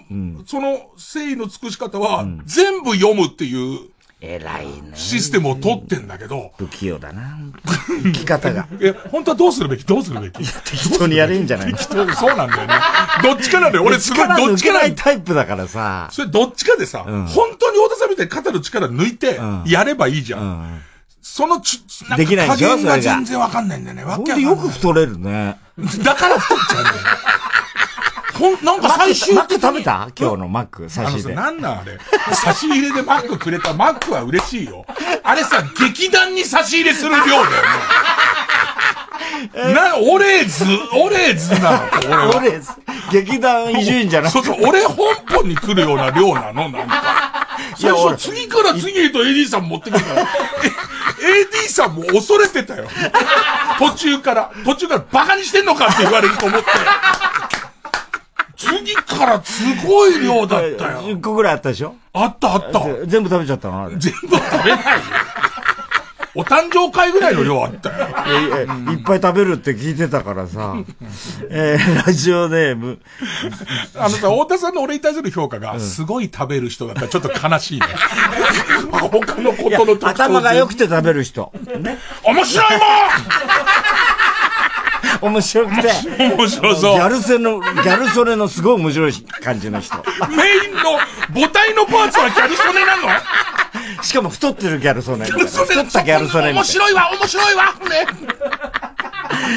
Speaker 4: その、誠意の尽くし方は、全部読むっていう、
Speaker 3: 偉いね。
Speaker 4: システムを取ってんだけど、
Speaker 3: 不器用だな。生き方が。
Speaker 4: え、本当はどうするべきどうするべき適
Speaker 3: 当にやれんじゃないの
Speaker 4: そうなんだよね。どっちかなんだ よ。俺すごい、
Speaker 3: 力
Speaker 4: どっちか
Speaker 3: 抜け
Speaker 4: な
Speaker 3: なんいタイプだからさ。
Speaker 4: それどっちかでさ、本当に太田さんみたいに肩の力抜いて、やればいいじゃん。そのち、んか
Speaker 3: できないでしょ
Speaker 4: 加減が
Speaker 3: それが
Speaker 4: 全然わかんないんだよね。わ
Speaker 3: ほん
Speaker 4: けわか
Speaker 3: で
Speaker 4: んない
Speaker 3: よく太れるね。
Speaker 4: だから太っちゃうんだよ。ほん、なんか最終
Speaker 3: マックマック
Speaker 4: 的
Speaker 3: 食べ
Speaker 4: に。
Speaker 3: た今日のマック、
Speaker 4: あ
Speaker 3: 差
Speaker 4: の
Speaker 3: し
Speaker 4: さ、
Speaker 3: で。
Speaker 4: なんなんあれ。差し入れでマックくれたマックは嬉しいよ。あれさ、劇団に差し入れする量だよね。な、オレーズ、オレーズなの俺は。
Speaker 3: オレーズ。劇団伊集院じゃなく
Speaker 4: そう
Speaker 3: て。
Speaker 4: そう、俺本本に来るような量なのなんか。
Speaker 3: いや
Speaker 4: 最初
Speaker 3: 俺
Speaker 4: 次から次へと AD さん持ってくるから。え AD さんも恐れてたよ。途中から、途中からバカにしてんのかって言われると思って。次からすごい量だったよ。
Speaker 3: 10個ぐらいあったでしょ
Speaker 4: あったあった。
Speaker 3: 全部食べちゃったのあれ。
Speaker 4: 全部食べないよ。お誕生会ぐらいの量あったよ。
Speaker 3: ええいっぱい食べるって聞いてたからさ。えー、ラジオネーム。
Speaker 4: あのさ、太田さんの俺に対する評価が、すごい食べる人だったらちょっと悲しい ね。他のことの特徴全然
Speaker 3: 頭が良くて食べる人。ね。
Speaker 4: 面白いも
Speaker 3: 面白くて。
Speaker 4: 面白そう
Speaker 3: ギャルセの、ギャルソレのすごい面白い感じの人。
Speaker 4: んメインの母体のパーツはギャル曽根なの
Speaker 3: しかも太ってるギャルソネみたいな。
Speaker 4: ギャル曽根
Speaker 3: 太ったギャルソネみたいな。
Speaker 4: 面白いわ面白いわ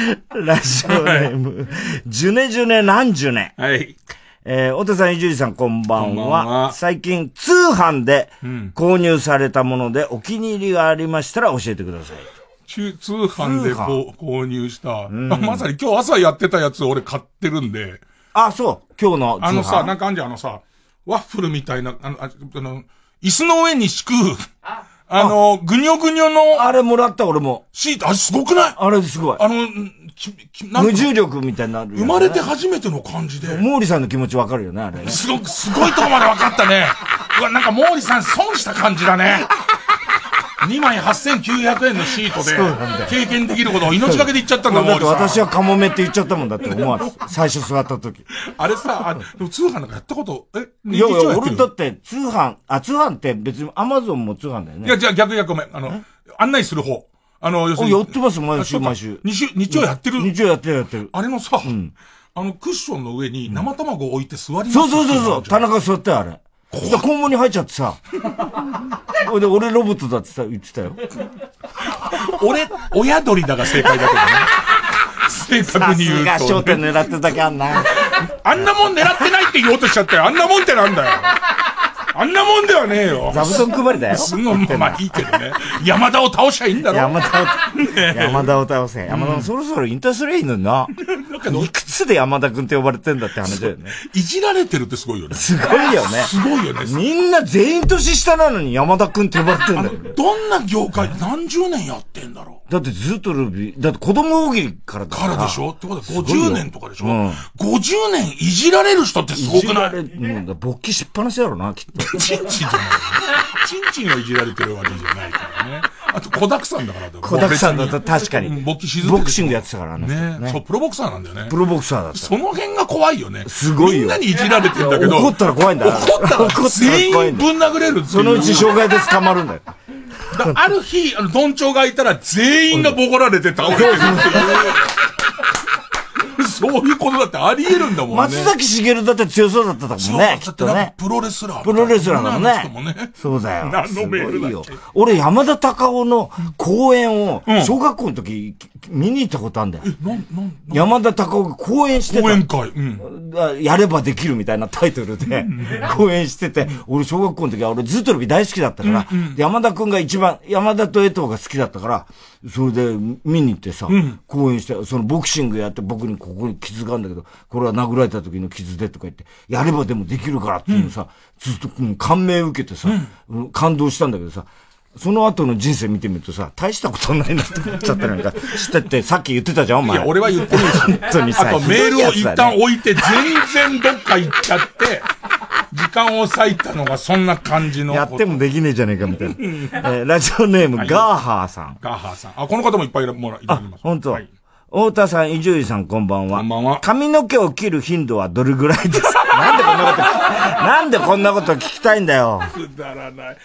Speaker 4: ね
Speaker 3: ラジオネーム、ジュネジュネなんジュネ。
Speaker 4: はい。
Speaker 3: えー、お手さん、伊集院さん、こんばんは。
Speaker 4: こんばんは
Speaker 3: 最近、通販で
Speaker 4: うん
Speaker 3: 購入されたものでお気に入りがありましたら教えてください。
Speaker 4: 中通販でこう購入した、
Speaker 3: ん
Speaker 4: まさに今日朝やってたやつ俺買ってるんで。
Speaker 3: あ、そう。今日の通販
Speaker 4: あのさ、なんかあんじゃん、あのさ、ワッフルみたいな、あの、ああの椅子の上に敷く、あの、ぐにょぐにょの。
Speaker 3: あれもらった、俺も。
Speaker 4: シート、あれすごくない
Speaker 3: あれすごい。
Speaker 4: あの、んききなんか
Speaker 3: 無重力みたいになる、
Speaker 4: 生まれて初めての感じで。
Speaker 3: 毛利さんの気持ちわかるよね、あれね。
Speaker 4: すごく、すごいとこまで分かったね。うわ、なんか毛利さん損した感じだね。2枚8900円のシート
Speaker 3: そうなんだ
Speaker 4: で
Speaker 3: よ、
Speaker 4: 経験できることを命がけで言っちゃったんだ、
Speaker 3: だ
Speaker 4: 毛
Speaker 3: って
Speaker 4: 利さん。
Speaker 3: 私はカモメって言っちゃったもんだって思わず。最初座った 時。
Speaker 4: あれさ、あでも通販なんかやったこと、え、
Speaker 3: いやいや、
Speaker 4: 日常やって
Speaker 3: 俺
Speaker 4: る
Speaker 3: だって通販、あ、通販って別にアマゾンも通販だよね。
Speaker 4: いや、じゃあ逆逆ごめん。あの、案内する方。あの、要するに。
Speaker 3: おやってます毎週
Speaker 4: あそうか
Speaker 3: 毎週
Speaker 4: 日曜、日曜やってる。
Speaker 3: 日曜やってるやってる。
Speaker 4: あれのさ、あの、クッションの上に生卵を置いて座ります
Speaker 3: そうそうそうそう、田中座ったよ、あれ。で、肛門に入っちゃって さ。ほいで、俺ロボットだってさ、言ってたよ。
Speaker 4: 俺、親鳥だが正解だけどね。 正確に言うと。
Speaker 3: さすが焦点狙ってただけあんな。
Speaker 4: あんなもん狙ってないって言おうとしちゃったよ。あんなもんってなんだよ。あんなもんではねえよ。
Speaker 3: 座布団配りだよ
Speaker 4: すごい、まあいいけどね。山田を倒しゃいいんだろ。
Speaker 3: 山田を、山
Speaker 4: を。
Speaker 3: 田を倒せ。山田もそろそろ引退すりゃいいのにな。いくつで山田君って呼ばれてんだって話だよね。
Speaker 4: いじられてるってすごいよね。
Speaker 3: すごいよね。
Speaker 4: すごいよね。
Speaker 3: みんな全員年下なのに山田君って呼ばれてんだよ。
Speaker 4: どんな業界何十年やってんだろ
Speaker 3: だってずっとルビー、だって子供大喜利からだ
Speaker 4: からでしょってことは
Speaker 3: すごいよ
Speaker 4: 50年とかでしょ
Speaker 3: うん
Speaker 4: う。50年いじられる人ってすごくない
Speaker 3: いじられもうだ勃起しっぱなしだろうな、きっと。
Speaker 4: チンチンじゃない。チンチンをいじられてるわけじゃないからね。あと、子だくさんだからだよ
Speaker 3: 子だくさんだと確かに
Speaker 4: うん勃起しず
Speaker 3: ボクシングやってたからね。
Speaker 4: ねそう、プロボクサーなんだよね。
Speaker 3: プロボクサーだった。
Speaker 4: その辺が怖いよね。
Speaker 3: すごいよ。
Speaker 4: みんなにいじられてんだけど。
Speaker 3: 怒ったら怖いんだよ
Speaker 4: 怒った
Speaker 3: 怒った
Speaker 4: ら
Speaker 3: ら
Speaker 4: 全
Speaker 3: 怖い
Speaker 4: 員
Speaker 3: ん
Speaker 4: ぶん殴れるっていう
Speaker 3: そのうち障害で捕まる んだよ。
Speaker 4: だある日、あの、どんちょうがいたら全員がボコられて倒れてる っていう。そういうことだってあり得るんだもんね。
Speaker 3: 松崎しげるだって強そうだったもん
Speaker 4: そう
Speaker 3: ね、
Speaker 4: だ
Speaker 3: き
Speaker 4: っ
Speaker 3: ってと
Speaker 4: なんか
Speaker 3: ね。
Speaker 4: プロレスラーみた
Speaker 3: プ
Speaker 4: いな。
Speaker 3: ロレスラーだもん
Speaker 4: 女の人も
Speaker 3: ね。そうだよ。
Speaker 4: 何のメールだっけ
Speaker 3: すごいよ俺、山田隆夫の公演を、小学校の時、見に行ったことあるんだよ。山田隆夫が公演してた。
Speaker 4: 講演会。
Speaker 3: だやればできるみたいなタイトルで、公演してて、俺小学校の時は俺ずっとルビ大好きだったから、
Speaker 5: うんうん
Speaker 3: で山田くんが一番、山田と江藤が好きだったから、それで見に行ってさ、
Speaker 5: うん
Speaker 3: 公演して、そのボクシングやって僕にここに傷があるんだけど、これは殴られた時の傷でとか言って、やればでもできるからっていうのさ、ずっとうん感銘受けてさ、うん感動したんだけどさ、その後の人生見てみるとさ、大したことないなって思っちゃったなんか、知ってってさっき言ってたじゃん、お前。
Speaker 4: いや俺は言って
Speaker 3: る し。本当にさ
Speaker 4: あとメールを
Speaker 3: ひどい
Speaker 4: 一旦
Speaker 3: やつだね
Speaker 4: 置いて、全然どっか行っち ゃって、時間を割いたのがそんな感じの。
Speaker 3: やってもできねえじゃねえかみたいな。
Speaker 4: うん
Speaker 3: えーラジオネーム、
Speaker 4: はい
Speaker 3: ガーハーさん。
Speaker 4: ガーハーさん。あ、この方もいっぱいもらいただきます。
Speaker 3: 本当。太田さん、伊集院さん、こんばんは。こんばんは。髪の毛を切る頻度はどれぐらいです かなんでこんなこと、なんでこんなこと聞きたいんだよ。
Speaker 4: くだらない。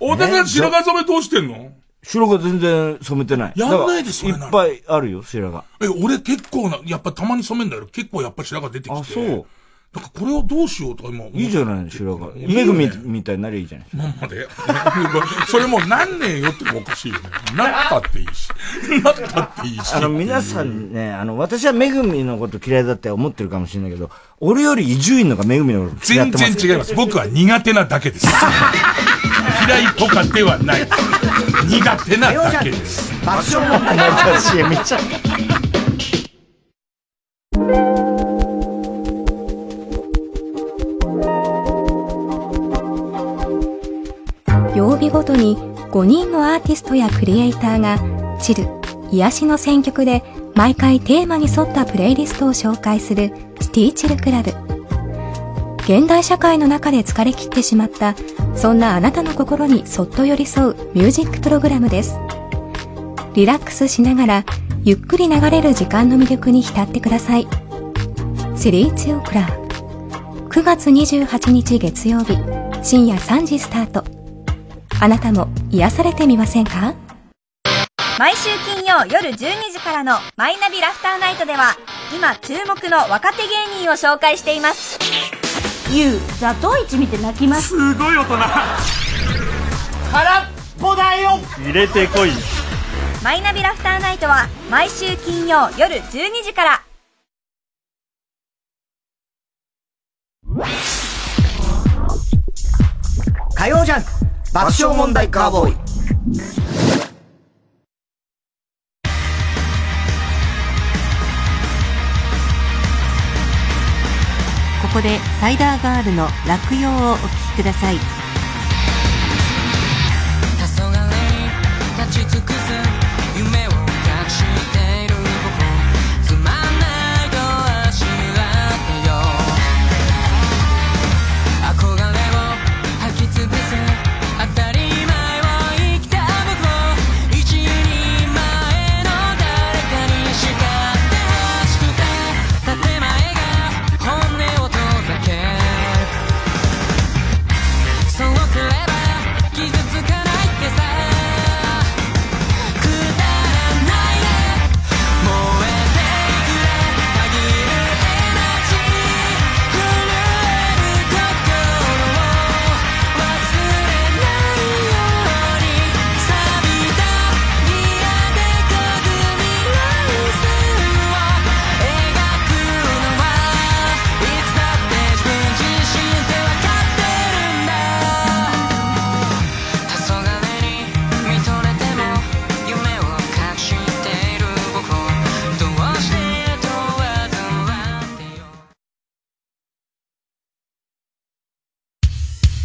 Speaker 4: 大田さん、白髪染めどうしてんの
Speaker 3: 白が全然染めてない。
Speaker 4: やんないでそれ
Speaker 3: だ
Speaker 4: な
Speaker 3: か
Speaker 4: ら
Speaker 3: らいっぱいあるよ、白が。
Speaker 4: え、俺結構な、やっぱたまに染めんだよ。結構やっぱ白髪出てきて。あ、そう。だからこれをどうしようとか今思って
Speaker 3: いいじゃない、白が。
Speaker 4: いいよね
Speaker 3: めぐみみたいになりゃいいじゃない。
Speaker 4: まんまで。 それもう何年よってもおかしいよね。なったっていいし。なったっていいし。
Speaker 3: あの、皆さんね、あの、私はめぐみのこと嫌いだって思ってるかもしれないけど、俺より伊集院の方がめぐみのこと嫌っ
Speaker 4: 全
Speaker 3: てます。
Speaker 4: 然違います。僕は苦手なだけです。嫌いとかではない。苦手なだけです。
Speaker 6: 爆笑問題
Speaker 3: なんか CM いっちゃう
Speaker 30: 曜日ごとに5人のアーティストやクリエイターがチル癒しの選曲で毎回テーマに沿ったプレイリストを紹介するシティチルクラブ現代社会の中で疲れ切ってしまったそんなあなたの心にそっと寄り添うミュージックプログラムですリラックスしながらゆっくり流れる時間の魅力に浸ってくださいセリーチオクラ9月28日月曜日深夜3時スタートあなたも癒されてみませんか
Speaker 11: 毎週金曜夜12時からの「マイナビラフターナイト」では今注目の若手芸人を紹介していますゆうザトウイチ見て泣きますすごい大人
Speaker 6: 空っぽだよ
Speaker 31: 入れてこい
Speaker 18: マイナビラフターナイトは毎週金曜夜12時から
Speaker 6: 火曜ジャンク爆笑問題カーボーイ
Speaker 16: ここでサイダーガールの落葉をお聴きください
Speaker 5: 黄昏立ち尽くす夢を隠している僕つまんないとあしらってよ憧れを吐き潰す当たり前を生きた僕を一人前の誰かに叱ってほしくて建前が本音を遠ざけるそうすれば傷つかないってさくだらないで燃えてくれ限るエナジー震える心を忘れないように錆びたギアでこぐ未来線を描くのはいつだって自分自身ってわかってるんだ黄昏に見とれても夢を隠している僕をどうして問わず笑ってよ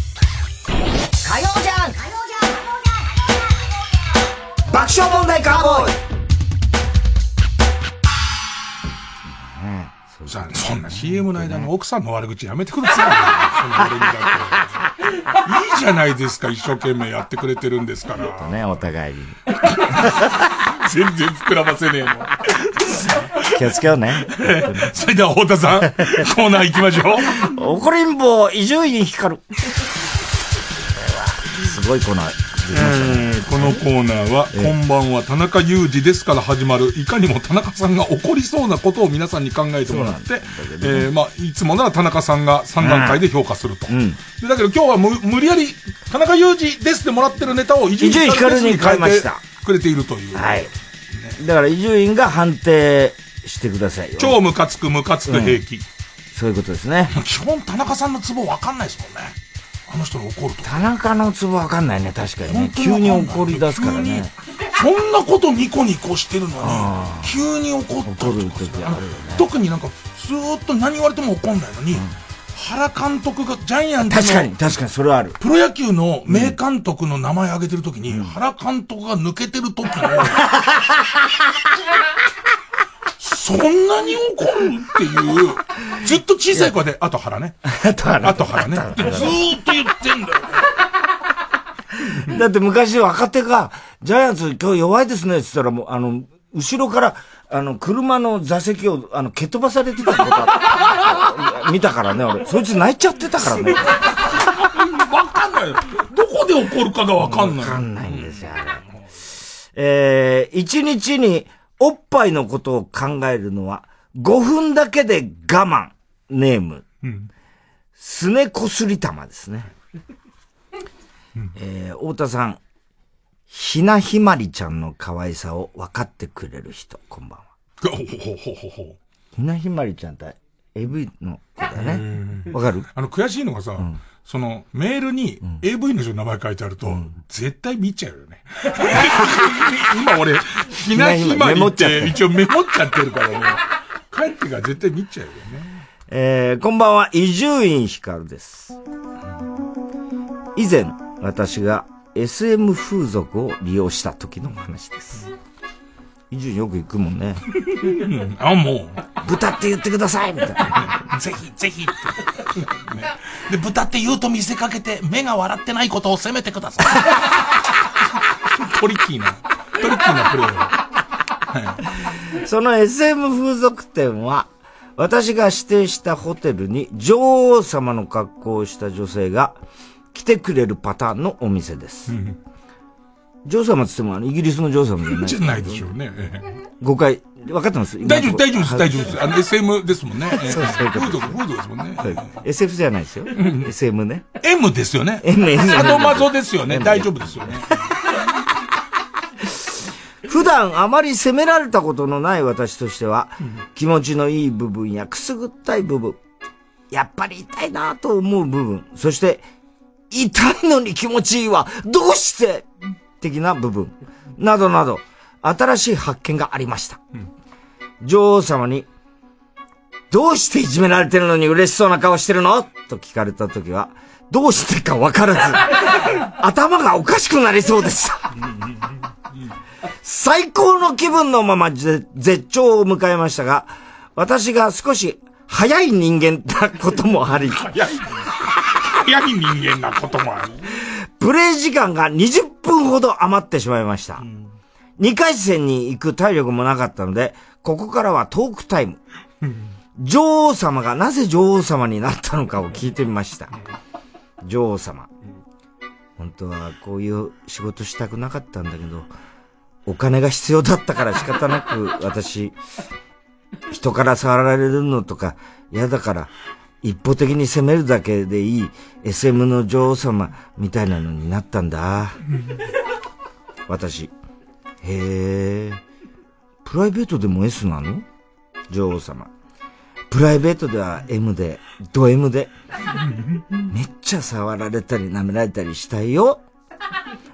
Speaker 6: 火曜ジャンク爆笑問題カーボーイ
Speaker 4: さそんな CM の間の奥さんの悪口やめてくださいよ。そんな俺にだっていいじゃないですか、一生懸命やってくれてるんですから。
Speaker 3: ね、お互いに。
Speaker 4: 全然膨らませねえもん。
Speaker 3: 気をつけようね。
Speaker 4: それでは、太田さん、コーナー行きましょう。
Speaker 3: 怒りんぼ、伊集院光る。すごいコーナーできましたね。
Speaker 4: えーこのコーナーは、こんばんは、田中裕二ですから始まる、いかにも田中さんが怒りそうなことを皆さんに考えてもらって、えーまあ、いつもなら田中さんが3段階で評価すると。でだけど今日は無無理やり、田中裕二ですでもらってるネタを伊集
Speaker 3: 伊集
Speaker 4: 院
Speaker 3: 院
Speaker 4: 光
Speaker 3: 光
Speaker 4: に
Speaker 3: に
Speaker 4: 変
Speaker 3: 変
Speaker 4: え
Speaker 3: え
Speaker 4: ま
Speaker 3: ま
Speaker 4: し
Speaker 3: したた。
Speaker 4: くれているという。
Speaker 3: はい。だから伊集院が判定してくださいよ。
Speaker 4: 超ムカつくムカつく平気。
Speaker 3: そういうことですね。
Speaker 4: 基本、田中さんのツボわかんないですもんね。あの人が怒ると。
Speaker 3: 田中のツボわかんないね、確かにね。急に怒り出すからね。
Speaker 4: そんなことニコニコしてるのに、
Speaker 3: あ
Speaker 4: 急に怒った
Speaker 3: 怒る時あるよね。
Speaker 4: 特になんかずーっと何言われても怒んないのに、原監督がジャイアンツの
Speaker 3: 確かに、確かに、それはある。
Speaker 4: プロ野球の名監督の名前挙げてるときに、原監督が抜けてるとき の、そんなに怒るっていう、ずっと小さい声で、あと 原ね。あと
Speaker 3: 原
Speaker 4: 原ね。ずーっと言ってんだよ。
Speaker 3: だって昔若手が、ジャイアンツ今日弱いですねって言ったらもう、あの、後ろから、あの、車の座席を、あの、蹴飛ばされてたことあった見たからね、俺。そいつ泣いちゃってたからね。
Speaker 4: わかんない。どこで怒るかがわかんない。わか
Speaker 3: んないんですよ、えー、一日におっぱいのことを考えるのは、5分だけで我慢。ネーム。すねこすり玉ですね。えー、太田さん。ひなひまりちゃんの可愛さを分かってくれる人、こんばんは。
Speaker 4: ほほほほほ。
Speaker 3: ひなひまりちゃんって、AV の子だ
Speaker 4: う
Speaker 3: ね
Speaker 4: ん。
Speaker 3: わかる
Speaker 4: あの、悔しいのがさ、その、メールに AV の人の名前書いてあると、絶対見ちゃうよね。 今俺、ひなひまりって一応メモっちゃってるからね。帰ってから絶対見ちゃうよね。
Speaker 3: えーこんばんは、伊集院光です。以前、私が SM 風俗を利用した時のお話です。伊集院よく行くもんね。
Speaker 4: あ、も
Speaker 3: う。豚って言ってくださいみたいな。
Speaker 4: ぜひ、ぜひって。ねで、豚って言うと見せかけて、目が笑ってないことを責めてください。トリッキーな、トリッキーなプレー。
Speaker 3: その SM 風俗店は、私が指定したホテルに女王様の格好をした女性が来てくれるパターンのお店です。女王様って言ってもあのイギリスの女王様じゃない。
Speaker 4: じゃないでしょうね。ええ
Speaker 3: 誤解、分かってます
Speaker 4: 大丈夫、大丈夫です、大丈夫です。あの、
Speaker 3: 夫
Speaker 4: SM ですもんね。ええ
Speaker 3: そうそういうこと
Speaker 4: フード、フードですもんね。
Speaker 3: SF じゃないですよ。SM ね。
Speaker 4: M ですよ
Speaker 3: E,
Speaker 4: ね。
Speaker 3: M
Speaker 4: サドマゾですよね。
Speaker 3: M
Speaker 4: 大丈夫ですよね。
Speaker 3: 普段あまり責められたことのない私としては、気持ちのいい部分やくすぐったい部分、やっぱり痛いなと思う部分、そして、痛いのに気持ちいいわどうして的な部分、などなど、新しい発見がありました。女王様に、どうしていじめられてるのに嬉しそうな顔してるのと聞かれた時は、どうしてかわからず、頭がおかしくなりそうでした。最高の気分のままぜ絶頂を迎えましたが、私が少し早い人間なこともあり、
Speaker 4: 早い人間なこともある。
Speaker 3: プレイ時間が20分ほど余ってしまいました。2回戦に行く体力もなかったので、ここからはトークタイム。女王様がなぜ女王様になったのかを聞いてみました。女王様。本当はこういう仕事したくなかったんだけど、お金が必要だったから仕方なく私、人から触られるのとか嫌だから、一方的に攻めるだけでいい SM の女王様みたいなのになったんだ。私。へえ。プライベートでも S なの女王様。プライベートでは M で、ド M で。めっちゃ触られたり舐められたりしたいよ。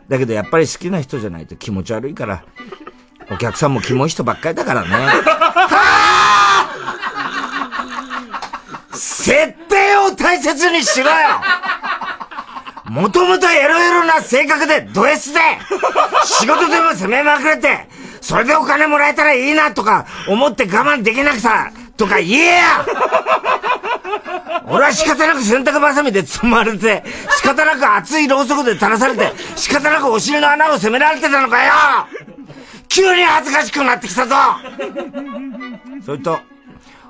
Speaker 3: だけどやっぱり好きな人じゃないと気持ち悪いから。お客さんもキモい人ばっかりだからね。設定を大切にしろよもともとエロエロな性格でド S で仕事でも攻めまくれてそれでお金もらえたらいいなとか思って我慢できなくさとか言えや俺は仕方なく洗濯バサミで積まれて仕方なく熱いろうそくで垂らされて仕方なくお尻の穴を攻められてたのかよ急に恥ずかしくなってきたぞそれと、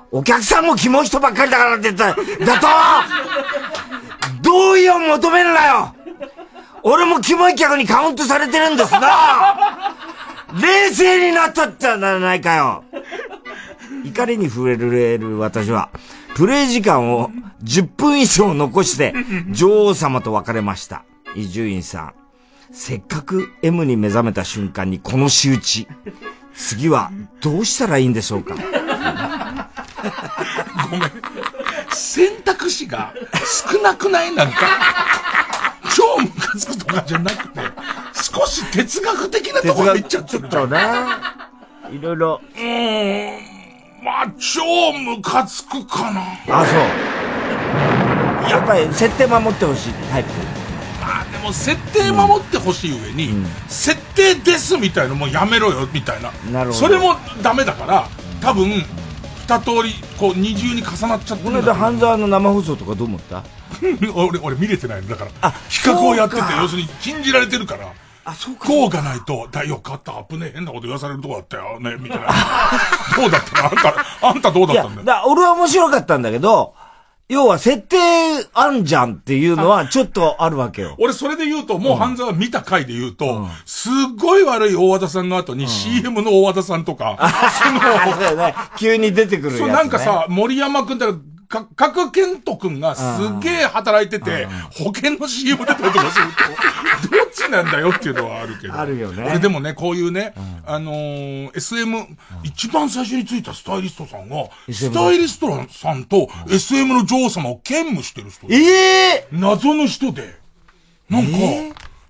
Speaker 3: お客さんもキモい人ばっかりだからって言った、だと同意を求めるなよ俺もキモい客にカウントされてるんですな冷静になったってならないかよ怒りに触れる私は、プレイ時間を10分以上残して、女王様と別れました。伊集院さん。せっかく M に目覚めた瞬間にこの仕打ち。次はどうしたらいいんでしょうか
Speaker 4: ごめん。選択肢が少なくないなんか。超ムカつくとかじゃなくて、少し哲学的なところ入っちゃってる。ちょっとね。
Speaker 3: いろいろ。
Speaker 4: うーん。まあ、超ムカつくかな。
Speaker 3: あ、そう。やっぱり設定守ってほしいタイプ。
Speaker 4: まあ、でも設定守ってほしい上に、設定ですみたいのもやめろよみたいな。
Speaker 3: なるほど。
Speaker 4: それもダメだから、多分、二通り、こう二重に重なっちゃって
Speaker 3: こ
Speaker 4: る
Speaker 3: の
Speaker 4: んだ
Speaker 3: 間、半沢の生放送とかどう思った
Speaker 4: 俺、俺見れてないのだから。比較をやってて、要するに禁じられてるから。
Speaker 3: あ、そう
Speaker 4: か。こうがないと、だよかった、危ねえ、変なこと言わされるとこだったよね、みたいな。 どうだったのあんた、あんたどうだったんだよ。
Speaker 3: だから俺は面白かったんだけど、要は設定あんじゃんっていうのはちょっとあるわけよ。
Speaker 4: 俺、それで言うと、もう半沢見た回で言うと、すっごい悪い大和田さんの後に CM の大和田さんとか、その、
Speaker 3: 急に出てくるやつ、
Speaker 4: そう、
Speaker 3: ね。
Speaker 4: なんかさ、森山くんだから、か、角健人くんがすげえ働いてて、保険の CM 出たりとかすると、どっちなんだよっていうのはあるけど。あるよね。俺でもね、こういうね、あのー SM、一番最初についたスタイリストさんが、スタイリストさんと SM の女王様を兼務してる人。
Speaker 3: ええ
Speaker 4: 謎の人で、なんか、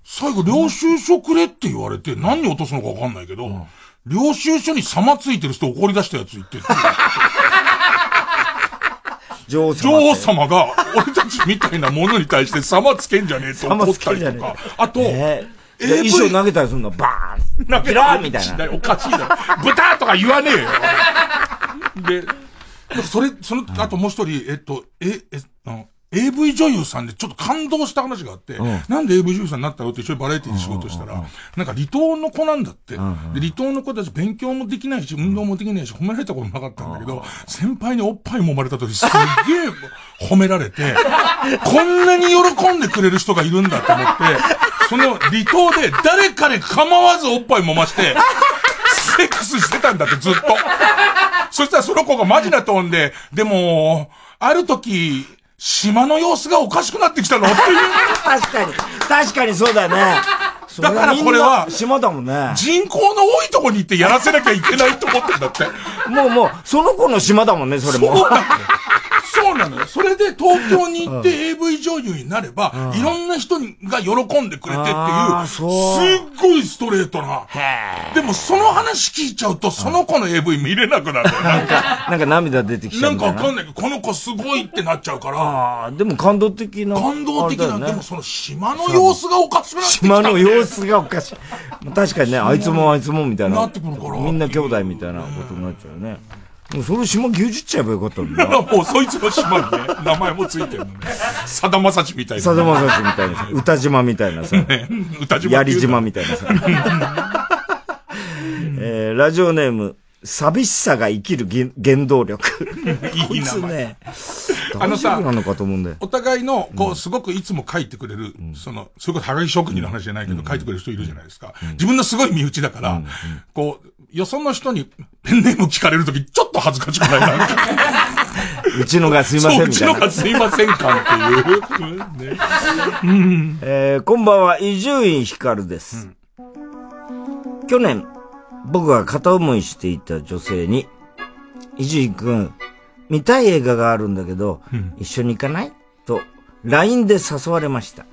Speaker 4: 最後、領収書くれって言われて、何に落とすのかわかんないけど、領収書に様ついてる人怒り出したやついてて、
Speaker 3: 女王
Speaker 4: 様。が、俺たちみたいなものに対して様つけんじゃねえと怒ったりとか。あと、
Speaker 3: 衣装投げたりするの、バーン
Speaker 4: なん
Speaker 3: ピローンみたいな。
Speaker 4: な。おかしいだろ。豚とか言わねえよ。で、なんかそれ、その、あともう一人、えっと、え、え、あの、AV 女優さんでちょっと感動した話があって、
Speaker 29: うん
Speaker 4: なんで AV 女優さんになったのって一緒にバラエティで仕事したら、なんか離島の子なんだって、で、離島の子たち勉強もできないし、運動もできないし、褒められたこともなかったんだけど、先輩におっぱい揉まれた時すっげえ褒められて、 こんなに喜んでくれる人がいるんだと思って、その離島で誰かに構わずおっぱい揉まして、セックスしてたんだってずっと。そしたらその子がマジなトーンで、でも、ある時、島の様子がおかしくなってきたのっていう。
Speaker 3: 確かに。確かにそうだよね。そ
Speaker 4: だからこれ
Speaker 3: み
Speaker 4: は
Speaker 3: んな島だもんね。
Speaker 4: 人口の多いとこに行ってやらせなきゃいけないと思ってんだって。
Speaker 3: もうもう、その子の島だもんね、それも。
Speaker 4: そうそうなのよ。それで東京に行って AV 女優になれば、いろんな人が喜んでくれてってい
Speaker 3: あ
Speaker 4: う、
Speaker 3: ー
Speaker 4: すっ
Speaker 3: そう
Speaker 4: ごいストレートな。でもその話聞いちゃうと、その子の AV 見れなくなるよ。なんか、
Speaker 3: なんか涙出てきちゃ
Speaker 4: な
Speaker 3: うんんだ
Speaker 4: か
Speaker 3: よ
Speaker 4: わ
Speaker 3: な。
Speaker 4: かんないけど、この子すごいってなっちゃうから、
Speaker 3: あーでも感動的な。
Speaker 4: 感動的
Speaker 3: あ
Speaker 4: な、
Speaker 3: れだ
Speaker 4: で
Speaker 3: よ
Speaker 4: も
Speaker 3: ね
Speaker 4: その島の様子がおかしくなってきた。
Speaker 3: 島の様子がおかしい。確かにね、あいつもあいつもみたいな。
Speaker 4: なってくるから
Speaker 3: みんな兄弟みたいなことになっちゃうよね。もうそれ島牛耳っちゃえばよかったんだ
Speaker 4: だ
Speaker 3: よ
Speaker 4: からもうそいつの島にね、名前もついてるのね。さだまさしみたい
Speaker 3: な。
Speaker 4: な。
Speaker 3: さだまさしみたいなさ、歌島みたいなさ、
Speaker 4: 歌 島
Speaker 3: やり島みたいな さ。えーラジオネーム、寂しさが生きる原原動力。
Speaker 4: いい名前。あ
Speaker 3: 大丈
Speaker 4: のさ
Speaker 3: 夫なのかと思うんだよ。
Speaker 4: お互いの、こう、すごくいつも書いてくれる、その、それこそはがき職人の話じゃないけど、書いてくれる人いるじゃないですか。自分のすごい身内だから、こう、よその人にペンネーム聞かれるとき、ちょっと恥ずかしくないなんか
Speaker 3: うちのがすいませ
Speaker 4: そ
Speaker 3: ん
Speaker 4: う、う
Speaker 3: み
Speaker 4: ち
Speaker 3: たい
Speaker 4: の
Speaker 3: な。
Speaker 4: がすいません感っていう。ね
Speaker 3: えーこんばんは、伊集院光です。去年、僕が片思いしていた女性に、伊集院くん、見たい映画があるんだけど、一緒に行かないと、LINE で誘われました。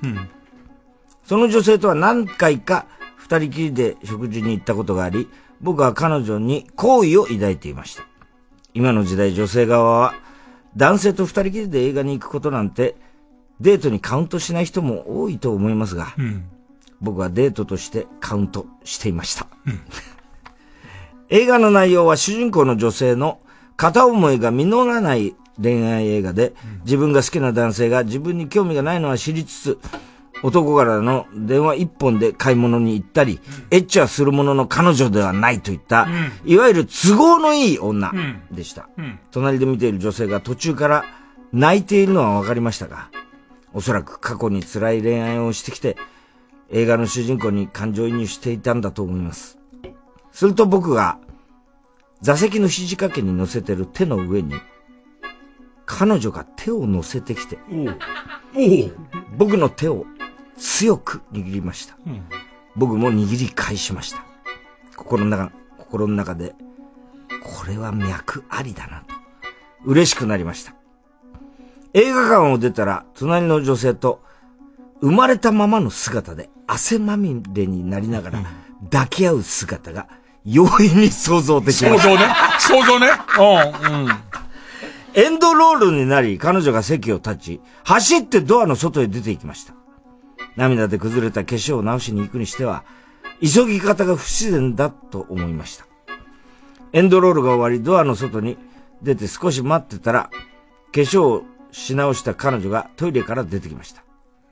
Speaker 3: その女性とは何回か二人きりで食事に行ったことがあり、僕は彼女に好意を抱いていました。今の時代女性側は、男性と二人きりで映画に行くことなんて、デートにカウントしない人も多いと思いますが、僕はデートとしてカウントしていました。映画の内容は主人公の女性の片思いが実らない恋愛映画で、自分が好きな男性が自分に興味がないのは知りつつ、男からの電話一本で買い物に行ったり、エッチはするものの彼女ではないといった、いわゆる都合のいい女でした。隣で見ている女性が途中から泣いているのは分かりましたが、おそらく過去に辛い恋愛をしてきて、映画の主人公に感情移入していたんだと思います。すると僕が、座席の肘掛けに乗せてる手の上に、彼女が手を乗せてきて、僕の手を強く握りました。僕も握り返しました。心の中、心の中で、これは脈ありだなと、嬉しくなりました。映画館を出たら、隣の女性と、生まれたままの姿で汗まみれになりながら抱き合う姿が容易に想像できま
Speaker 4: 想
Speaker 3: す。
Speaker 4: 像ね。想像ね。 うん、うん。
Speaker 3: エンドロールになり、彼女が席を立ち、走ってドアの外へ出て行きました。涙で崩れた化粧を直しに行くにしては、急ぎ方が不自然だと思いました。エンドロールが終わり、ドアの外に出て少し待ってたら、化粧をし直した彼女がトイレから出てきました。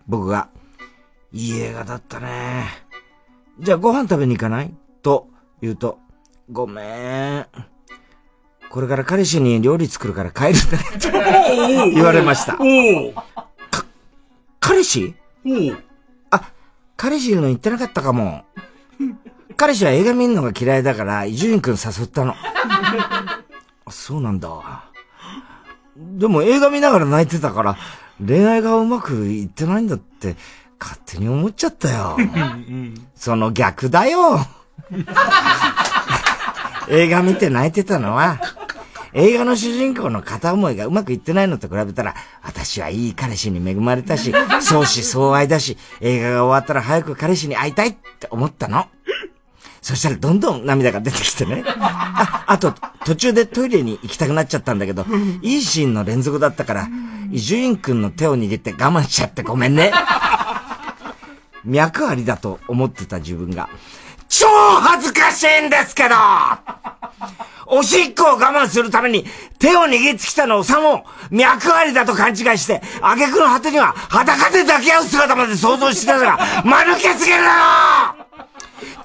Speaker 3: 僕が、いい映画だったね。じゃあご飯食べに行かないと言うと、ごめん。これから彼氏に料理作るから帰るね。言われました
Speaker 4: おー
Speaker 3: 彼氏
Speaker 4: おー
Speaker 3: 彼氏いるの言ってなかったかも。彼氏は映画見るのが嫌いだから、伊集院くん誘ったの。あそうなんだ。でも映画見ながら泣いてたから、恋愛がうまくいってないんだって、勝手に思っちゃったよ。その逆だよ。映画見て泣いてたのは、映画の主人公の片思いがうまくいってないのと比べたら、私はいい彼氏に恵まれたし、相思相愛だし、映画が終わったら早く彼氏に会いたいって思ったの。そしたらどんどん涙が出てきてね。あ、あと、途中でトイレに行きたくなっちゃったんだけど、いいシーンの連続だったから、伊集院くんの手を握って我慢しちゃってごめんね。脈ありだと思ってた自分が、超恥ずかしいんですけどおしっこを我慢するために手を握りつきたのをさも脈ありだと勘違いして、挙句の果てには裸で抱き合う姿まで想像してたが、 間抜けすぎるだろ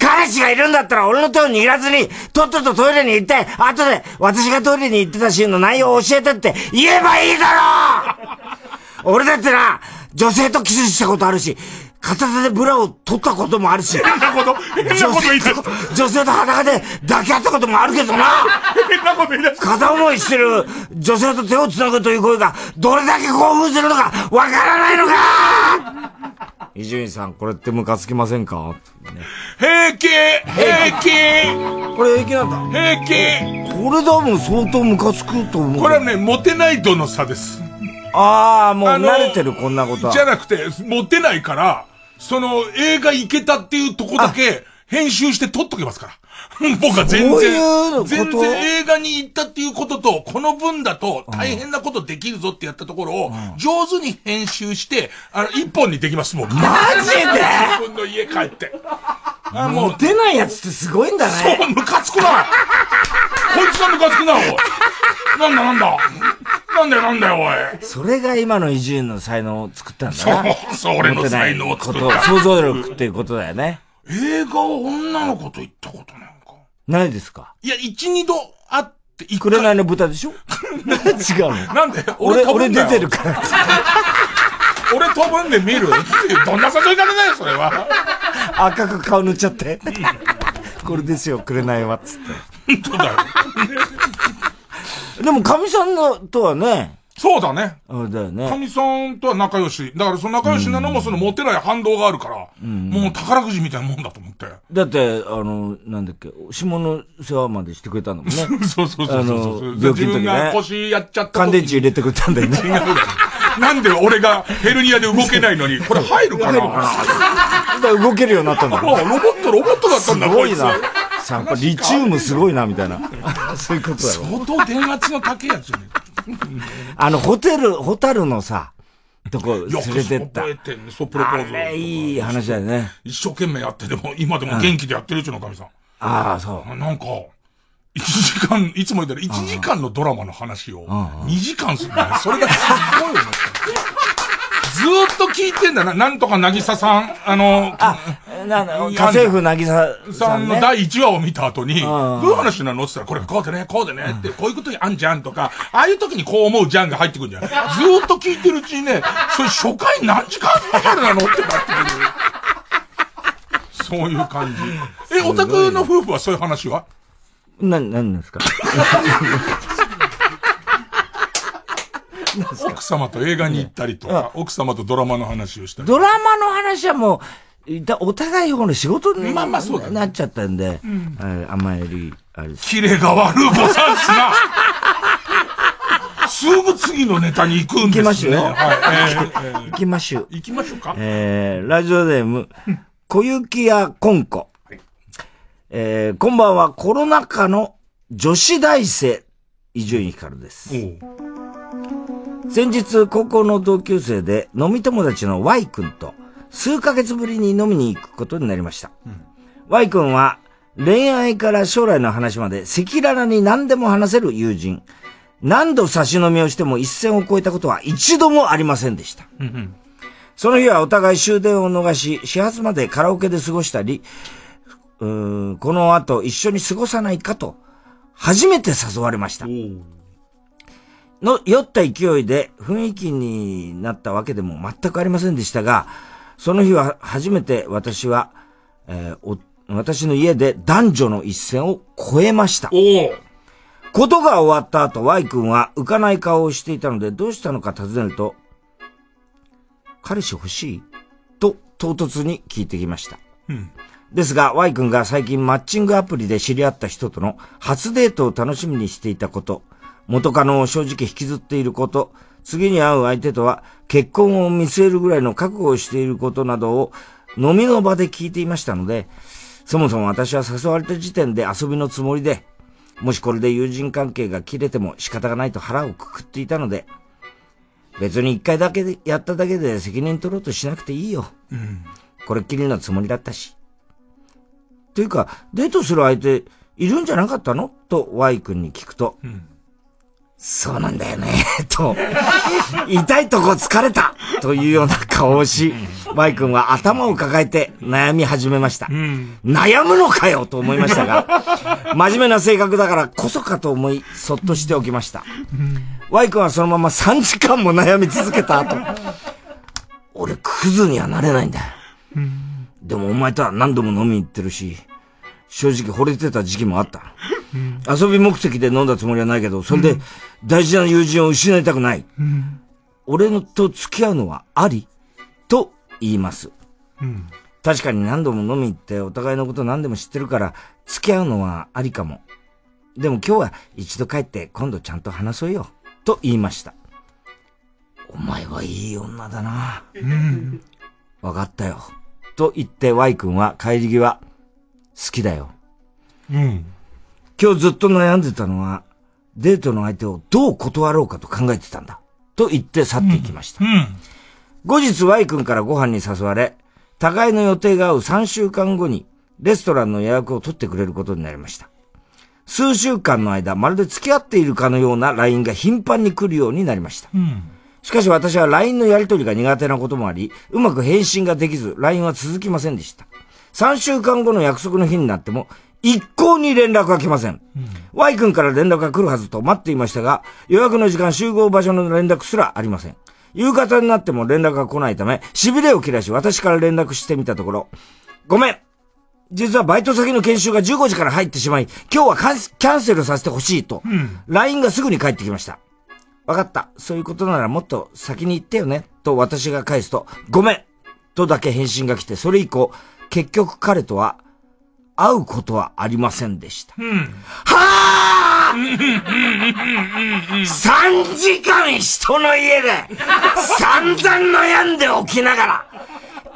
Speaker 3: 彼氏がいるんだったら俺の手を握らずに、とっととトイレに行って、後で私がトイレに行ってたシーンの内容を教えてって言えばいいだろ俺だってな、女性とキスしたことあるし、片手でブラを取ったこともあるし。
Speaker 4: 変なこと、変なこと言い
Speaker 3: 女性
Speaker 4: 出
Speaker 3: と女性と裸で抱き合ったこともあるけどな
Speaker 4: 変なこと言い出
Speaker 3: 片思いしてる女性と手を繋ぐという声が、どれだけ興奮するのか、わからないのか伊集院さん、これってムカつきませんか
Speaker 4: 平気平気
Speaker 3: これ平気なん
Speaker 4: だ平気
Speaker 3: これ多分相当ムカつくと思う。
Speaker 4: これはね、モテない度の差です。
Speaker 3: ああ、もう
Speaker 4: あの
Speaker 3: 慣れてる、こんなことは。
Speaker 4: じゃなくて、モテないから、その映画行けたっていうとこだけ、編集して撮っとけますから。 僕は全
Speaker 3: そう
Speaker 4: 然
Speaker 3: いうこと
Speaker 4: 全然映画に行ったっていうことと、この分だと大変なことできるぞってやったところを、上手に編集して、あの、一本にできますもん。マ
Speaker 3: ジで
Speaker 4: 自分の家帰って。あもう
Speaker 3: モテないやつってすごいんだね。
Speaker 4: そう、ムカつくなこいつがムカつくな、おい。なんだなんだ。なんだよなんだよ、
Speaker 3: それが今の伊集院の才能を作ったんだな。
Speaker 4: そうそう俺の才能を作っ
Speaker 3: 持
Speaker 4: た
Speaker 3: てないこと想像力っていうことだよね。
Speaker 4: おい。映画は女の子と行ったことない。
Speaker 3: ないですか
Speaker 4: いや、一、二度あって、い
Speaker 3: くれないの豚でし ょ違うの。
Speaker 4: なんで
Speaker 3: 俺、
Speaker 4: 飛ぶ
Speaker 3: 俺
Speaker 4: んだ
Speaker 3: 出
Speaker 4: よ
Speaker 3: てるから。
Speaker 4: 俺飛ぶんで見るっていうどんな誘い方だよ、それは。
Speaker 3: 赤く顔塗っちゃって。これですよ、くれないわ、つって。
Speaker 4: 本当だよ。
Speaker 3: でも、かみさんのとはね。
Speaker 4: そうだね。
Speaker 3: あれだよ
Speaker 4: か
Speaker 3: ね。
Speaker 4: みさんとは仲良し。だからその仲良しなのもそのモテない反動があるから、もう宝くじみたいなもんだと思って。
Speaker 3: だって、あの、なんだっけ、下の世話までしてくれたのもね。
Speaker 4: そうそうそう
Speaker 3: あ
Speaker 4: そう
Speaker 3: の
Speaker 4: そう。、
Speaker 3: 病気
Speaker 4: 自
Speaker 3: の時
Speaker 4: 分が
Speaker 3: ね。
Speaker 4: 腰やっちゃった
Speaker 3: 乾
Speaker 4: 時
Speaker 3: 電
Speaker 4: に。
Speaker 3: 池入れてくれたんだよ ね。
Speaker 4: なんで俺がヘルニアで動けないのに、これ入るかな
Speaker 3: だから動けるようになったんだ
Speaker 4: あロボット、ロボットだったんだ、
Speaker 3: す
Speaker 4: こ
Speaker 3: ご
Speaker 4: い
Speaker 3: い
Speaker 4: つ。
Speaker 3: な。さやっぱリチウムすごいな、みたいな。 そういうことだろ。
Speaker 4: 相当電圧の高いやつ ね。
Speaker 3: あの、ホテル、ホタルのさ、とこ連れてった。
Speaker 4: 覚えてんね、そう、プロポーズ。
Speaker 3: いい話だよね。
Speaker 4: 一生懸命やってでも、今でも元気でやってるうちのかみさん。
Speaker 3: ああ、そう。
Speaker 4: なんか、1時間、いつも言ったら1時間のドラマの話を、2時間するんだよ。それがすっごい面白い。ずーっと聞いてんだな。なんとかなぎささん、あの、
Speaker 3: なんだ家政婦なぎさ
Speaker 4: さ
Speaker 3: さ
Speaker 4: ん
Speaker 3: ん
Speaker 4: の
Speaker 3: ね。
Speaker 4: 第1話を見た後
Speaker 3: ん
Speaker 4: に、どういう話なのって言ったら、これこうでね、こうでねって、こういうことにあんじゃんとか、ああいう時にこう思うじゃんが入ってくるんじゃん。ずーっと聞いてるうちにね、それ初回何時間かかるなのってなってくる。そういう感じ。え、オタクの夫婦はそういう話は
Speaker 3: な、なんですか
Speaker 4: 奥様と映画に行ったりとか、奥様とドラマの話をしたり。
Speaker 3: ドラマの話はもう、いたお互い方の仕事に
Speaker 4: まあまあそうだね
Speaker 3: なっちゃったんで、
Speaker 4: うん
Speaker 3: はいあんまり、あれです
Speaker 4: キレが悪いござんすなすぐ次のネタに行くんですね。
Speaker 3: 行きましょうよ
Speaker 4: はい。えーえー
Speaker 3: 行きましょう。
Speaker 4: 行きましょうか。
Speaker 3: えー、ラジオネーム、小雪屋こんこ。えー、こんばんは、コロナ禍の女子大生、伊集院光です。先日、高校の同級生で飲み友達の Y 君と数ヶ月ぶりに飲みに行くことになりました。Y 君は恋愛から将来の話まで赤裸々に何でも話せる友人。何度差し飲みをしても一線を越えたことは一度もありませんでした。その日はお互い終電を逃し、始発までカラオケで過ごしたり、うーんこの後一緒に過ごさないかと、初めて誘われました。の、酔った勢いで雰囲気になったわけでも全くありませんでしたが、その日は初めて私は、えーお私の家で男女の一線を越えました。ことが終わった後、Y 君は浮かない顔をしていたので、どうしたのか尋ねると、彼氏欲しいと唐突に聞いてきました。
Speaker 4: うん。
Speaker 3: ですが、Y 君が最近マッチングアプリで知り合った人との初デートを楽しみにしていたこと、元カノを正直引きずっていること、次に会う相手とは結婚を見据えるぐらいの覚悟をしていることなどを飲みの場で聞いていましたので、そもそも私は誘われた時点で遊びのつもりで、もしこれで友人関係が切れても仕方がないと腹をくくっていたので、別に一回だけでやっただけで責任取ろうとしなくていいよ。
Speaker 31: うん。
Speaker 3: これっきりのつもりだったし。というか、デートする相手、いるんじゃなかったのと Y 君に聞くと、そうなんだよね、 と、痛いとこ疲れたというような顔をし、Y 君は頭を抱えて悩み始めました。悩むのかよと思いましたが、真面目な性格だからこそかと思い、そっとしておきました。Y 君はそのまま3時間も悩み続けた後、俺クズにはなれないんだよ。でもお前とは何度も飲みに行ってるし、正直惚れてた時期もあった。遊び目的で飲んだつもりはないけど、それで大事な友人を失いたくない。俺のと付き合うのはありと言います。確かに何度も飲み行ってお互いのこと何でも知ってるから、付き合うのはありかも。でも今日は一度帰って今度ちゃんと話そうよ。と言いました。お前はいい女だな。わかったよ。と言って Y 君は帰り際、好きだよ。
Speaker 18: うん。
Speaker 3: 今日ずっと悩んでたのは、デートの相手をどう断ろうかと考えてたんだ。と言って去っていきました。後日 Y 君からご飯に誘われ、互いの予定が合う3週間後に、レストランの予約を取ってくれることになりました。数週間の間、まるで付き合っているかのような LINE が頻繁に来るようになりました。しかし私は LINE のやり取りが苦手なこともあり、うまく返信ができず、LINE は続きませんでした。3週間後の約束の日になっても、一向に連絡が来ません。Y 君から連絡が来るはずと待っていましたが、予約の時間、集合場所の連絡すらありません。夕方になっても連絡が来ないため、痺れを切らし私から連絡してみたところ、ごめん実はバイト先の研修が15時から入ってしまい、今日はカンキャンセルさせてほしいと、LINE がすぐに返ってきました。わかった。そういうことならもっと先に言ってよね。と私が返すと、ごめんとだけ返信が来て、それ以降、結局彼とは、会うことはありませんでした。はぁ !3 時間人の家で、散々悩んでおきながら、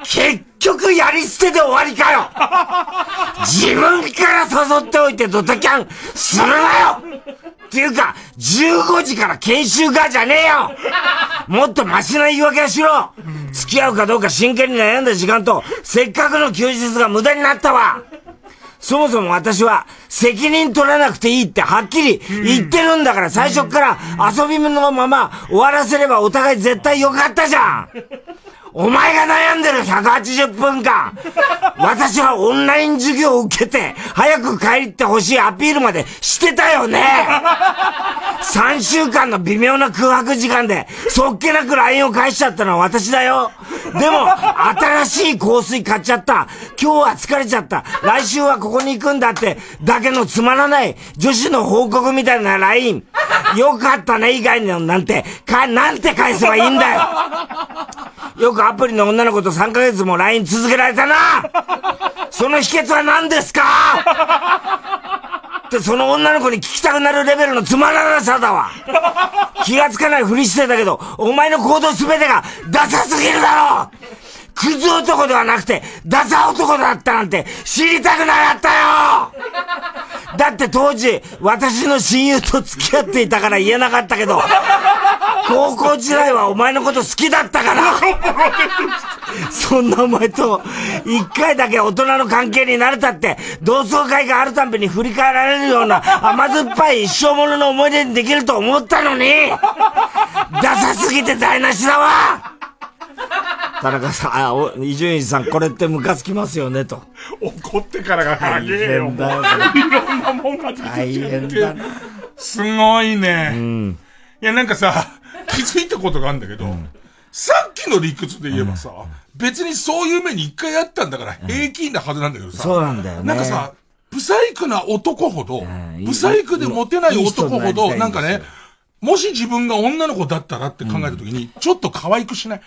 Speaker 3: 結局やり捨てで終わりかよ自分から誘っておいてドタキャンするなよっていうか、15時から研修がじゃねえよもっとマシな言い訳をしろ付き合うかどうか真剣に悩んだ時間と、せっかくの休日が無駄になったわそもそも私は責任取らなくていいってはっきり言ってるんだから最初っから遊びのまま終わらせればお互い絶対良かったじゃんお前が悩んでる180分間私はオンライン授業を受けて早く帰ってほしいアピールまでしてたよね3週間の微妙な空白時間で、そっけなく LINE を返しちゃったのは私だよ。でも、新しい香水買っちゃった。今日は疲れちゃった。来週はここに行くんだって、だけのつまらない、女子の報告みたいな LINE。よかったね、以外のなんて、か、なんて返せばいいんだよ。よくアプリの女の子と3ヶ月も LINE 続けられたなその秘訣は何ですかってその女の子に聞きたくなるレベルのつまらなさだわ気がつかないふりしてたけど、お前の行動すべてがダサすぎるだろクズ男ではなくて、ダサ男だったなんて知りたくなかったよだって当時、私の親友と付き合っていたから言えなかったけど、高校時代はお前のこと好きだったからそんなお前と、一回だけ大人の関係になれたって、同窓会があるたんびに振り返られるような甘酸っぱい一生ものの思い出にできると思ったのに、ダサすぎて台無しだわ田中さん、あ、お伊集院さん、これってムカつきますよね、と。
Speaker 4: 怒ってからが長えよ。
Speaker 3: 大変だよね
Speaker 4: いろんなもんが出てきちゃって
Speaker 3: 大変だな。
Speaker 4: すごいね。いや、なんかさ、気づいたことがあるんだけど、さっきの理屈で言えばさ、別にそういう目に一回あったんだから平均なはずなんだけどさ、
Speaker 3: そうなんだよね。
Speaker 4: なんかさ、、不細工な男ほど、不細工でモテない男
Speaker 3: いい人
Speaker 4: ほ
Speaker 3: になりた
Speaker 4: ど、
Speaker 3: いん
Speaker 4: なん
Speaker 3: で
Speaker 4: か
Speaker 3: すよ
Speaker 4: ね、もし自分が女の子だったらって考えたときに、ちょっと可愛くしない。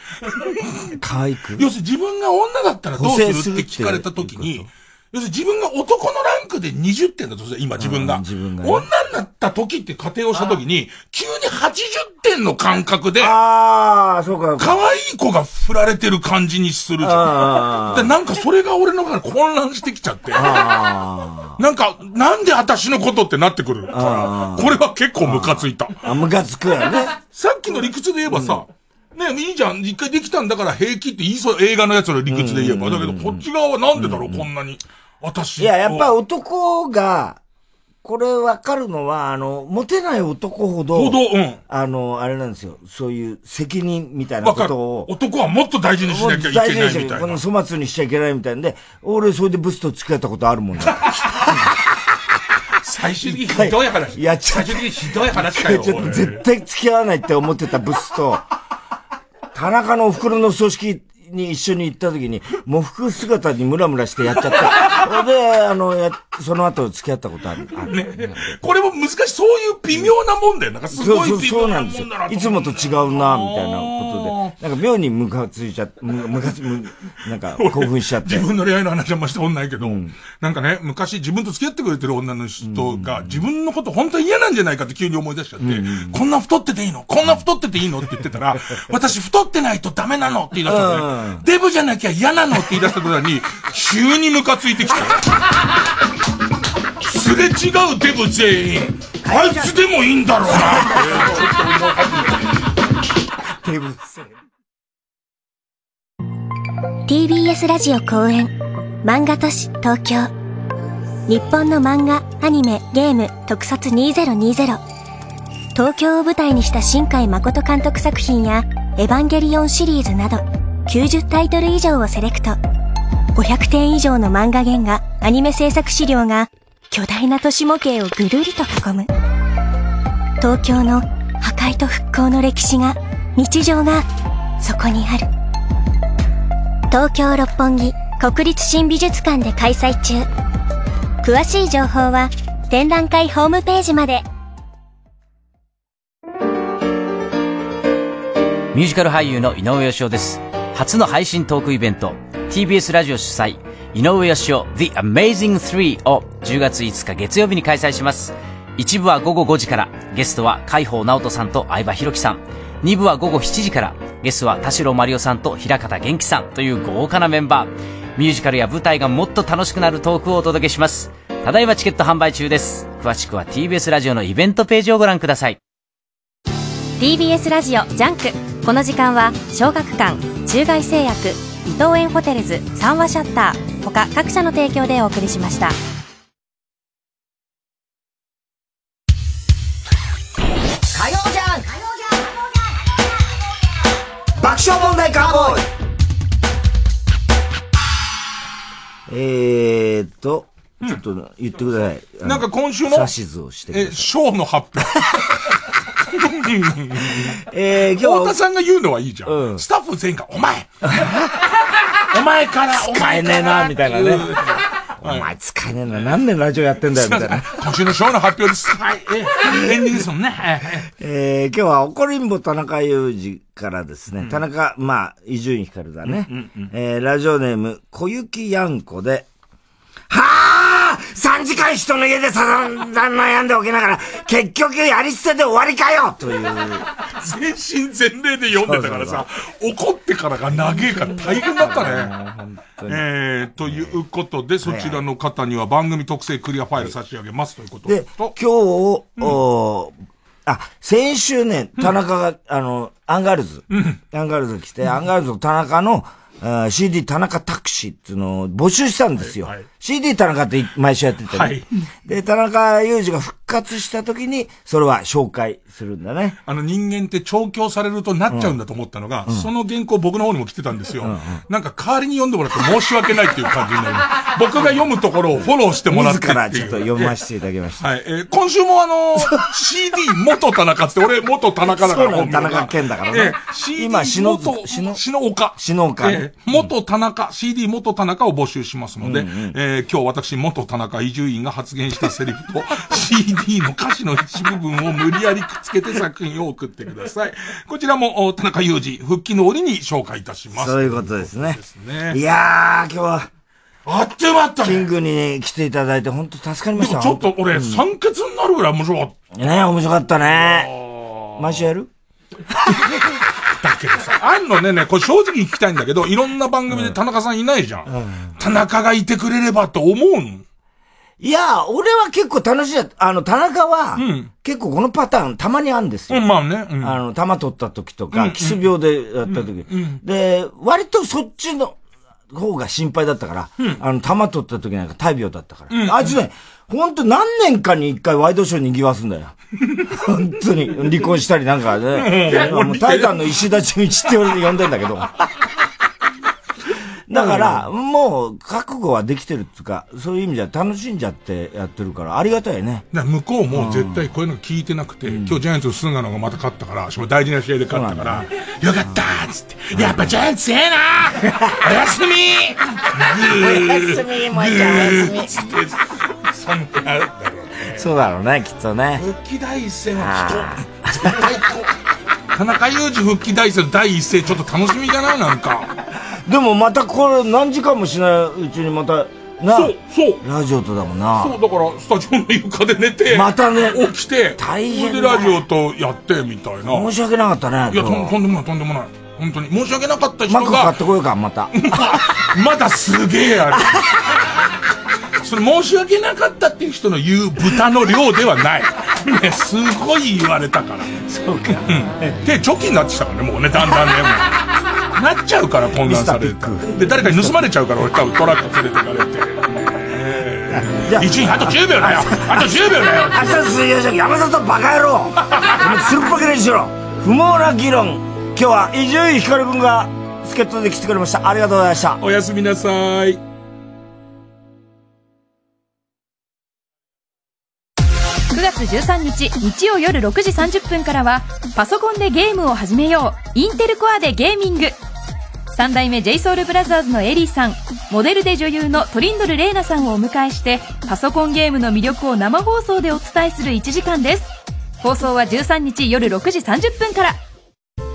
Speaker 3: 可愛く。
Speaker 4: 要するに自分が女だったらどう
Speaker 3: 補正
Speaker 4: す
Speaker 3: す
Speaker 4: るっ
Speaker 3: るってて
Speaker 4: 聞かれたときに、要するに自分が男のランクで20点だとするじゃん今自分が。女になった時って仮定をしたときに、急に80点の感覚で、
Speaker 3: ああ、そうか。
Speaker 4: 可愛い子が振られてる感じにするじ
Speaker 3: あ
Speaker 4: ゃん。
Speaker 3: ー
Speaker 4: でなんかそれが俺の中で混乱してきちゃって。なんか、なんで私のことってなってくるから、これは結構ムカついた。
Speaker 3: あ、ムカつくよね。
Speaker 4: さっきの理屈で言えばさ、ねいいじゃん、一回できたんだから平気って言いそう、映画のやつの理屈で言えば。だけど、こっち側はなんでだろう、こんなに。私。
Speaker 3: いや、やっぱ男が、これわかるのは、あの、モテない男ほど、
Speaker 4: ほどうん
Speaker 3: あの、あれなんですよ。そういう責任みたいなことを。
Speaker 4: 男はもっと大事にしなきゃいけないみたいな
Speaker 3: もっと大事にしこの粗末にしちゃいけないみたいんで、俺それでブスと付き合ったことあるもんだ。
Speaker 4: 最終的にひどい話。
Speaker 3: やっちゃ
Speaker 4: 最
Speaker 3: った
Speaker 4: 終的にひどい話だ よ。
Speaker 3: ちょっと絶対付き合わないって思ってたブスと、田中のお袋の葬式に一緒に行った時に、喪服姿にムラムラしてやっちゃ った。それで、あの、や、その後付き合ったことある。あ
Speaker 4: ね、これも難しい、そういう微妙なもんだよ。なんかすごい
Speaker 3: そうそう
Speaker 4: 微
Speaker 3: そ
Speaker 4: 妙
Speaker 3: うな
Speaker 4: なん
Speaker 3: ですよ
Speaker 4: もんだな。と
Speaker 3: いつもと違うな、みたいなこなんか妙にムカついちゃって、むムカつ、むなんか興奮しちゃって
Speaker 4: 自。分の恋愛の話はましたことないけど、なんかね、昔自分と付き合ってくれてる女の人が、自分のこと本当に嫌なんじゃないかって急に思い出しちゃって、こんな太ってていいのこんな太ってていいのって言ってた ら、私太ってないとダメなのって言い出したのね、デブじゃなきゃ嫌なのって言い出した途端に、急にムカついて きて。すれ違うデブ全員、あいつでもいいんだろうなって。デブ
Speaker 18: TBS ラジオ公演漫画都市東京日本の漫画アニメゲーム特撮2020東京を舞台にした新海誠監督作品や「エヴァンゲリオン」シリーズなど90タイトル以上をセレクト500点以上の漫画原画アニメ制作資料が巨大な都市模型をぐるりと囲む東京の破壊と復興の歴史が日常がそこにある東京六本木国立新美術館で開催中詳しい情報は展覧会ホームページまで
Speaker 12: ミュージカル俳優の井上芳雄です。初の配信トークイベント、TBS ラジオ主催、井上芳雄 The Amazing 3を10月5日月曜日に開催します。一部は午後5時から、ゲストは海宝直人さんと相葉弘樹さん。二部は午後7時から、ゲストは田代真理夫さんと平方元気さんという豪華なメンバー。ミュージカルや舞台がもっと楽しくなるトークをお届けします。ただいまチケット販売中です。詳しくは TBS ラジオのイベントページをご覧ください。
Speaker 1: TBS ラジオジャンクこの時間は小学館中外製薬伊藤園ホテルズ三話シャッター他各社の提供でお送りしました
Speaker 6: 火曜じゃん爆笑問題カーボーイ
Speaker 3: えーっと、ちょっと言ってください。あの
Speaker 4: なんか今週も
Speaker 3: 指図をしてください
Speaker 4: え、ショーの発表。
Speaker 3: え今日
Speaker 4: 太田さんが言うのはいいじゃん。スタッフ全員が、お前お前から、お
Speaker 3: 使え
Speaker 4: 前
Speaker 3: ね
Speaker 4: か
Speaker 3: えな、
Speaker 4: ら
Speaker 3: みたい なね。お前使えねえな、何年ラジオやってんだよ、みたいな。
Speaker 4: 今週のショーの発表です。はい。え、エンディングですもんね。はい
Speaker 3: えー、今日は怒りんぼ田中裕二からですね、田中、まあ、伊集院光だね、
Speaker 31: うんうんうん
Speaker 3: えー、ラジオネーム、小雪やんこで、
Speaker 6: はあ3時間人の家でさだんだん悩んでおきながら、結局やり捨てで終わりかよ
Speaker 3: という。
Speaker 4: 全身全霊で読んでたからさ、怒ってからが長えから大変だったね。えー、ということで、そちらの方には番組特製クリアファイル差し上げますということで。
Speaker 3: で、今日、おーあ、先週ね、田中が、あの、アンガールズ、アンガールズ来て、アンガールズの田中の、あー CD 田中タクシーっていうのを募集したんですよ。CD 田中って毎週やってて、ね
Speaker 4: はい
Speaker 3: で、田中裕二が復活した時に、それは紹介するんだね。
Speaker 4: あの人間って調教されるとなっちゃうんだと思ったのが、
Speaker 3: うん
Speaker 4: その原稿僕の方にも来てたんですよ。なんか代わりに読んでもらって申し訳ないっていう感じになる。僕が読むところをフォローしてもらってっていう。
Speaker 3: 自らちょっと読ませていただきました。
Speaker 4: はい。えー今週もあの ー CD 元田中っつって、俺元田中だか
Speaker 3: そう
Speaker 4: ら
Speaker 3: なの
Speaker 4: 本名が
Speaker 3: 田中健だからね
Speaker 4: えー CD 元、
Speaker 3: 篠塚
Speaker 4: 篠岡。
Speaker 3: 篠岡
Speaker 4: えー元田中、CD 元田中を募集しますので、
Speaker 3: うんうん
Speaker 4: えー今日私元田中伊集院が発言したセ リフと CD の歌詞の一部分を無理やりくっつけて作品を送ってください。こちらもお田中裕二、復帰の折に紹介いたします。
Speaker 3: そういうことですね。
Speaker 4: ね
Speaker 3: いやー、今日は、
Speaker 4: あっという間だったね
Speaker 3: キングに来ていただいて、本当助かりました。
Speaker 4: ちょっと俺、
Speaker 3: 三
Speaker 4: 酸欠になるぐらい面白かった。
Speaker 3: ね面白かったね。毎週やる
Speaker 4: あんのね、ね、これ正直聞きたいんだけど、いろんな番組で田中さんいないじゃん。田中がいてくれればと思うの
Speaker 3: いやー、俺は結構楽しいや。あの、田中は、結構このパターンたまにあるんですよ。
Speaker 4: まあね。
Speaker 3: あの、玉取った時と
Speaker 4: うんう
Speaker 3: か、
Speaker 4: ん
Speaker 3: キス病でやった時
Speaker 4: うんうん。
Speaker 3: で、割とそっちの方が心配だったから、あの、玉取った時なんか大病だったか
Speaker 31: うん
Speaker 3: ら。あいつね、ほんと何年かに一回ワイドショーにぎわすんだ よ。本当に。離婚したりなんかね。
Speaker 31: うん
Speaker 3: もうタイタンの石田純一って俺で呼んでんだけ ど。だから、もう、覚悟はできてるっていうか、そういう意味じゃ楽しんじゃってやってるから、ありがたいね。
Speaker 4: だから向こうも絶対こういうの聞いてなくて、今日ジャイアンツの菅野がまた勝ったから、しかも大事な試合で勝ったから、よかったーっつって、やっぱジャイアンツ強えなーおやすみー
Speaker 31: おやすみもう一回おやすみ
Speaker 4: ぐーっつって、そんなあるだろうね。
Speaker 3: そうだろうね、きっとね。
Speaker 4: 復帰第一戦
Speaker 3: あ
Speaker 4: は
Speaker 3: ー
Speaker 4: 人、絶対こう田中裕二復帰大戦の第一声ちょっと楽しみだな、なんか。
Speaker 3: でもまたこれ何時間もしないうちにまた、な
Speaker 4: そう、そう。
Speaker 3: ラジオとだもんな。
Speaker 4: そう、だから、スタジオの床で寝て、ま
Speaker 3: たね、
Speaker 4: 起きて、大
Speaker 3: 変
Speaker 4: それ
Speaker 3: だ
Speaker 4: でラジオとやって、みたいな。
Speaker 3: 申し訳なかったね。
Speaker 4: いや、と
Speaker 3: 今
Speaker 4: ん
Speaker 3: 日
Speaker 4: とんでもない、とんでもない。本当に。申し訳なかった人
Speaker 3: マック買
Speaker 4: が
Speaker 3: っ、てこようか、また。
Speaker 4: まだすげえある。それ申し訳なかったっていう人の言う豚の量ではない。ね、すごい言われたから。
Speaker 3: そうか。
Speaker 4: 手チョキになってきたからね、もうね、だんだんね、もう。なっちゃうから混乱されるとで、誰かに盗まれちゃうから、俺多分トラック連れてかれて。ねえ一日あと10秒だよあと10秒だよ
Speaker 3: 明日水曜日山里バカ野 郎お前すっぱけにしろ不毛な議論今日は伊集院光君が助っ人で来てくれましたありがとうございました
Speaker 4: おやすみなさい
Speaker 2: 9月13日日曜夜6時30分からはパソコンでゲームを始めようインテルコアでゲーミング三代目 JSOULBROTHERS のエリーさんモデルで女優のトリンドル玲奈さんをお迎えしてパソコンゲームの魅力を生放送でお伝えする1時間です放送は13日夜6時30分から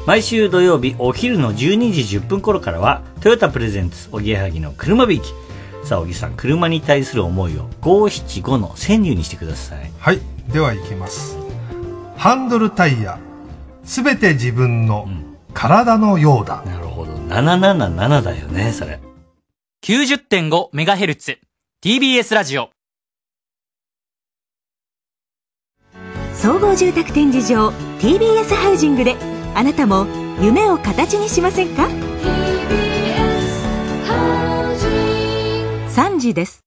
Speaker 7: 毎週土曜日お昼の12時10分頃からはトヨタプレゼンツおぎやはぎの車びいきさあおぎさん車に対する思いを575の川柳にしてください
Speaker 13: はいではいきますハンドルタイヤすべて自分の体のようだ、なるほど
Speaker 7: 777だよねそれ
Speaker 32: 90.5MHz TBS ラジオ
Speaker 33: 総合住宅展示場 TBS ハウジングであなたも夢を形にしませんか3時です